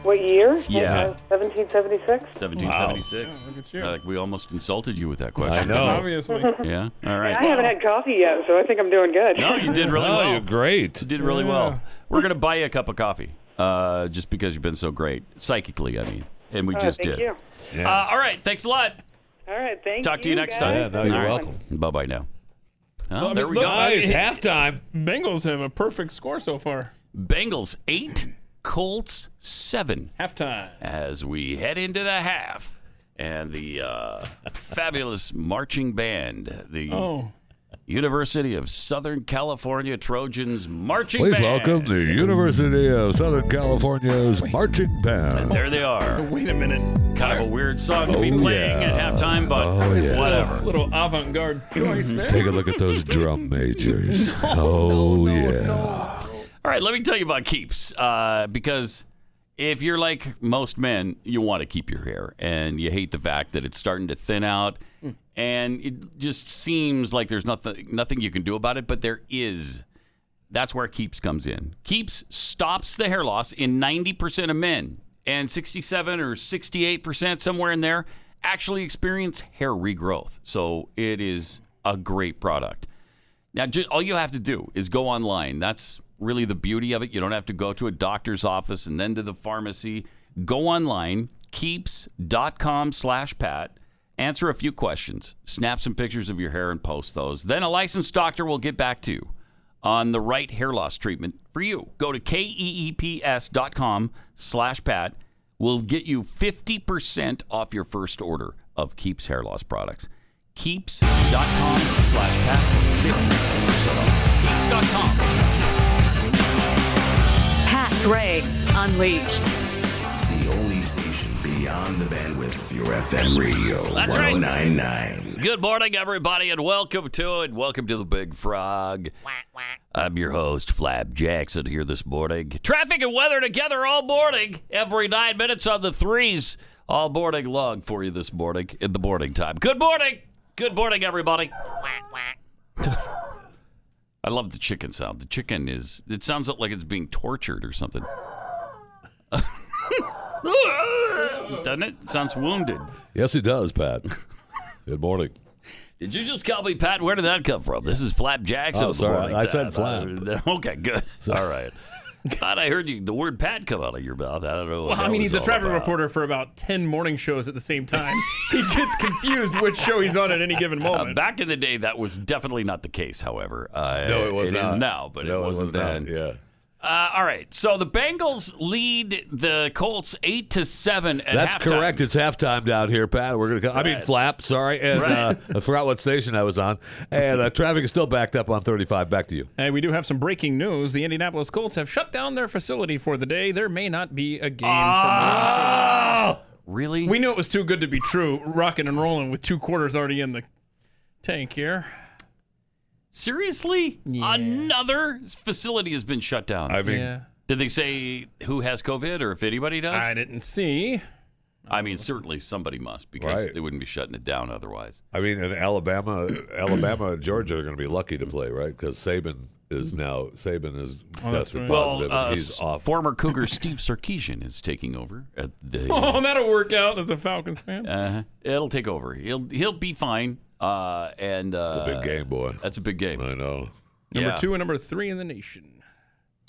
Speaker 20: What year?
Speaker 17: Uh,
Speaker 3: Yeah.
Speaker 20: Seventeen seventy-six.
Speaker 3: 1776. I think we almost insulted you with that question.
Speaker 5: know.
Speaker 17: Mm-hmm.
Speaker 4: Obviously.
Speaker 3: Yeah. All
Speaker 20: I
Speaker 3: right.
Speaker 20: haven't had coffee yet, so I think I'm doing good.
Speaker 3: No, you did really
Speaker 5: No,
Speaker 3: well.
Speaker 5: you're great.
Speaker 3: You did really well. We're gonna buy you a cup of coffee, uh, just because you've been so great psychically. I mean, and we
Speaker 20: Oh,
Speaker 3: just
Speaker 20: thank
Speaker 3: did.
Speaker 20: you.
Speaker 3: Uh, all right. Thanks a lot.
Speaker 20: All right, thank
Speaker 3: Talk to you next time.
Speaker 5: Yeah, no, you're welcome.
Speaker 3: Bye bye now. Huh,
Speaker 4: Well, I
Speaker 3: there
Speaker 4: mean,
Speaker 3: we
Speaker 4: look,
Speaker 3: go.
Speaker 4: I- Nice,
Speaker 5: halftime.
Speaker 4: Bengals have a perfect score so far.
Speaker 3: Bengals eight, Colts seven.
Speaker 4: Halftime.
Speaker 3: As we head into the half, and the uh, fabulous marching band, the
Speaker 4: Oh.
Speaker 3: University of Southern California Trojans marching
Speaker 5: Please
Speaker 3: band.
Speaker 5: welcome the University of Southern California's marching band.
Speaker 3: There they are.
Speaker 4: Wait a minute.
Speaker 3: Kind of a weird song to be
Speaker 5: Oh,
Speaker 3: playing
Speaker 5: yeah.
Speaker 3: at halftime, but
Speaker 5: Oh, yeah. Mhm.
Speaker 3: whatever.
Speaker 4: Little avant-garde choice there.
Speaker 5: Take a look at those drum majors. oh yeah.
Speaker 3: All right, let me tell you about keeps. Uh, because if you're like most men, you want to keep your hair and you hate the fact that it's starting to thin out. And it just seems like there's nothing nothing you can do about it, but there is. That's where Keeps comes in. Keeps stops the hair loss in 90% of men, and 67 or 68%, somewhere in there, actually experience hair regrowth. So it is a great product. Now, ju- all you have to do is go online. That's really the beauty of it. You don't have to go to a doctor's office and then to the pharmacy. Go online, keeps.com slash pat. Answer a few questions, snap some pictures of your hair and post those. Then a licensed doctor will get back to you on the right hair loss treatment for you. Go to E keeps.com slash pat. We'll get you 50% off your first order of Keeps hair loss products. Keeps.com slash pat. 50% off. Keeps.com.
Speaker 21: Pat Gray Unleashed.
Speaker 22: The only station beyond the bandwidth of your FM radio.
Speaker 3: That's right.
Speaker 22: 1099.
Speaker 3: Good morning, everybody, and welcome to it. Welcome to the Big Frog. I'm your host, Flab Jackson, here this morning. Traffic and weather together all morning, every nine minutes on the threes, all morning long for you this morning in the morning time. Good morning. Good morning, everybody. I love the chicken sound. The chicken is, it sounds like it's being tortured or something. Doesn't it? It sounds wounded.
Speaker 5: Yes, it does, Pat. Good morning.
Speaker 3: Did you just call me Pat? Where did that come from? This is Flap Jackson.
Speaker 5: Oh,
Speaker 3: of the
Speaker 5: sorry.
Speaker 3: morning
Speaker 5: I
Speaker 3: time.
Speaker 5: said Flap.
Speaker 3: Okay, good. All right. Thought I heard you the word Pat come out of your mouth. I don't know. what
Speaker 4: Well, I
Speaker 3: that
Speaker 4: mean,
Speaker 3: was
Speaker 4: he's a
Speaker 3: all
Speaker 4: traffic
Speaker 3: about.
Speaker 4: reporter for about 10 morning shows at the same time. he gets confused which show he's on at any given
Speaker 3: Uh,
Speaker 4: moment.
Speaker 3: back in the day, that was definitely not the case. However, uh,
Speaker 5: No, it was
Speaker 3: it
Speaker 5: not.
Speaker 3: is now, but
Speaker 5: No,
Speaker 3: it
Speaker 5: it
Speaker 3: wasn't
Speaker 5: was not.
Speaker 3: then.
Speaker 5: Yeah.
Speaker 3: Uh, all right. So the Bengals lead the Colts eight to seven at
Speaker 5: That's
Speaker 3: halftime.
Speaker 5: correct. It's halftime down here, Pat. We're gonna. Come, I mean,
Speaker 3: Right.
Speaker 5: flap. Sorry, and uh, I forgot what station I was on. And uh, traffic is still backed up on 35. Back to you.
Speaker 4: Hey, we do have some breaking news. The Indianapolis Colts have shut down their facility for the day. There may not be a game for
Speaker 3: Ah! Really?
Speaker 4: We knew it was too good to be true. Rocking and rolling with two quarters already in the tank here.
Speaker 3: Seriously, another facility has been shut down.
Speaker 5: I mean- Yeah.
Speaker 3: did they say who has COVID or if anybody does?
Speaker 4: I didn't see.
Speaker 3: I mean, certainly somebody must because
Speaker 5: Right.
Speaker 3: they wouldn't be shutting it down otherwise.
Speaker 5: I mean, in Alabama, Alabama and Georgia are going to be lucky to play, right? Because Saban is now Saban is
Speaker 3: Oh, that's
Speaker 5: tested
Speaker 3: right.
Speaker 5: positive.
Speaker 3: Well,
Speaker 5: and
Speaker 3: uh,
Speaker 5: he's
Speaker 3: s-
Speaker 5: off.
Speaker 3: Former Cougar Steve Sarkeesian is taking over at the.
Speaker 4: Oh, that'll work out as a Falcons fan.
Speaker 3: Uh, it'll take over. He'll he'll be fine. Uh, and uh,
Speaker 5: It's a big game, boy.
Speaker 3: That's a big game.
Speaker 5: I know.
Speaker 4: Number
Speaker 3: Yeah.
Speaker 4: two and number three in the nation.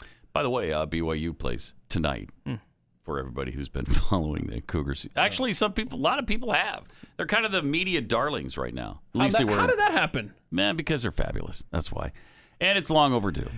Speaker 4: Hmm.
Speaker 3: By the way, uh, BYU plays tonight for everybody who's been following the Cougars. Actually, some people, a lot of people have. They're kind of the media darlings right now. At
Speaker 4: How,
Speaker 3: least
Speaker 4: that-
Speaker 3: they were.
Speaker 4: how did that happen?
Speaker 3: Man, because they're fabulous. That's why. And it's long overdue.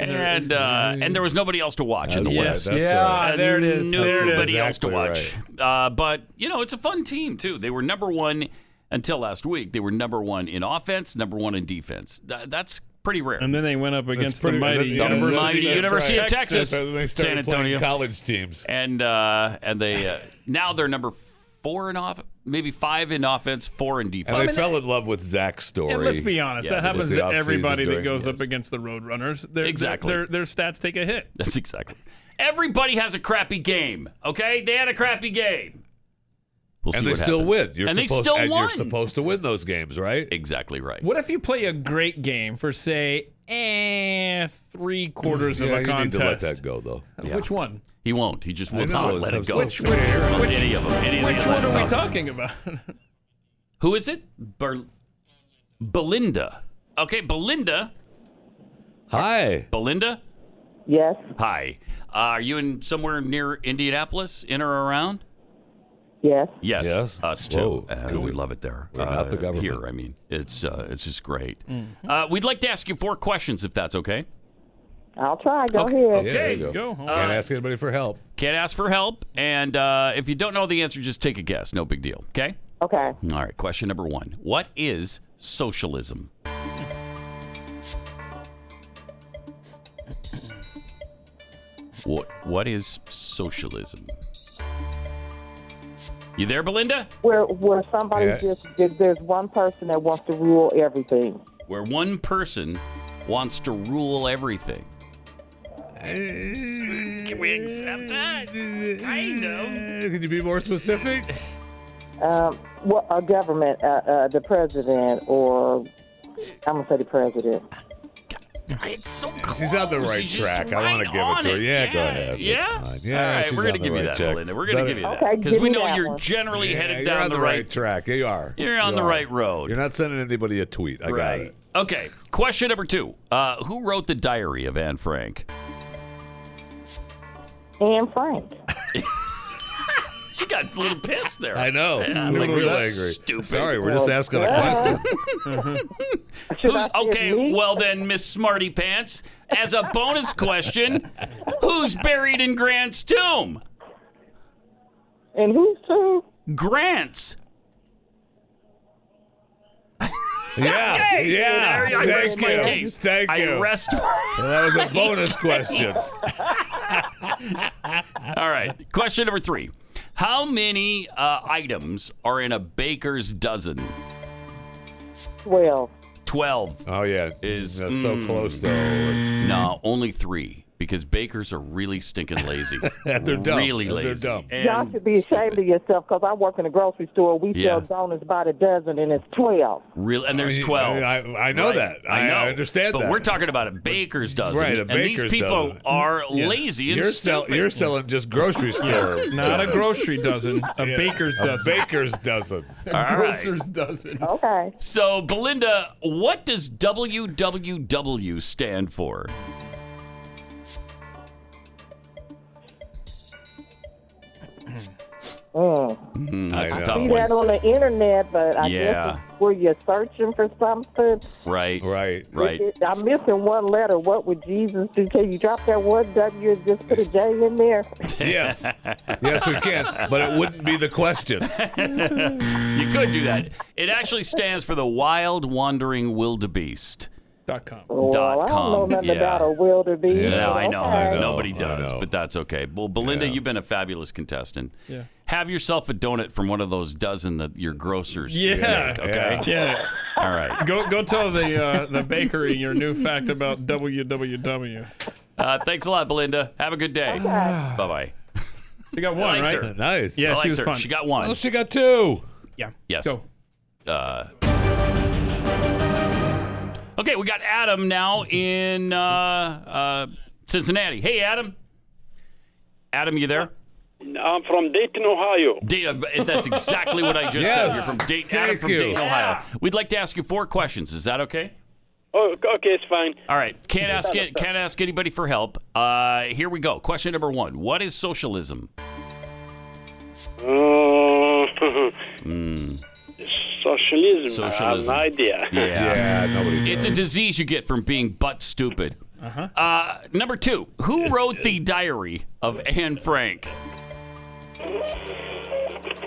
Speaker 3: And uh, and there was nobody else to watch in the
Speaker 4: That's right,
Speaker 3: West.
Speaker 4: that's Yeah, right. there it is.
Speaker 3: Nobody
Speaker 4: There it is.
Speaker 3: else to
Speaker 4: Exactly
Speaker 3: watch. Uh, but you know, it's a fun team too. They were number one until last week. They were number one in offense, number one in defense. Th- that's pretty rare.
Speaker 4: And then they went up against
Speaker 3: pretty-
Speaker 4: the mighty
Speaker 3: the
Speaker 4: University,
Speaker 3: mighty
Speaker 4: That's
Speaker 3: University
Speaker 4: right.
Speaker 3: of Texas,
Speaker 5: And they started
Speaker 3: San
Speaker 5: playing
Speaker 3: Antonio
Speaker 5: college teams,
Speaker 3: and uh, and they uh, now they're number four in off, maybe five in offense, four in defense.
Speaker 5: and they fell in love with Zach's story.
Speaker 4: And let's be honest,
Speaker 5: Yeah,
Speaker 4: that
Speaker 5: with
Speaker 4: happens
Speaker 5: the
Speaker 4: to
Speaker 5: offseason
Speaker 4: everybody that
Speaker 5: during-
Speaker 4: goes up against the Roadrunners. Their,
Speaker 3: Exactly.
Speaker 4: Their, their, stats take a hit.
Speaker 3: That's exactly. Everybody has a crappy game. Okay, they had a crappy game. We'll
Speaker 5: and
Speaker 3: see
Speaker 5: they
Speaker 3: what
Speaker 5: still
Speaker 3: happens.
Speaker 5: win. You're
Speaker 3: And they
Speaker 5: supposed,
Speaker 3: still
Speaker 5: and
Speaker 3: won.
Speaker 5: You're supposed to win those games, right?
Speaker 3: Exactly right.
Speaker 4: What if you play a great game for, say, eh, three quarters of
Speaker 5: Yeah,
Speaker 4: a
Speaker 5: you
Speaker 4: contest?
Speaker 5: need to let that go, though.
Speaker 4: Which one?
Speaker 3: He won't. He just
Speaker 5: I
Speaker 3: will
Speaker 5: know,
Speaker 3: not
Speaker 5: it's
Speaker 3: let it
Speaker 5: so
Speaker 3: go.
Speaker 5: Which-
Speaker 3: Which,
Speaker 5: which- which-
Speaker 3: any of them. Any of the
Speaker 4: Which one
Speaker 3: Atlanta
Speaker 4: are we
Speaker 3: Falcons.
Speaker 4: talking about?
Speaker 3: Who is it? Ber- Belinda. Okay, Belinda.
Speaker 5: Hi.
Speaker 3: Belinda?
Speaker 1: Yes.
Speaker 3: Hi. Uh, are you in somewhere near Indianapolis, in or around?
Speaker 1: Yes.
Speaker 3: Yes.
Speaker 5: Yes.
Speaker 3: Us too.
Speaker 5: Whoa,
Speaker 3: Uh,
Speaker 5: good.
Speaker 3: we love it there. uh,
Speaker 5: We're not the government.
Speaker 3: Here, I mean, it's uh, it's just great. Uh, we'd like to ask you four questions, if that's okay.
Speaker 1: I'll try. Go
Speaker 3: Okay.
Speaker 1: ahead.
Speaker 3: Okay.
Speaker 5: There you go.
Speaker 3: Go. Uh,
Speaker 5: Can't ask anybody for help.
Speaker 3: Can't ask for help, and uh, if you don't know the answer, just take a guess. No big deal. Okay.
Speaker 1: Okay.
Speaker 3: All right. Question number one: What is socialism? What What is socialism? You there, Belinda?
Speaker 1: Where where somebody
Speaker 3: Yeah.
Speaker 1: just there- there's one person that wants to rule everything.
Speaker 3: Where one person wants to rule everything.
Speaker 5: Can
Speaker 3: we accept that? Kind
Speaker 5: of. Can you be more specific?
Speaker 1: Um, what a government, uh, uh, the president, or I'm gonna say the president.
Speaker 3: It's so
Speaker 5: She's on the right track. I want to give it to her. Yeah, go ahead. That's
Speaker 3: yeah?
Speaker 5: fine. Yeah.
Speaker 3: All right,
Speaker 5: she's
Speaker 3: we're gonna
Speaker 5: on the
Speaker 3: give you
Speaker 5: right
Speaker 3: that,
Speaker 5: track.
Speaker 3: Belinda. We're gonna
Speaker 5: Better-
Speaker 3: give you that. Okay, Because give we me know that you're one. generally headed
Speaker 5: you're
Speaker 3: down
Speaker 5: on
Speaker 3: the
Speaker 5: the,
Speaker 3: right-
Speaker 5: right, track. Yeah, you are.
Speaker 3: You're on
Speaker 5: You
Speaker 3: the
Speaker 5: are.
Speaker 3: right road.
Speaker 5: You're not sending anybody a tweet. I got it.
Speaker 3: Okay. Question number two: uh, Who wrote the Diary of Anne Frank?
Speaker 1: Anne Frank.
Speaker 3: She got a little pissed there.
Speaker 5: I know.
Speaker 3: Yeah, I'm
Speaker 5: we
Speaker 3: like,
Speaker 5: were real
Speaker 3: "That's
Speaker 5: angry.
Speaker 3: Stupid.
Speaker 5: Sorry, we're just asking a question.
Speaker 3: Mm-hmm. Who- okay, well then, Miss Smarty Pants, as a bonus question, who's buried in Grant's tomb?
Speaker 1: And who's tomb?
Speaker 3: Grant's.
Speaker 5: Yeah.
Speaker 3: Okay.
Speaker 5: Yeah.
Speaker 3: There you- I rest
Speaker 5: Thank
Speaker 3: my
Speaker 5: you.
Speaker 3: case.
Speaker 5: Thank
Speaker 3: I
Speaker 5: you.
Speaker 3: rest-
Speaker 5: Well, that was a bonus question.
Speaker 3: All right. Question number three: How many uh, items are in a baker's dozen?
Speaker 1: Twelve.
Speaker 3: Twelve.
Speaker 5: Oh yeah,
Speaker 3: is hmm.
Speaker 5: That's so close, though.
Speaker 3: No, only three because bakers are really stinking lazy.
Speaker 5: They're dumb.
Speaker 3: Really
Speaker 5: They're
Speaker 3: lazy.
Speaker 5: dumb.
Speaker 1: Y'all should be ashamed of yourself because I work in a grocery store. We
Speaker 3: Yeah.
Speaker 1: sell donuts by the dozen, and it's twelve.
Speaker 3: Real, and there's
Speaker 5: I-
Speaker 3: twelve.
Speaker 5: I- I know that. I- I understand
Speaker 3: but
Speaker 5: that.
Speaker 3: we're talking about a baker's dozen,
Speaker 5: Right, a
Speaker 3: and
Speaker 5: baker's
Speaker 3: these people
Speaker 5: dozen.
Speaker 3: are
Speaker 5: Yeah.
Speaker 3: lazy and
Speaker 5: You're, sell-
Speaker 3: stupid.
Speaker 5: you're selling just grocery store.
Speaker 4: Not a grocery dozen, a
Speaker 5: Yeah.
Speaker 4: baker's
Speaker 5: A
Speaker 4: dozen.
Speaker 5: baker's dozen.
Speaker 4: A
Speaker 3: All right.
Speaker 4: grocer's dozen.
Speaker 1: Okay.
Speaker 3: So, Belinda, what does WWW stand for?
Speaker 1: Mm.
Speaker 3: Mm, that's
Speaker 1: I
Speaker 3: a tough
Speaker 1: see
Speaker 3: one,
Speaker 1: that on the internet, but I
Speaker 3: Yeah.
Speaker 1: guess it's where you're searching for something.
Speaker 3: right?
Speaker 5: Right,
Speaker 3: right.
Speaker 1: It- I'm missing one letter. What would Jesus do? Can you drop that one W and just put a J in there?
Speaker 5: Yes. yes, we can. But it wouldn't be the question.
Speaker 3: you could do that. It actually stands for the Wild Wandering Wildebeest.
Speaker 4: Dot com.
Speaker 1: Well, Oh, I
Speaker 3: Dot
Speaker 1: don't know
Speaker 3: com.
Speaker 1: nothing
Speaker 3: yeah.
Speaker 1: about a wildebeest.
Speaker 3: No, I know.
Speaker 1: Okay.
Speaker 3: Nobody does, but that's okay. Well, Belinda, you've been a fabulous contestant.
Speaker 1: Yeah.
Speaker 3: Have yourself a donut from one of those dozen that your grocers
Speaker 4: Yeah.
Speaker 3: make, okay?
Speaker 4: Yeah.
Speaker 3: All right.
Speaker 4: Go go tell the uh, the bakery your new fact about WWW.
Speaker 3: Uh, thanks a lot, Belinda. Have a good day.
Speaker 4: Okay.
Speaker 3: Bye bye.
Speaker 4: She got one, right?
Speaker 5: Nice.
Speaker 4: Yeah,
Speaker 3: I
Speaker 4: she
Speaker 3: liked
Speaker 4: was
Speaker 3: her.
Speaker 4: fun.
Speaker 3: She got one.
Speaker 5: Oh, she got two.
Speaker 4: Yeah.
Speaker 3: Yes.
Speaker 4: Go.
Speaker 3: Uh, okay, we got Adam now in uh, uh, Cincinnati. Hey, Adam. Adam, you there?
Speaker 8: I'm from Dayton, Ohio.
Speaker 3: Dayton, that's exactly what I just said.
Speaker 8: Yes.
Speaker 3: You're from Dayton,
Speaker 8: Thank
Speaker 3: Adam from
Speaker 8: you.
Speaker 3: Dayton, Ohio.
Speaker 8: Yeah.
Speaker 3: We'd like to ask you four questions. Is that okay?
Speaker 8: Oh, okay, it's fine.
Speaker 3: All right. Can't ask it, can't ask anybody for help. Uh, here we go. Question number one: What is socialism?
Speaker 8: Uh,
Speaker 3: Mm.
Speaker 8: socialism. I have
Speaker 3: Socialism.
Speaker 8: no idea.
Speaker 3: Yeah. It's a disease you get from being butt stupid.
Speaker 8: Uh-huh.
Speaker 3: Uh, number two, who wrote the diary of Anne Frank?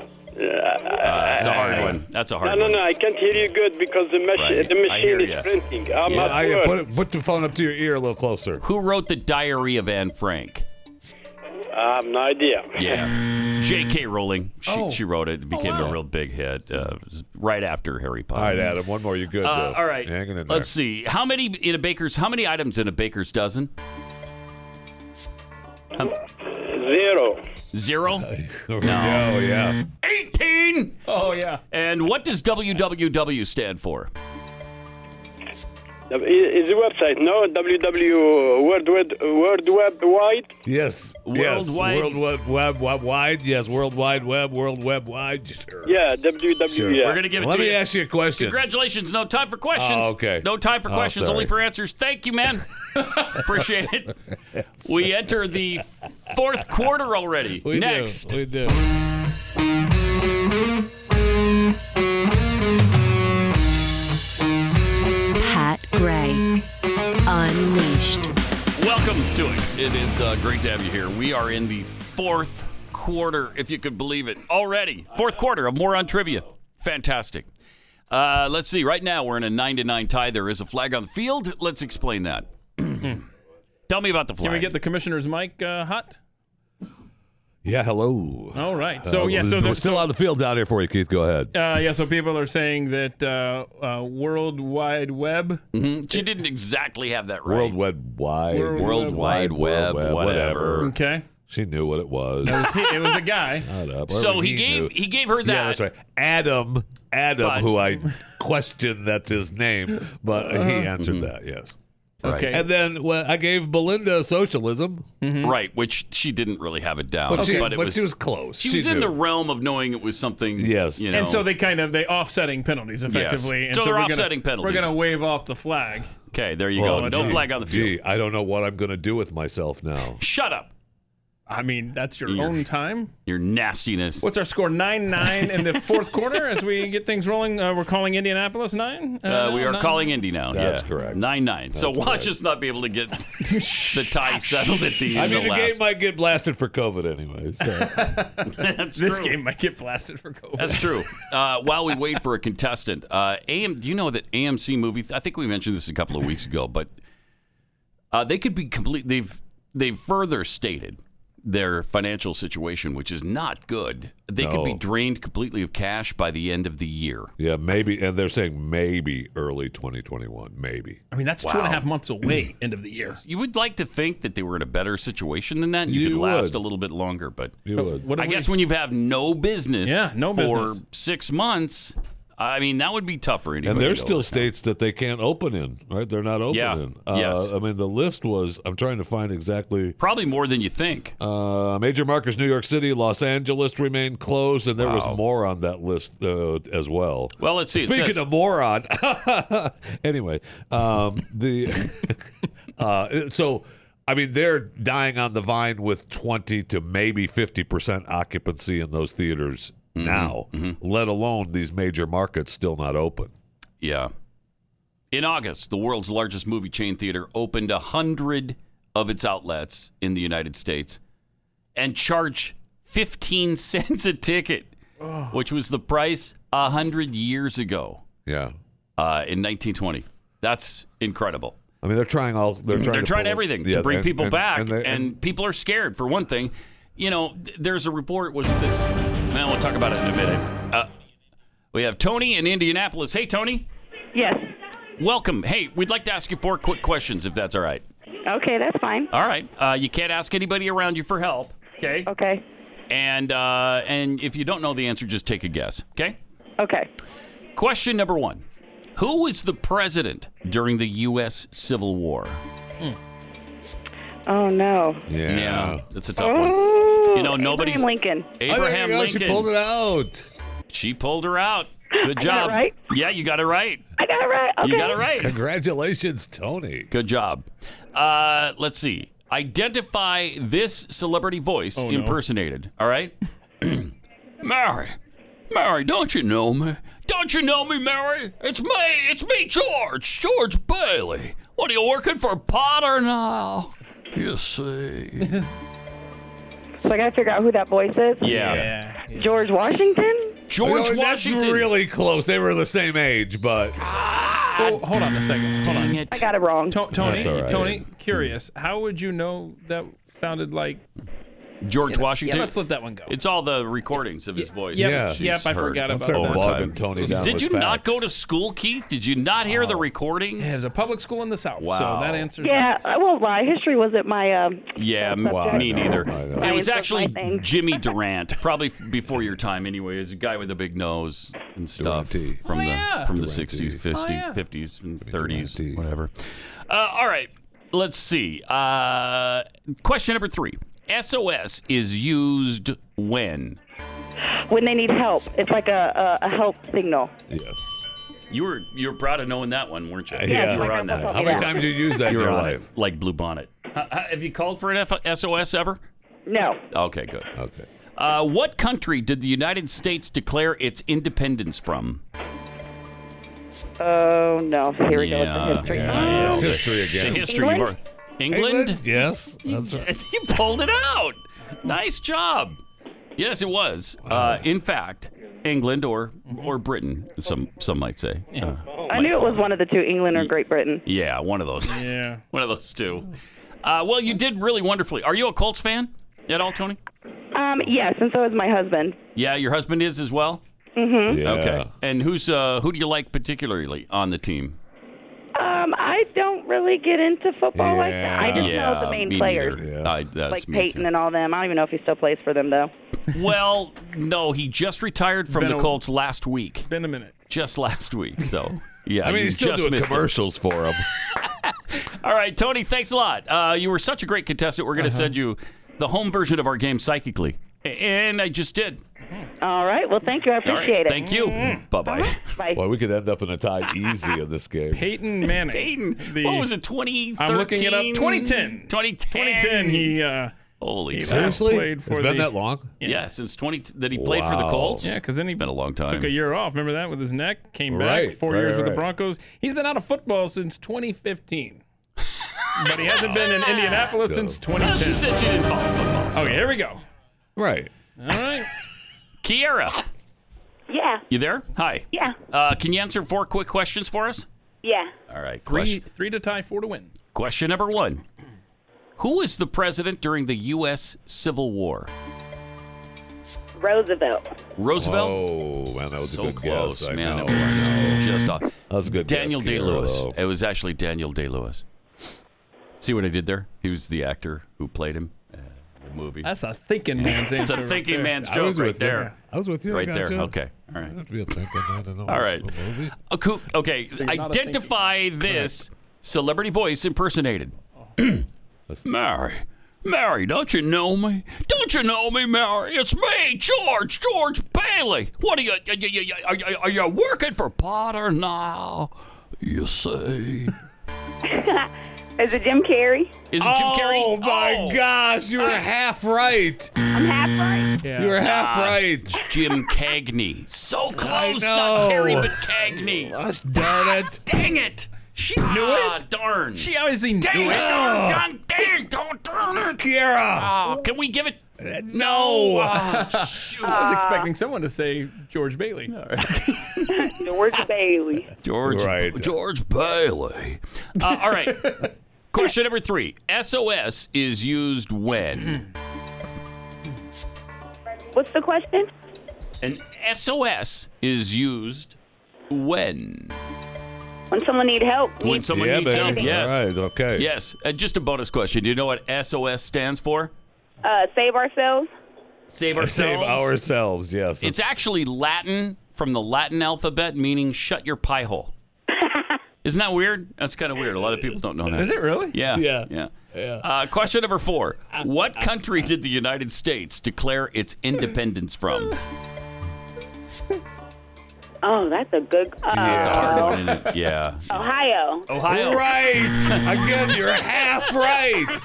Speaker 3: Uh, it's a hard one. That's a hard
Speaker 8: No, no, no. I can't hear you good because the, mach-
Speaker 3: Right.
Speaker 8: the
Speaker 3: I hear
Speaker 8: machine
Speaker 3: ya.
Speaker 8: is printing. I'm
Speaker 3: Yeah.
Speaker 8: at
Speaker 3: I-
Speaker 8: work.
Speaker 3: put
Speaker 5: Put, put the phone up to your ear a little closer.
Speaker 3: Who wrote the diary of Anne Frank?
Speaker 8: I have no idea.
Speaker 3: Yeah. J.K. Rowling. She,
Speaker 8: Oh.
Speaker 3: she wrote it. It became
Speaker 8: wow.
Speaker 3: a real big hit uh, it was right after Harry Potter.
Speaker 5: All right, Adam, one more. You're good.
Speaker 3: Uh,
Speaker 5: though.
Speaker 3: all right.
Speaker 5: Hanging in there.
Speaker 3: Let's see. How many in a baker's? How many items in a baker's dozen? Um,
Speaker 8: Zero.
Speaker 3: Zero.
Speaker 5: no.
Speaker 3: No.
Speaker 5: yeah.
Speaker 3: 18.
Speaker 4: Oh yeah.
Speaker 3: And what does WWW stand for?
Speaker 8: Is is the website no www world web world web wide?
Speaker 5: Yes. Yes.
Speaker 8: Worldwide.
Speaker 5: World Web, web, web Wide. Yes. World Wide Web. World Web Wide. Sure.
Speaker 8: Yeah, www.
Speaker 5: Sure.
Speaker 8: Yeah.
Speaker 3: We're gonna give it
Speaker 5: Let
Speaker 3: to
Speaker 5: me
Speaker 3: you.
Speaker 5: ask you a question.
Speaker 3: Congratulations. No time for questions.
Speaker 5: Oh, okay.
Speaker 3: No time for
Speaker 5: Oh,
Speaker 3: questions.
Speaker 5: sorry.
Speaker 3: Only for answers. Thank you, man. Appreciate it. We enter the fourth quarter already.
Speaker 5: We do.
Speaker 3: Next.
Speaker 5: We do.
Speaker 21: Pat Gray. Unleashed.
Speaker 3: Welcome to it. It is uh, great to have you here. We are in the fourth quarter, if you could believe it, already. Fourth quarter of Moron Trivia. Fantastic. Uh, let's see. Right now, we're in a 9 to 9 tie. There is a flag on the field. Let's explain that. Tell me about the flag.
Speaker 4: Can we get the commissioner's mic uh, hot?
Speaker 5: Yeah. Hello.
Speaker 4: All right.
Speaker 5: Uh,
Speaker 4: So, yeah, so
Speaker 5: we're
Speaker 4: there's-
Speaker 5: still on the field down here for you, Keith. Go ahead.
Speaker 4: Uh, yeah. So people are saying that uh, uh, World Wide Web.
Speaker 3: Mhm. She didn't exactly have that right.
Speaker 5: World Web Wide.
Speaker 4: World
Speaker 5: Wide
Speaker 4: Web.
Speaker 3: Web, whatever.
Speaker 4: Okay.
Speaker 5: She knew what it was.
Speaker 4: It was, he, it was a guy.
Speaker 5: Shut up.
Speaker 3: So
Speaker 5: Whatever
Speaker 3: he gave-
Speaker 5: knew.
Speaker 3: he gave her
Speaker 5: Yeah,
Speaker 3: that.
Speaker 5: that's right. Adam, Adam,
Speaker 3: But-
Speaker 5: who I questioned that's his name, but he answered that. Yes.
Speaker 3: Uh, mm-hmm. Okay. Mm-hmm.
Speaker 5: And then well, I gave Belinda socialism.
Speaker 3: Right, which she didn't really have it down.
Speaker 5: Mm-hmm. But she-
Speaker 3: it
Speaker 5: but
Speaker 3: was,
Speaker 5: she was close.
Speaker 3: She,
Speaker 5: She
Speaker 3: was in
Speaker 5: knew.
Speaker 3: the realm of knowing it was something.
Speaker 5: Yes.
Speaker 3: You know,
Speaker 4: And so they kind of they offsetting penalties effectively. And
Speaker 3: So they're
Speaker 4: we're gonna-
Speaker 3: offsetting penalties.
Speaker 4: We're gonna wave off the flag.
Speaker 3: Okay, there you
Speaker 5: Oh,
Speaker 3: go. No
Speaker 5: gee.
Speaker 3: flag on the field.
Speaker 5: Gee, I don't know what I'm going to do with myself now.
Speaker 3: Shut up.
Speaker 4: I mean, that's your
Speaker 3: You're-
Speaker 4: own time.
Speaker 3: Your nastiness.
Speaker 4: What's our score? Nine nine in the fourth quarter as we get things rolling. Uh, we're calling Indianapolis nine.
Speaker 3: Uh, we are
Speaker 4: nine?
Speaker 3: calling Indy now.
Speaker 5: That's
Speaker 3: yeah.
Speaker 5: correct.
Speaker 3: Nine nine. So
Speaker 5: That's
Speaker 3: watch
Speaker 5: correct.
Speaker 3: us not be able to get the tie settled at the
Speaker 5: I
Speaker 3: end.
Speaker 5: mean, the,
Speaker 3: last.
Speaker 5: game might get blasted for COVID anyway. So.
Speaker 3: That's
Speaker 4: this
Speaker 3: true.
Speaker 4: game might get blasted for COVID.
Speaker 3: That's true. Uh, while we wait for a contestant, uh, AM, do you know that AMC movie? I think we mentioned this a couple of weeks ago, but uh, they could be complete. They've they've further stated their financial situation, which is not good. They could be
Speaker 5: No.
Speaker 3: drained completely of cash by the end of the year.
Speaker 5: yeah, maybe. And they're saying maybe early 2021. Maybe.
Speaker 4: I mean, that's two and a
Speaker 3: Wow.
Speaker 4: half months away, end of the year.
Speaker 3: You would like to think that they were in a better situation than that. and You,
Speaker 5: You
Speaker 3: could last
Speaker 5: would.
Speaker 3: a little bit longer, but
Speaker 5: You would.
Speaker 4: What
Speaker 3: I
Speaker 4: if we-
Speaker 3: guess when you have no business,
Speaker 4: Yeah, no
Speaker 3: for
Speaker 4: business.
Speaker 3: six months, I mean that would be tough for anybody.
Speaker 5: And there's
Speaker 3: to
Speaker 5: still states that they can't open in, right? They're not open
Speaker 3: Yeah.
Speaker 5: in.
Speaker 3: Yes.
Speaker 5: Uh, I mean, the list was, I'm trying to find exactly.
Speaker 3: Probably more than you think.
Speaker 5: Uh, major markets, New York City, Los Angeles remained closed, and there was more on that list uh, as well.
Speaker 3: Well, let's see. It
Speaker 5: Speaking
Speaker 3: says-
Speaker 5: of moron, anyway, um, the uh, so I mean they're dying on the vine with twenty to maybe fifty percent occupancy in those theaters
Speaker 3: Mm-hmm.
Speaker 5: now. Let alone these major markets still not open.
Speaker 3: Yeah. In August, the world's largest movie chain theater opened 100 of its outlets in the United States and charged 15 cents a ticket, which was the price 100 years ago
Speaker 5: Yeah,
Speaker 3: uh, in 1920. That's incredible.
Speaker 5: I mean they're trying all they're trying
Speaker 3: Mm, They're
Speaker 5: to
Speaker 3: trying
Speaker 5: pull-
Speaker 3: everything
Speaker 5: yeah,
Speaker 3: to bring
Speaker 5: and-
Speaker 3: people
Speaker 5: and-
Speaker 3: back, and,
Speaker 5: they-
Speaker 3: people are scared, for one thing. You know, th- there's a report was this. Man, we'll talk about it in a minute. Uh, we have Tony in Indianapolis. Hey, Tony.
Speaker 6: Yes.
Speaker 3: Welcome. Hey, we'd like to ask you four quick questions, if that's all right.
Speaker 6: Okay, that's fine.
Speaker 3: All right. Uh, you can't ask anybody around you for help. Okay.
Speaker 6: Okay.
Speaker 3: And uh, and if you don't know the answer, just take a guess. Okay.
Speaker 6: Okay.
Speaker 3: Question number one: Who was the president during the U.S. Civil War?
Speaker 6: Oh no.
Speaker 5: Yeah.
Speaker 3: that's a tough one.
Speaker 6: Oh,
Speaker 3: You know, nobody's
Speaker 6: Abraham Lincoln.
Speaker 5: Oh,
Speaker 3: Abraham
Speaker 5: there you go.
Speaker 3: Lincoln.
Speaker 5: She pulled it out.
Speaker 3: She pulled her out. Good
Speaker 6: I got it
Speaker 3: job.
Speaker 6: right?
Speaker 3: Yeah, you got it right.
Speaker 6: I got it right. Okay.
Speaker 3: You got it right.
Speaker 5: Congratulations, Tony.
Speaker 3: Good job. Uh, let's see. Identify this celebrity voice
Speaker 4: Oh, no.
Speaker 3: impersonated. All right. Mary, Mary, don't you know me? Don't you know me, Mary? It's me, it's me, George, George Bailey. What are you working for Potter now? You see.
Speaker 7: So I gotta figure out who that voice is.
Speaker 3: Yeah.
Speaker 7: George Washington.
Speaker 3: George
Speaker 5: Oh, that's
Speaker 3: Washington.
Speaker 5: really close. They were the same age, but
Speaker 4: Oh, hold on a second. Hold on.
Speaker 7: I got it wrong.
Speaker 4: Tony,
Speaker 5: That's all right.
Speaker 4: Tony, curious. How would you know that sounded like
Speaker 3: George
Speaker 4: You know,
Speaker 3: Washington.
Speaker 4: yeah, let's let that one go.
Speaker 3: It's all the recordings of his voice.
Speaker 4: yeah, Yeah. yep, I forgot Don't about start that.
Speaker 5: bogging Tony down
Speaker 3: Did
Speaker 5: with
Speaker 3: you not
Speaker 5: facts.
Speaker 3: go to school, Keith? Did you not hear the recordings?
Speaker 4: Yeah, it was a public school in the South, so
Speaker 3: Wow.
Speaker 4: that answers
Speaker 7: Yeah, I won't lie. History wasn't my. Um,
Speaker 3: Yeah, m-
Speaker 7: Wow,
Speaker 3: me
Speaker 7: I know,
Speaker 3: neither.
Speaker 7: I
Speaker 3: It
Speaker 7: know.
Speaker 3: was
Speaker 7: Science was my
Speaker 3: actually
Speaker 7: thing.
Speaker 3: Jimmy Durant, probably f- before your time, anyways. A guy with a big nose and stuff from the
Speaker 4: Oh, yeah.
Speaker 3: from the
Speaker 4: Durante.
Speaker 3: sixties,
Speaker 4: Oh, yeah.
Speaker 3: fifties, and thirties, whatever. Uh, all right, let's see. Uh, question number three: SOS is used when?
Speaker 7: when they need help, it's like a, a, a help signal.
Speaker 5: Yes.
Speaker 3: You were you were proud of knowing that one, weren't you?
Speaker 5: Yeah.
Speaker 3: you were on that.
Speaker 5: How many times did you use that in
Speaker 3: You were
Speaker 5: your
Speaker 3: on it,
Speaker 5: life?
Speaker 3: like Blue Bonnet. Uh, uh, have you called for an F- SOS ever?
Speaker 7: No.
Speaker 3: Okay, good.
Speaker 5: Okay.
Speaker 3: Uh, what country did the United States declare its independence from?
Speaker 7: Oh no! Here we go
Speaker 3: Yeah.
Speaker 7: with the history.
Speaker 3: Yeah.
Speaker 5: It's history again.
Speaker 3: The history of our- England?
Speaker 5: Yes, that's right.
Speaker 3: you pulled it out. Nice job. Yes, it was. Uh, in fact, England or or Britain, some some might say. Uh,
Speaker 5: Oh,
Speaker 7: I knew it was one of the two, England
Speaker 3: Mm.
Speaker 7: or Great Britain.
Speaker 3: yeah, one of those.
Speaker 4: Yeah.
Speaker 3: one of those two. Uh, well, you did really wonderfully. Are you a Colts fan at all, Tony?
Speaker 7: Um, yes, and so is my husband.
Speaker 3: Yeah, your husband is as well.
Speaker 7: hmm
Speaker 3: Okay. And who's uh, who do you like particularly on the team?
Speaker 7: Um, I don't really get into football like that. I just know the
Speaker 3: Yeah,
Speaker 7: main
Speaker 3: me
Speaker 7: players,
Speaker 3: neither. I- that's
Speaker 7: like
Speaker 3: me
Speaker 7: Peyton
Speaker 3: too.
Speaker 7: and all them. I don't even know if he still plays for them though.
Speaker 3: Well, no, he just retired from
Speaker 4: Been
Speaker 3: the
Speaker 4: a-
Speaker 3: Colts last week.
Speaker 4: Been a minute.
Speaker 3: Just last week. So, yeah.
Speaker 5: I mean,
Speaker 3: you
Speaker 5: he's still
Speaker 3: just
Speaker 5: doing
Speaker 3: missed it.
Speaker 5: commercials for him.
Speaker 3: All right, Tony, thanks a lot. Uh, you were such a great contestant. We're going to
Speaker 4: Uh-huh.
Speaker 3: send you the home version of our game psychically. A- And I just did.
Speaker 7: All right. Well, thank you. I
Speaker 3: All
Speaker 7: appreciate
Speaker 3: right,
Speaker 7: it.
Speaker 3: Thank you.
Speaker 4: Mm,
Speaker 3: Bye bye.
Speaker 7: Bye.
Speaker 5: Boy, we could end up in a tie easy in this game.
Speaker 4: Peyton Manning. Peyton.
Speaker 3: what was it, 2013?
Speaker 4: mm, I'm looking it up. 2010.
Speaker 3: 2010.
Speaker 4: 2010. He. Uh,
Speaker 3: Holy
Speaker 4: he
Speaker 3: cow.
Speaker 5: Seriously?
Speaker 4: Played for
Speaker 5: it's been
Speaker 4: the-
Speaker 5: that long?
Speaker 3: Yeah, since 20 that he played for the
Speaker 5: Wow.
Speaker 3: Colts.
Speaker 4: Yeah, 'cause then he
Speaker 3: it's been a long time.
Speaker 4: Took a year off. Remember that with his neck. Came back
Speaker 5: Right,
Speaker 4: four
Speaker 5: right,
Speaker 4: years with the
Speaker 5: right.
Speaker 4: Broncos. He's been out of football since 2015, but he hasn't been in Indianapolis since 2010.
Speaker 3: She said she didn't follow football. so-
Speaker 4: Okay, here we go.
Speaker 5: Right.
Speaker 4: All right.
Speaker 3: Kiara,
Speaker 9: Yeah,
Speaker 3: you there? Hi.
Speaker 9: yeah,
Speaker 3: Uh, can you answer four quick questions for us?
Speaker 9: yeah.
Speaker 3: All right.
Speaker 4: Three,
Speaker 3: Question,
Speaker 4: three to tie, four to win.
Speaker 3: question number one Who was the president during the U.S. Civil War?
Speaker 9: Roosevelt.
Speaker 3: Roosevelt?
Speaker 5: Oh, man, that was
Speaker 3: so
Speaker 5: a good
Speaker 3: close,
Speaker 5: guess. I
Speaker 3: man.
Speaker 5: know,
Speaker 3: It was
Speaker 5: I know.
Speaker 3: just off.
Speaker 5: That was a good guess,
Speaker 3: Daniel Day
Speaker 5: Kiara,
Speaker 3: Lewis.
Speaker 5: though.
Speaker 3: It was actually Daniel Day Lewis. See what I did there? He was the actor who played him. Uh, the movie.
Speaker 4: That's a thinking man's
Speaker 3: It's
Speaker 4: answer.
Speaker 3: a
Speaker 4: right
Speaker 3: thinking
Speaker 4: there.
Speaker 3: man's
Speaker 5: I was
Speaker 3: joke right
Speaker 5: with you.
Speaker 3: there.
Speaker 5: I was with you. I
Speaker 3: Right
Speaker 5: got
Speaker 3: there.
Speaker 5: you.
Speaker 3: Okay. All right.
Speaker 5: I'd be a thinking. I don't know.
Speaker 3: All right.
Speaker 5: A movie.
Speaker 3: A coo- okay.
Speaker 5: you're not a thinking
Speaker 3: Identify this celebrity voice impersonated.
Speaker 5: Oh.
Speaker 3: Mary. Mary, don't you know me? Don't you know me, Mary? It's me, George, George Bailey. What are you, you- you- you- are you, are you working for Potter now? You see?
Speaker 9: Is it Jim Carrey?
Speaker 3: Is it
Speaker 5: oh,
Speaker 3: Jim Carrey?
Speaker 5: my
Speaker 3: Oh.
Speaker 5: gosh. You were half right.
Speaker 9: I'm half right.
Speaker 5: You were half
Speaker 3: Nah,
Speaker 5: right.
Speaker 3: Ah, Jim Cagney. So
Speaker 5: I
Speaker 3: close, not Carrie,
Speaker 5: know.
Speaker 3: but Cagney.
Speaker 5: Gosh darn it.
Speaker 3: Dang it! She knew it. Darn.
Speaker 4: She obviously knew
Speaker 3: Dang it!
Speaker 4: it.
Speaker 3: Darn, darn, dang, darn, darn it!
Speaker 5: Oh. Kiara. Uh,
Speaker 3: Oh, can we give it?
Speaker 5: No.
Speaker 3: Ah, shoot.
Speaker 4: I was expecting someone to say George Bailey.
Speaker 9: Ah. George Bailey.
Speaker 3: George
Speaker 5: Right.
Speaker 3: George Bailey. Uh, all right. Question number three. SOS is used when?
Speaker 9: What's the question?
Speaker 3: An SOS is used when?
Speaker 9: When someone need help.
Speaker 3: When someone
Speaker 5: yeah,
Speaker 3: needs
Speaker 5: baby.
Speaker 3: help. Yes.
Speaker 5: All right. Okay.
Speaker 3: Yes. Uh, just a bonus question. Do you know what SOS stands for?
Speaker 9: Uh, save ourselves.
Speaker 3: Save ourselves.
Speaker 5: Save ourselves. Yes.
Speaker 3: It's actually Latin from the Latin alphabet, meaning "shut your pie hole." Isn't that weird? That's kind of weird. A lot of people don't know that.
Speaker 4: Is it really?
Speaker 3: Yeah.
Speaker 5: Yeah.
Speaker 3: Yeah. Uh, question number four: What country did the
Speaker 5: Uh,
Speaker 3: United States declare its independence from?
Speaker 9: Oh, that's a good. Oh,
Speaker 3: It's a hard one, isn't it? Yeah.
Speaker 9: Ohio.
Speaker 3: Ohio.
Speaker 5: Right. Again, you're half right.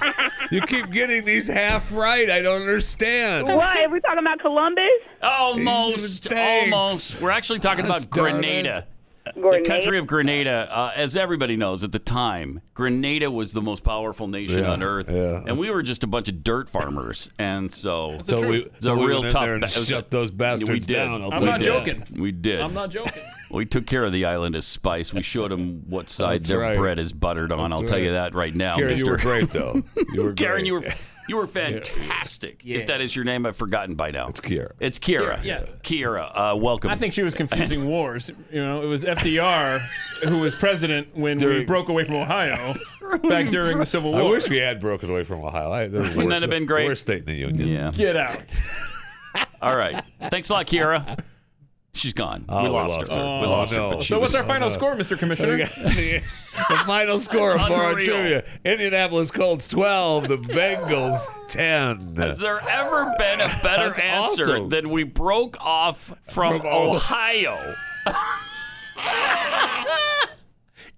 Speaker 5: You keep getting these half right. I don't understand.
Speaker 9: What? we talking about Columbus?
Speaker 3: Almost. Almost. We're actually talking about
Speaker 5: darn
Speaker 3: Grenada.
Speaker 9: Grenada.
Speaker 3: The country of Grenada, uh, as everybody knows, at the time, Grenada was the most powerful nation
Speaker 5: Yeah,
Speaker 3: on earth,
Speaker 5: yeah.
Speaker 3: and we were just a bunch of dirt farmers, and so
Speaker 5: So we-
Speaker 3: it was
Speaker 5: so
Speaker 3: a
Speaker 5: we
Speaker 3: real
Speaker 5: went in
Speaker 3: tough.
Speaker 5: there and
Speaker 3: ba- it was a-
Speaker 5: shut those bastards
Speaker 3: we did.
Speaker 5: down, I'll I'm tell not you that. joking.
Speaker 3: We did.
Speaker 4: I'm not joking.
Speaker 3: We took care of the island as spice. We showed them what side
Speaker 5: That's
Speaker 3: their
Speaker 5: right.
Speaker 3: bread is buttered on.
Speaker 5: That's
Speaker 3: I'll tell
Speaker 5: right.
Speaker 3: you that right now,
Speaker 5: Karen,
Speaker 3: mister.
Speaker 5: you were great, though. You were
Speaker 3: Karen,
Speaker 5: great.
Speaker 3: you were you were fantastic.
Speaker 5: Yeah.
Speaker 3: If that is your name, I've forgotten by now. It's
Speaker 5: Kiera.
Speaker 3: It's Kiera.
Speaker 4: Kiera, yeah.
Speaker 3: Kiera, uh, welcome.
Speaker 4: I think she was confusing wars. You know, it was FDR who was president when we broke away from Ohio back during the Civil War.
Speaker 5: I wish we had broken away from Ohio. I, the
Speaker 3: Wouldn't
Speaker 5: worst-
Speaker 3: that have been great?
Speaker 5: Worst state in the union.
Speaker 3: Yeah.
Speaker 4: Get out.
Speaker 3: All right. Thanks a lot, Kiera. She's gone.
Speaker 5: Oh,
Speaker 3: we, lost her.
Speaker 5: Oh,
Speaker 3: we lost
Speaker 5: no.
Speaker 3: her. but she
Speaker 4: So what's
Speaker 3: was-
Speaker 4: our final score, Mr. Commissioner?
Speaker 5: the final score for our
Speaker 4: Unreal.
Speaker 5: trivia: Indianapolis Colts twelve, the Bengals ten.
Speaker 3: Has there ever been a better answer
Speaker 5: awesome.
Speaker 3: than we broke off from,
Speaker 5: From Ohio.
Speaker 3: Ohio?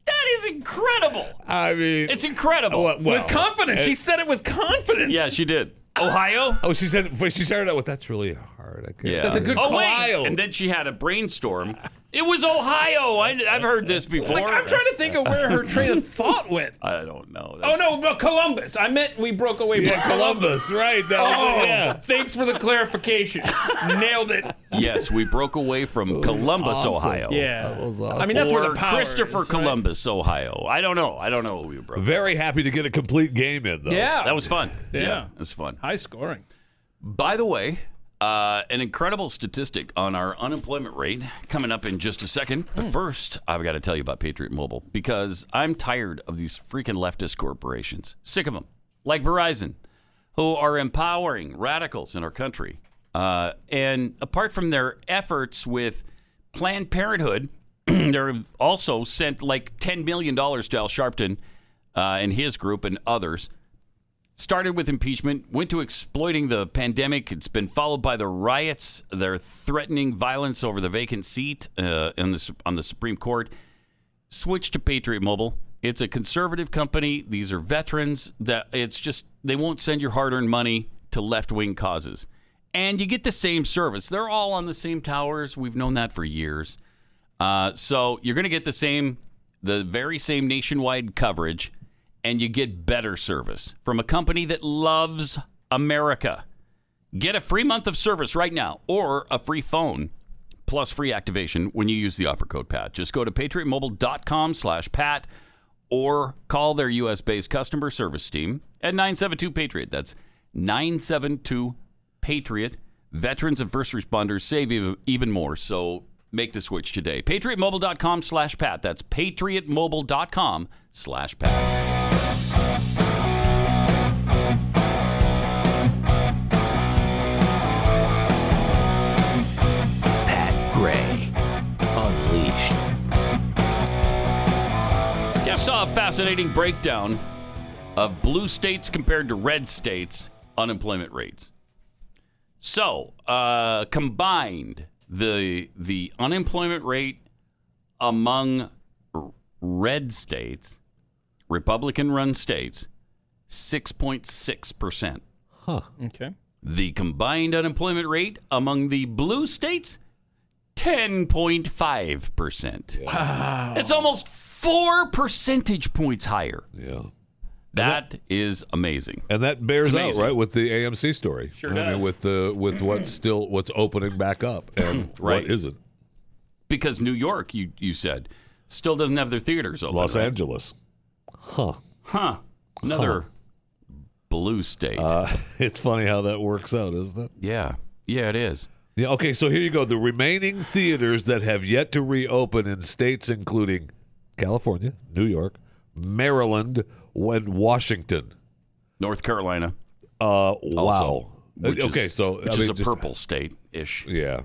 Speaker 3: that is incredible.
Speaker 5: I mean,
Speaker 3: It's incredible.
Speaker 5: Well, well,
Speaker 4: with confidence. she said it with confidence.
Speaker 3: Yeah, she did. Ohio?
Speaker 5: Oh, she said. but She started out with that's really hard. I can't
Speaker 3: Yeah.
Speaker 4: That's a good
Speaker 3: oh,
Speaker 4: call.
Speaker 3: Wait. And then she had a brainstorm. It was Ohio. I, I've heard this before.
Speaker 4: Like I'm trying to think of where her train of thought went.
Speaker 3: I don't know.
Speaker 4: Oh no, but Columbus. I meant we broke away
Speaker 5: Yeah,
Speaker 4: from
Speaker 5: Columbus, right? That was
Speaker 4: Oh,
Speaker 5: it, yeah.
Speaker 4: thanks for the clarification. Nailed it.
Speaker 3: yes, we broke away from Columbus,
Speaker 4: awesome.
Speaker 3: Ohio.
Speaker 4: Yeah. That was awesome. I mean, that's where the
Speaker 3: Or
Speaker 4: power
Speaker 3: Christopher
Speaker 4: is, right?
Speaker 3: Columbus, Ohio. I don't know. I don't know what we broke.
Speaker 5: Very happy to get a complete game in though.
Speaker 4: Yeah.
Speaker 3: That was fun.
Speaker 4: Yeah.
Speaker 3: it was fun.
Speaker 4: High scoring.
Speaker 3: By the way, uh, an incredible statistic on our unemployment rate coming up in just a second. But
Speaker 4: Hmm.
Speaker 3: first, I've got to tell you about Patriot Mobile because I'm tired of these freaking leftist corporations. Sick of them, like Verizon, who are empowering radicals in our country. Uh, and apart from their efforts with Planned Parenthood, they've also sent like $10 million to Al Sharpton uh, and his group and others started with impeachment, went to exploiting the pandemic. It's been followed by the riots. They're threatening violence over the vacant seat uh, in the, on the Supreme Court. Switch to Patriot Mobile. It's a conservative company. These are veterans. That it's just they won't send your hard-earned money to left-wing causes, and you get the same service. They're all on the same towers. We've known that for years. Uh, so you're going to get the same, the very same nationwide coverage, and you get better service from a company that loves America. Get a free month of service right now or a free phone plus free activation when you use the offer code PAT. Just go to patriotmobile.com slash PAT or call their U.S. based customer service team at 972 Patriot. That's 972 Patriot. Veterans and first responders save ev- even more. So make the switch today. PatriotMobile.com slash Pat. That's patriotmobile.com slash Pat.
Speaker 10: Pat Gray Unleashed.
Speaker 3: Yeah, I saw a fascinating breakdown of blue states compared to red states unemployment rates. So, uh, combined the the unemployment rate among r- red states, Republican run states, six point six percent.
Speaker 5: Huh.
Speaker 4: Okay.
Speaker 3: The combined unemployment rate among the blue states, ten point five percent.
Speaker 4: Wow.
Speaker 3: It's almost four percentage points higher.
Speaker 5: Yeah.
Speaker 3: that is amazing.
Speaker 5: And that
Speaker 3: It's
Speaker 5: bears out,
Speaker 3: amazing.
Speaker 5: right, with the AMC story. Sure I mean,
Speaker 3: does.
Speaker 5: with the with what's still what's opening back up and
Speaker 3: Right.
Speaker 5: what isn't.
Speaker 3: Because New York, you, you said, still doesn't have their theaters open.
Speaker 5: Los
Speaker 3: right?
Speaker 5: Angeles. Huh.
Speaker 3: Huh. Another blue state.
Speaker 5: Uh, it's funny how that works out, isn't it?
Speaker 3: Yeah. Yeah, it is.
Speaker 5: Yeah, okay, so here you go. The remaining theaters that have yet to reopen in states including California, New York, Maryland, and Washington.
Speaker 3: North Carolina.
Speaker 5: Uh,
Speaker 3: also,
Speaker 5: wow.
Speaker 3: which is-
Speaker 5: okay, so
Speaker 3: Which
Speaker 5: I mean,
Speaker 3: is a
Speaker 5: just-
Speaker 3: purple state ish.
Speaker 5: Yeah.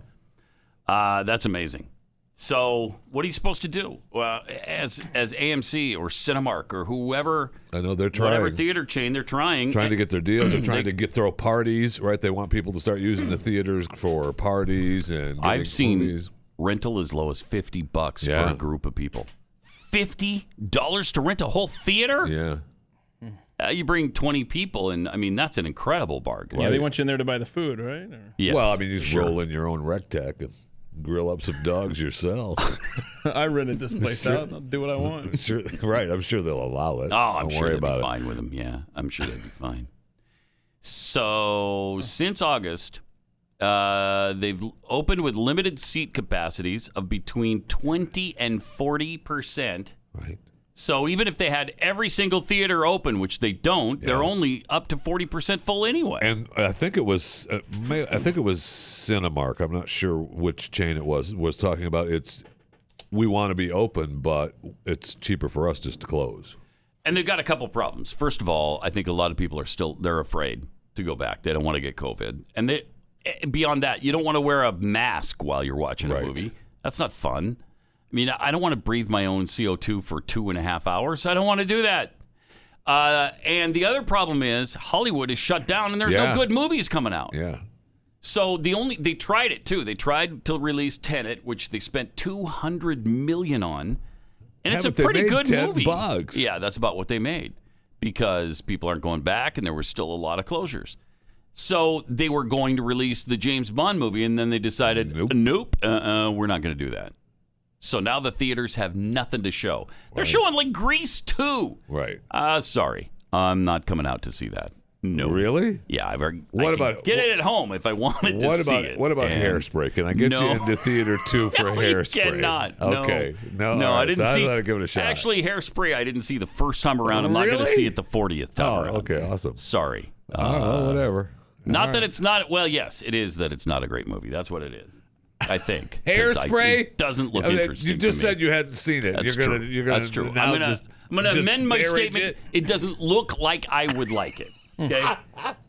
Speaker 3: Uh, that's amazing. So, what are you supposed to do? Well, as as AMC or Cinemark or whoever,
Speaker 5: I know they're
Speaker 3: whatever
Speaker 5: trying
Speaker 3: theater chain, they're trying
Speaker 5: trying to get their deals.
Speaker 3: Mm-hmm.
Speaker 5: They're trying to get throw parties, right? They want people to start using the theaters for parties and.
Speaker 3: I've
Speaker 5: getting
Speaker 3: seen
Speaker 5: movies.
Speaker 3: rental as low as 50 bucks for
Speaker 5: Yeah.
Speaker 3: a group of people. Fifty dollars to rent a whole theater?
Speaker 5: Yeah.
Speaker 3: Uh, you bring 20 people, and I mean, that's an incredible bargain.
Speaker 4: Yeah, they want you in there to buy the food, right? Or-
Speaker 3: Yes,
Speaker 5: well, I mean, you just
Speaker 3: sure.
Speaker 5: roll in your own rec tech and grill up some dogs yourself.
Speaker 4: I rented this place
Speaker 5: Sure.
Speaker 4: out. and I'll do what I want.
Speaker 5: I'm sure, right? I'm sure they'll allow it.
Speaker 3: Oh, I'm
Speaker 5: Don't
Speaker 3: sure
Speaker 5: worry
Speaker 3: they'd
Speaker 5: about
Speaker 3: be
Speaker 5: it.
Speaker 3: fine with them. Yeah, I'm sure they'd be fine. So since August, uh, they've l- opened with limited seat capacities of between 20 and 40 percent.
Speaker 5: Right.
Speaker 3: So even if they had every single theater open, which they don't, they're only up to 40 percent full anyway.
Speaker 5: And I think it was, uh, may, I think it was Cinemark. I'm not sure which chain it was. Was talking about it's. We want to be open, but it's cheaper for us just to close.
Speaker 3: And they've got a couple problems. First of all, I think a lot of people are still they're afraid to go back. They don't want to get COVID. And they eh, beyond that, you don't want to wear a mask while you're watching a movie. That's not fun. I mean, I don't want to breathe my own CO2 for two and a half hours. I don't want to do that. Uh, and the other problem is Hollywood is shut down, and there's
Speaker 5: Yeah.
Speaker 3: no good movies coming out.
Speaker 5: Yeah.
Speaker 3: So the only they tried it too. They tried to release Tenet, which they spent two hundred million on, and it's a
Speaker 5: Haven't they
Speaker 3: pretty
Speaker 5: made
Speaker 3: good
Speaker 5: 10
Speaker 3: movie.
Speaker 5: bucks?
Speaker 3: Yeah, that's about what they made because people aren't going back, and there were still a lot of closures. So they were going to release the James Bond movie, and then they decided, nope, uh-uh, we're not going to do that. So now the theaters have nothing to show. They're showing like Grease two.
Speaker 5: Right.
Speaker 3: Uh, sorry, I'm not coming out to see that. No.
Speaker 5: Really?
Speaker 3: Yeah. I've, I
Speaker 5: What
Speaker 3: can
Speaker 5: about-
Speaker 3: get it at home if I wanted to
Speaker 5: What
Speaker 3: see
Speaker 5: about
Speaker 3: it.
Speaker 5: what about
Speaker 3: And-
Speaker 5: hairspray? Can I get you
Speaker 3: No.
Speaker 5: into theater two for
Speaker 3: No, you
Speaker 5: hairspray?
Speaker 3: cannot. No.
Speaker 5: Okay. No.
Speaker 3: no,
Speaker 5: all
Speaker 3: I
Speaker 5: right.
Speaker 3: didn't
Speaker 5: so
Speaker 3: see.
Speaker 5: I thought I'd give it a shot.
Speaker 3: Actually, hairspray I didn't see the first time around. I'm not going
Speaker 5: Really?
Speaker 3: to see it the 40th time
Speaker 5: Oh,
Speaker 3: around.
Speaker 5: okay, awesome.
Speaker 3: Sorry.
Speaker 5: Oh,
Speaker 10: Uh,
Speaker 5: well, whatever.
Speaker 3: Not
Speaker 5: All
Speaker 3: that
Speaker 5: right.
Speaker 3: it's not. Well, yes, it is that it's not a great movie. That's what it is. I think 'Cause I-
Speaker 5: Hairspray
Speaker 3: it doesn't look
Speaker 5: I mean,
Speaker 3: interesting.
Speaker 5: You just
Speaker 3: to me.
Speaker 5: said you hadn't seen it.
Speaker 3: That's
Speaker 5: you're gonna,
Speaker 3: true.
Speaker 5: You're gonna
Speaker 3: That's true.
Speaker 5: Now
Speaker 3: I'm gonna,
Speaker 5: just,
Speaker 3: I'm gonna amend my
Speaker 5: disparage
Speaker 3: statement.
Speaker 5: It.
Speaker 3: It. doesn't look like I would like it. Okay.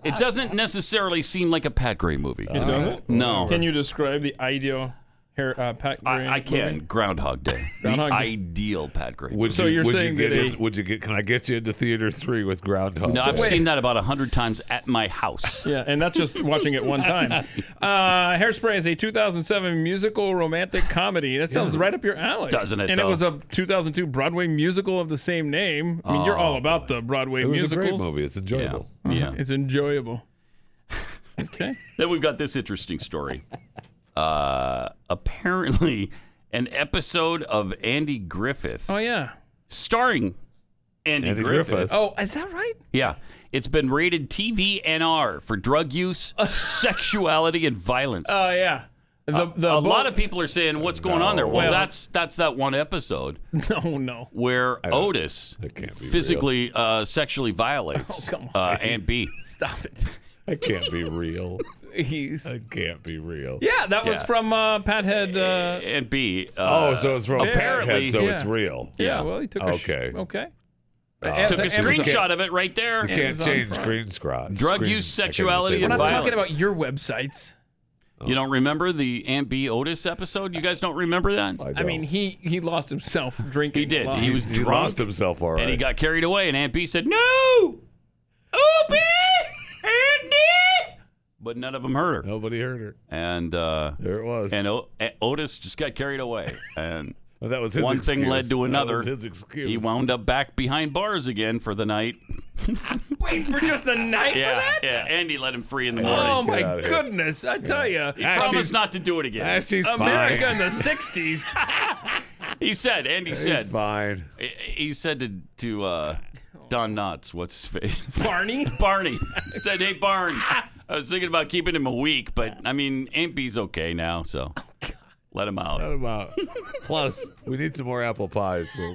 Speaker 3: it doesn't necessarily seem like a Pat Gray movie.
Speaker 4: It doesn't?
Speaker 3: No.
Speaker 4: Can you describe the ideal hair uh, pack?
Speaker 3: I, I can. Groundhog Day.
Speaker 4: Groundhog
Speaker 3: the
Speaker 4: Day.
Speaker 3: ideal Pat Gray.
Speaker 5: Would
Speaker 3: movie.
Speaker 4: So
Speaker 5: you,
Speaker 4: you're
Speaker 5: would
Speaker 4: saying
Speaker 5: you
Speaker 4: that
Speaker 5: get
Speaker 4: a-
Speaker 5: in, would you get? Can I get you into theater three with Groundhog?
Speaker 3: No, I've
Speaker 5: Day?
Speaker 3: seen that about a hundred times at my house.
Speaker 4: Yeah, and that's just watching it one time. Uh, Hairspray is a 2007 musical romantic comedy. That sounds
Speaker 3: Yeah.
Speaker 4: right up your alley,
Speaker 3: Doesn't it,
Speaker 4: And
Speaker 3: though?
Speaker 4: it was a 2002 Broadway musical of the same name. I mean, you're
Speaker 3: Oh,
Speaker 4: all about the Broadway
Speaker 5: It was a
Speaker 4: musicals. Uh-huh.
Speaker 5: great movie. It's enjoyable.
Speaker 3: Yeah.
Speaker 4: It's enjoyable.
Speaker 3: Then we've got this interesting story. Uh, apparently, an episode of Andy Griffith.
Speaker 4: Oh yeah,
Speaker 3: starring Andy,
Speaker 5: Andy
Speaker 3: Griffith.
Speaker 5: Griffith.
Speaker 4: Oh, is that right?
Speaker 3: Yeah. It's been rated TV and R for drug use, sexuality, and violence.
Speaker 4: Oh yeah. The,
Speaker 3: a
Speaker 4: the
Speaker 3: a
Speaker 4: bo-
Speaker 3: lot of people are saying, "What's going on there?" Well,
Speaker 4: Well-
Speaker 3: that's that's that one episode
Speaker 4: No, no.
Speaker 3: where Otis
Speaker 5: be
Speaker 3: physically, uh, sexually violates
Speaker 4: Oh, come
Speaker 3: Uh, Aunt B.
Speaker 4: Stop it.
Speaker 5: That can't be real.
Speaker 4: He's.
Speaker 5: That can't be real.
Speaker 4: Yeah, that was
Speaker 3: Yeah.
Speaker 4: from uh, Pathead. Uh,
Speaker 3: Aunt B. Uh,
Speaker 5: Oh, so it's from
Speaker 3: apparently,
Speaker 5: Apparently, so it's
Speaker 4: yeah.
Speaker 5: real.
Speaker 4: yeah. Well, he took a sh-
Speaker 5: Okay.
Speaker 4: okay.
Speaker 3: Uh, took a screenshot of it right there.
Speaker 5: You can't change green scrots.
Speaker 3: Drug
Speaker 5: Screen-
Speaker 3: use,
Speaker 5: I can't even
Speaker 3: sexuality,
Speaker 5: say the
Speaker 3: and
Speaker 4: We're
Speaker 5: word.
Speaker 4: not talking
Speaker 3: violence.
Speaker 4: about your websites.
Speaker 3: You don't remember the Aunt B. Otis episode? You guys don't remember that?
Speaker 4: I mean, he he lost himself drinking.
Speaker 3: He did.
Speaker 4: a lot.
Speaker 3: Uh, He was
Speaker 5: he
Speaker 3: drunk
Speaker 5: lost himself already.
Speaker 3: and he got carried away. And Aunt B said, "No, open, Andy." But none of them heard her.
Speaker 5: Nobody heard her.
Speaker 3: And uh,
Speaker 5: There it was.
Speaker 3: and o- A- Otis just got carried away. And
Speaker 5: Well, that was his
Speaker 3: one thing led
Speaker 5: excuse.
Speaker 3: to
Speaker 5: That
Speaker 3: another.
Speaker 5: was his excuse.
Speaker 3: He wound up back behind bars again for the night.
Speaker 4: Wait for just a night
Speaker 3: yeah,
Speaker 4: for that?
Speaker 3: yeah. Andy let him free in the morning.
Speaker 4: Oh
Speaker 5: Get
Speaker 4: my
Speaker 5: outta here.
Speaker 4: goodness! I tell you,
Speaker 3: He
Speaker 5: Actually-
Speaker 3: promised not to do it again.
Speaker 5: Ah, she's
Speaker 4: America
Speaker 5: fine.
Speaker 4: in the '60s.
Speaker 3: he said. Andy
Speaker 5: He's
Speaker 3: said.
Speaker 5: fine.
Speaker 3: He- He said to to uh, Don Knotts, what's his face?
Speaker 4: Barney?
Speaker 3: Barney. He said, hey, Barn. I was thinking about keeping him a week, but I mean, Aunt B's okay now, so
Speaker 4: Oh,
Speaker 3: let him out.
Speaker 5: Shut him out. Plus, we need some more apple pies.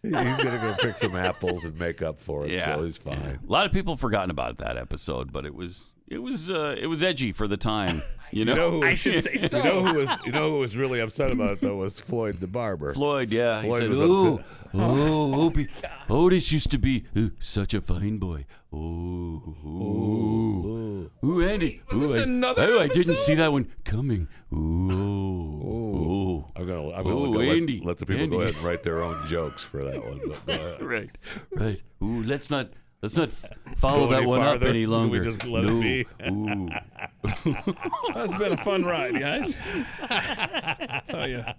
Speaker 5: So he's gonna go pick some apples and make up for it.
Speaker 3: Yeah,
Speaker 5: so he's fine.
Speaker 3: A lot of people have forgotten about that episode, but it was it was uh, it was edgy for the time. You know,
Speaker 5: You know who?
Speaker 4: I should say so.
Speaker 5: You know who was? You know who was really upset about it though was Floyd the barber.
Speaker 3: Floyd. Yeah,
Speaker 5: Floyd
Speaker 3: he said,
Speaker 5: was
Speaker 3: "Ooh,
Speaker 5: upset.
Speaker 3: oh, Opie, Otis used to be uh, such a fine boy. Oh, ooh, ooh, Andy,
Speaker 4: this
Speaker 3: ooh, I,
Speaker 4: another
Speaker 3: oh, I didn't see
Speaker 4: episode?
Speaker 3: that one coming. Ooh, ooh,
Speaker 5: I'm gonna, I'm gonna
Speaker 3: Ooh,
Speaker 5: let,
Speaker 3: Andy,
Speaker 5: let the people
Speaker 3: Andy.
Speaker 5: go ahead and write their own jokes for that one. But, uh,
Speaker 3: right, right. Ooh, let's not let's not f- follow
Speaker 5: Go
Speaker 3: that
Speaker 5: any
Speaker 3: one up
Speaker 5: farther?
Speaker 3: any
Speaker 5: Can we
Speaker 3: longer.
Speaker 5: just let it
Speaker 3: no.
Speaker 5: be?
Speaker 3: ooh,
Speaker 4: That's been a fun ride, guys. Tell ya.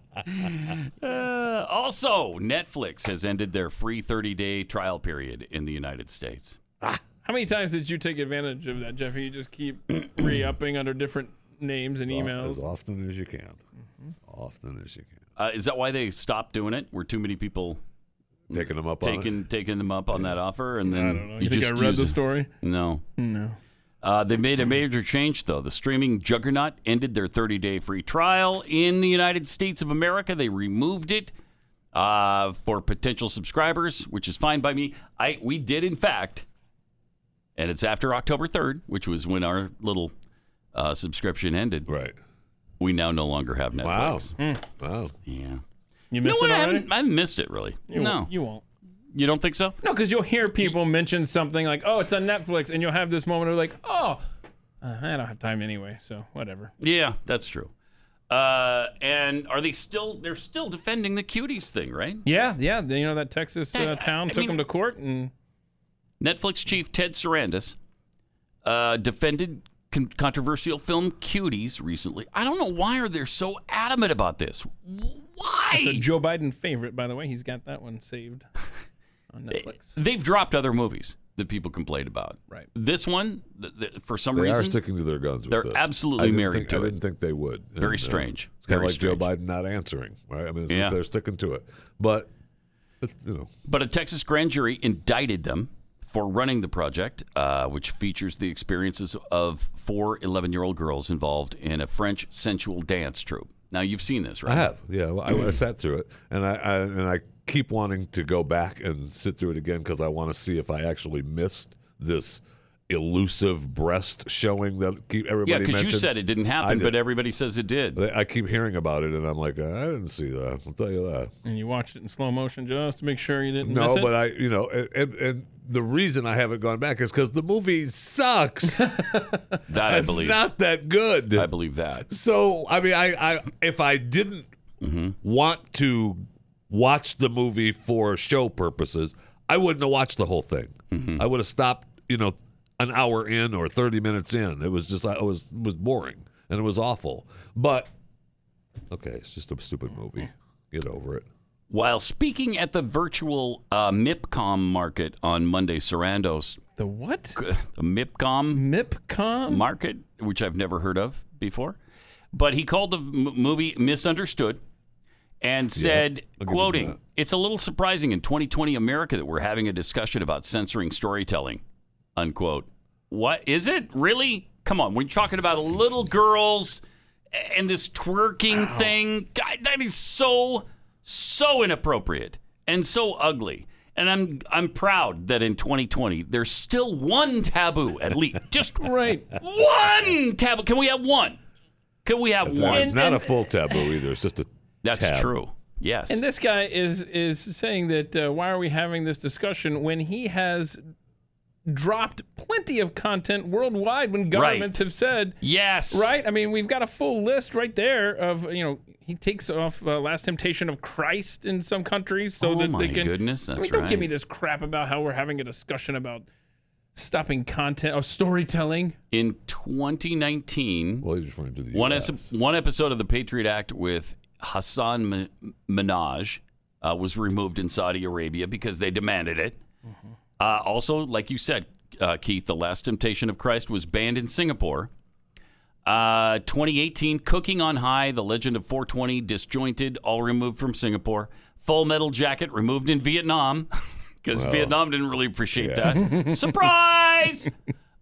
Speaker 3: Uh, also, Netflix has ended their free 30 day trial period in the United States.
Speaker 4: How many times did you take advantage of that, Jeffy? You just keep re upping under different names and emails.
Speaker 5: as often as you can. Often as you can.
Speaker 3: Uh, is that why they stopped doing it? Were too many people
Speaker 5: taking them up on it?
Speaker 3: taking taking them up on that offer, and then
Speaker 4: I don't know. You,
Speaker 3: you
Speaker 4: think
Speaker 3: just
Speaker 4: I read
Speaker 3: use
Speaker 4: the
Speaker 3: it?
Speaker 4: story?
Speaker 3: No.
Speaker 4: No.
Speaker 3: Uh, they made a major change, though. The streaming juggernaut ended their 30 day free trial in the United States of America. They removed it uh, for potential subscribers, which is fine by me. I We did, in fact, and it's after October 3rd, which was when our little uh, subscription ended.
Speaker 5: Right.
Speaker 3: We now no longer have Netflix.
Speaker 4: Wow.
Speaker 5: Wow.
Speaker 3: Yeah.
Speaker 4: Hmm. You
Speaker 3: know
Speaker 4: miss
Speaker 3: what?
Speaker 4: it
Speaker 3: I
Speaker 4: already?
Speaker 3: haven't, I haven't missed it, really.
Speaker 4: You
Speaker 3: no.
Speaker 4: Won't, you won't.
Speaker 3: You don't think so?
Speaker 4: No, because you'll hear people mention something like, oh, it's on Netflix, and you'll have this moment of like, oh, uh, I don't have time anyway, so whatever.
Speaker 3: Yeah, that's true. Uh, and are they still? They're still defending the cuties thing, right?
Speaker 4: Yeah, yeah. You know, that Texas uh, town took
Speaker 3: mean-
Speaker 4: them to court and.
Speaker 3: Netflix chief Ted Sarandis uh, defended con- controversial film Cuties recently. I don't know why are they so adamant about this. Why?
Speaker 4: It's a Joe Biden favorite, by the way. He's got that one saved on Netflix.
Speaker 3: They've dropped other movies that people complained about. Right. This one, th- th- for some
Speaker 5: They
Speaker 3: reason,
Speaker 5: are sticking to their guns. With
Speaker 3: they're
Speaker 5: this. I
Speaker 3: absolutely
Speaker 5: didn't
Speaker 3: married
Speaker 5: think-
Speaker 3: to
Speaker 5: I
Speaker 3: it.
Speaker 5: didn't think they would.
Speaker 3: Very
Speaker 5: uh,
Speaker 3: strange.
Speaker 5: It's kind
Speaker 3: Very
Speaker 5: of like Joe Biden not answering. Right. I mean, it's
Speaker 3: Yeah.
Speaker 5: just, they're sticking to it. But it's, you know,
Speaker 3: But a Texas grand jury indicted them for running the project, uh, which features the experiences of four 11 year old girls involved in a French sensual dance troupe. Now, you've seen this, right?
Speaker 5: I have. Yeah, well, I, I sat through it, and I, I and I keep wanting to go back and sit through it again because I want to see if I actually missed this elusive breast showing that keep everybody.
Speaker 3: Yeah, because you
Speaker 5: mentions.
Speaker 3: said it didn't
Speaker 5: I
Speaker 3: happen,
Speaker 5: did.
Speaker 3: but everybody says it did.
Speaker 5: I keep hearing about it, and I'm like, I didn't see that. I'll tell you that.
Speaker 4: And you watched it in slow motion just to make sure you didn't miss
Speaker 5: No,
Speaker 4: it.
Speaker 5: but I, you know, and and, and the reason I haven't gone back is because the movie sucks.
Speaker 3: That I
Speaker 5: It's
Speaker 3: believe.
Speaker 5: not that good. I
Speaker 3: believe that. Mm-hmm.
Speaker 5: So I mean, I, I if I didn't want to watch the movie for show purposes, I wouldn't have watched the whole thing.
Speaker 3: Mm-hmm.
Speaker 5: I would have stopped, you know, an hour in or thirty minutes in. It was just I was was boring and it was awful. But okay, it's just a stupid movie. Get over it.
Speaker 3: While speaking at the virtual uh, MIPCOM market on Monday, Sarandos.
Speaker 4: The what?
Speaker 3: The MIPCOM.
Speaker 4: MIPCOM?
Speaker 3: Market, which I've never heard of before. But he called the m- movie misunderstood and said,
Speaker 5: I'll give him
Speaker 3: quoting,
Speaker 5: that.
Speaker 3: It's a little surprising in 2020 America that we're having a discussion about censoring storytelling, unquote. What is it? Really? Come on. We're talking about little girls a- and this twerking thing. God, that is so, so inappropriate and so ugly. And I'm I'm proud that in 2020 there's still one taboo at least, just
Speaker 4: right
Speaker 3: one taboo. Can we have one? Can we have
Speaker 5: It's
Speaker 3: one?
Speaker 5: it's not a full taboo either. It's just a
Speaker 3: That's
Speaker 5: tab.
Speaker 3: true. Yes.
Speaker 4: And this guy is is saying that uh, why are we having this discussion when he has dropped plenty of content worldwide when governments have said
Speaker 3: yes,
Speaker 4: right? I mean, we've got a full list right there of you know he takes off uh, Last Temptation of Christ in some countries so
Speaker 3: Oh
Speaker 4: that
Speaker 3: my
Speaker 4: they can.
Speaker 3: goodness,
Speaker 4: I
Speaker 3: that's
Speaker 4: mean, don't give
Speaker 3: right.
Speaker 4: me this crap about how we're having a discussion about stopping content or storytelling.
Speaker 3: in 2019,
Speaker 5: well, he's referring to the
Speaker 3: one, es- one episode of the Patriot Act with Hassan M- Minaj uh, was removed in Saudi Arabia because they demanded it. Uh, also, like you said, uh, Keith, The Last Temptation of Christ was banned in Singapore. Uh, 2018, Cooking on High, The Legend of 420, Disjointed, all removed from Singapore. Full Metal Jacket removed in Vietnam because
Speaker 14: Well,
Speaker 3: Vietnam didn't really appreciate
Speaker 14: yeah.
Speaker 3: that. Surprise!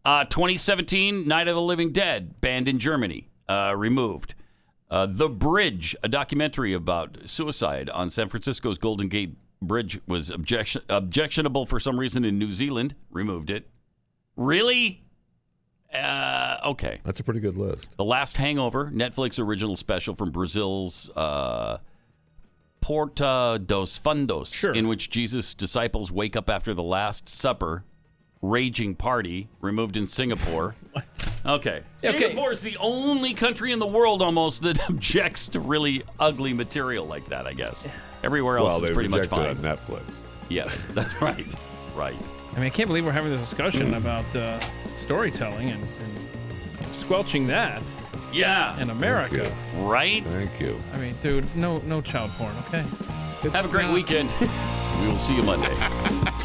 Speaker 3: Uh, 2017, Night of the Living Dead, banned in Germany, uh, removed. Uh, the Bridge, a documentary about suicide on San Francisco's Golden Gate Bridge, was objection- objectionable for some reason in New Zealand, removed it. Really? Uh, okay.
Speaker 5: That's a pretty good list.
Speaker 3: The Last Hangover, Netflix original special from Brazil's uh, Porta dos Fundos, in which Jesus' disciples wake up after the Last Supper, raging party, removed in Singapore. okay.
Speaker 14: Okay.
Speaker 3: Singapore is the only country in the world almost that objects to really ugly material like that, I guess. Everywhere else
Speaker 5: well,
Speaker 3: is
Speaker 5: they
Speaker 3: pretty much fine.
Speaker 5: rejected it on Netflix.
Speaker 3: Yes, that's right. Right.
Speaker 4: I mean, I can't believe we're having this discussion about uh, storytelling and, and you know, squelching that.
Speaker 3: Yeah.
Speaker 4: In America.
Speaker 3: Right?
Speaker 5: Thank you.
Speaker 4: I mean, dude, no no child porn, okay?
Speaker 3: Have a great weekend. we will see you Monday.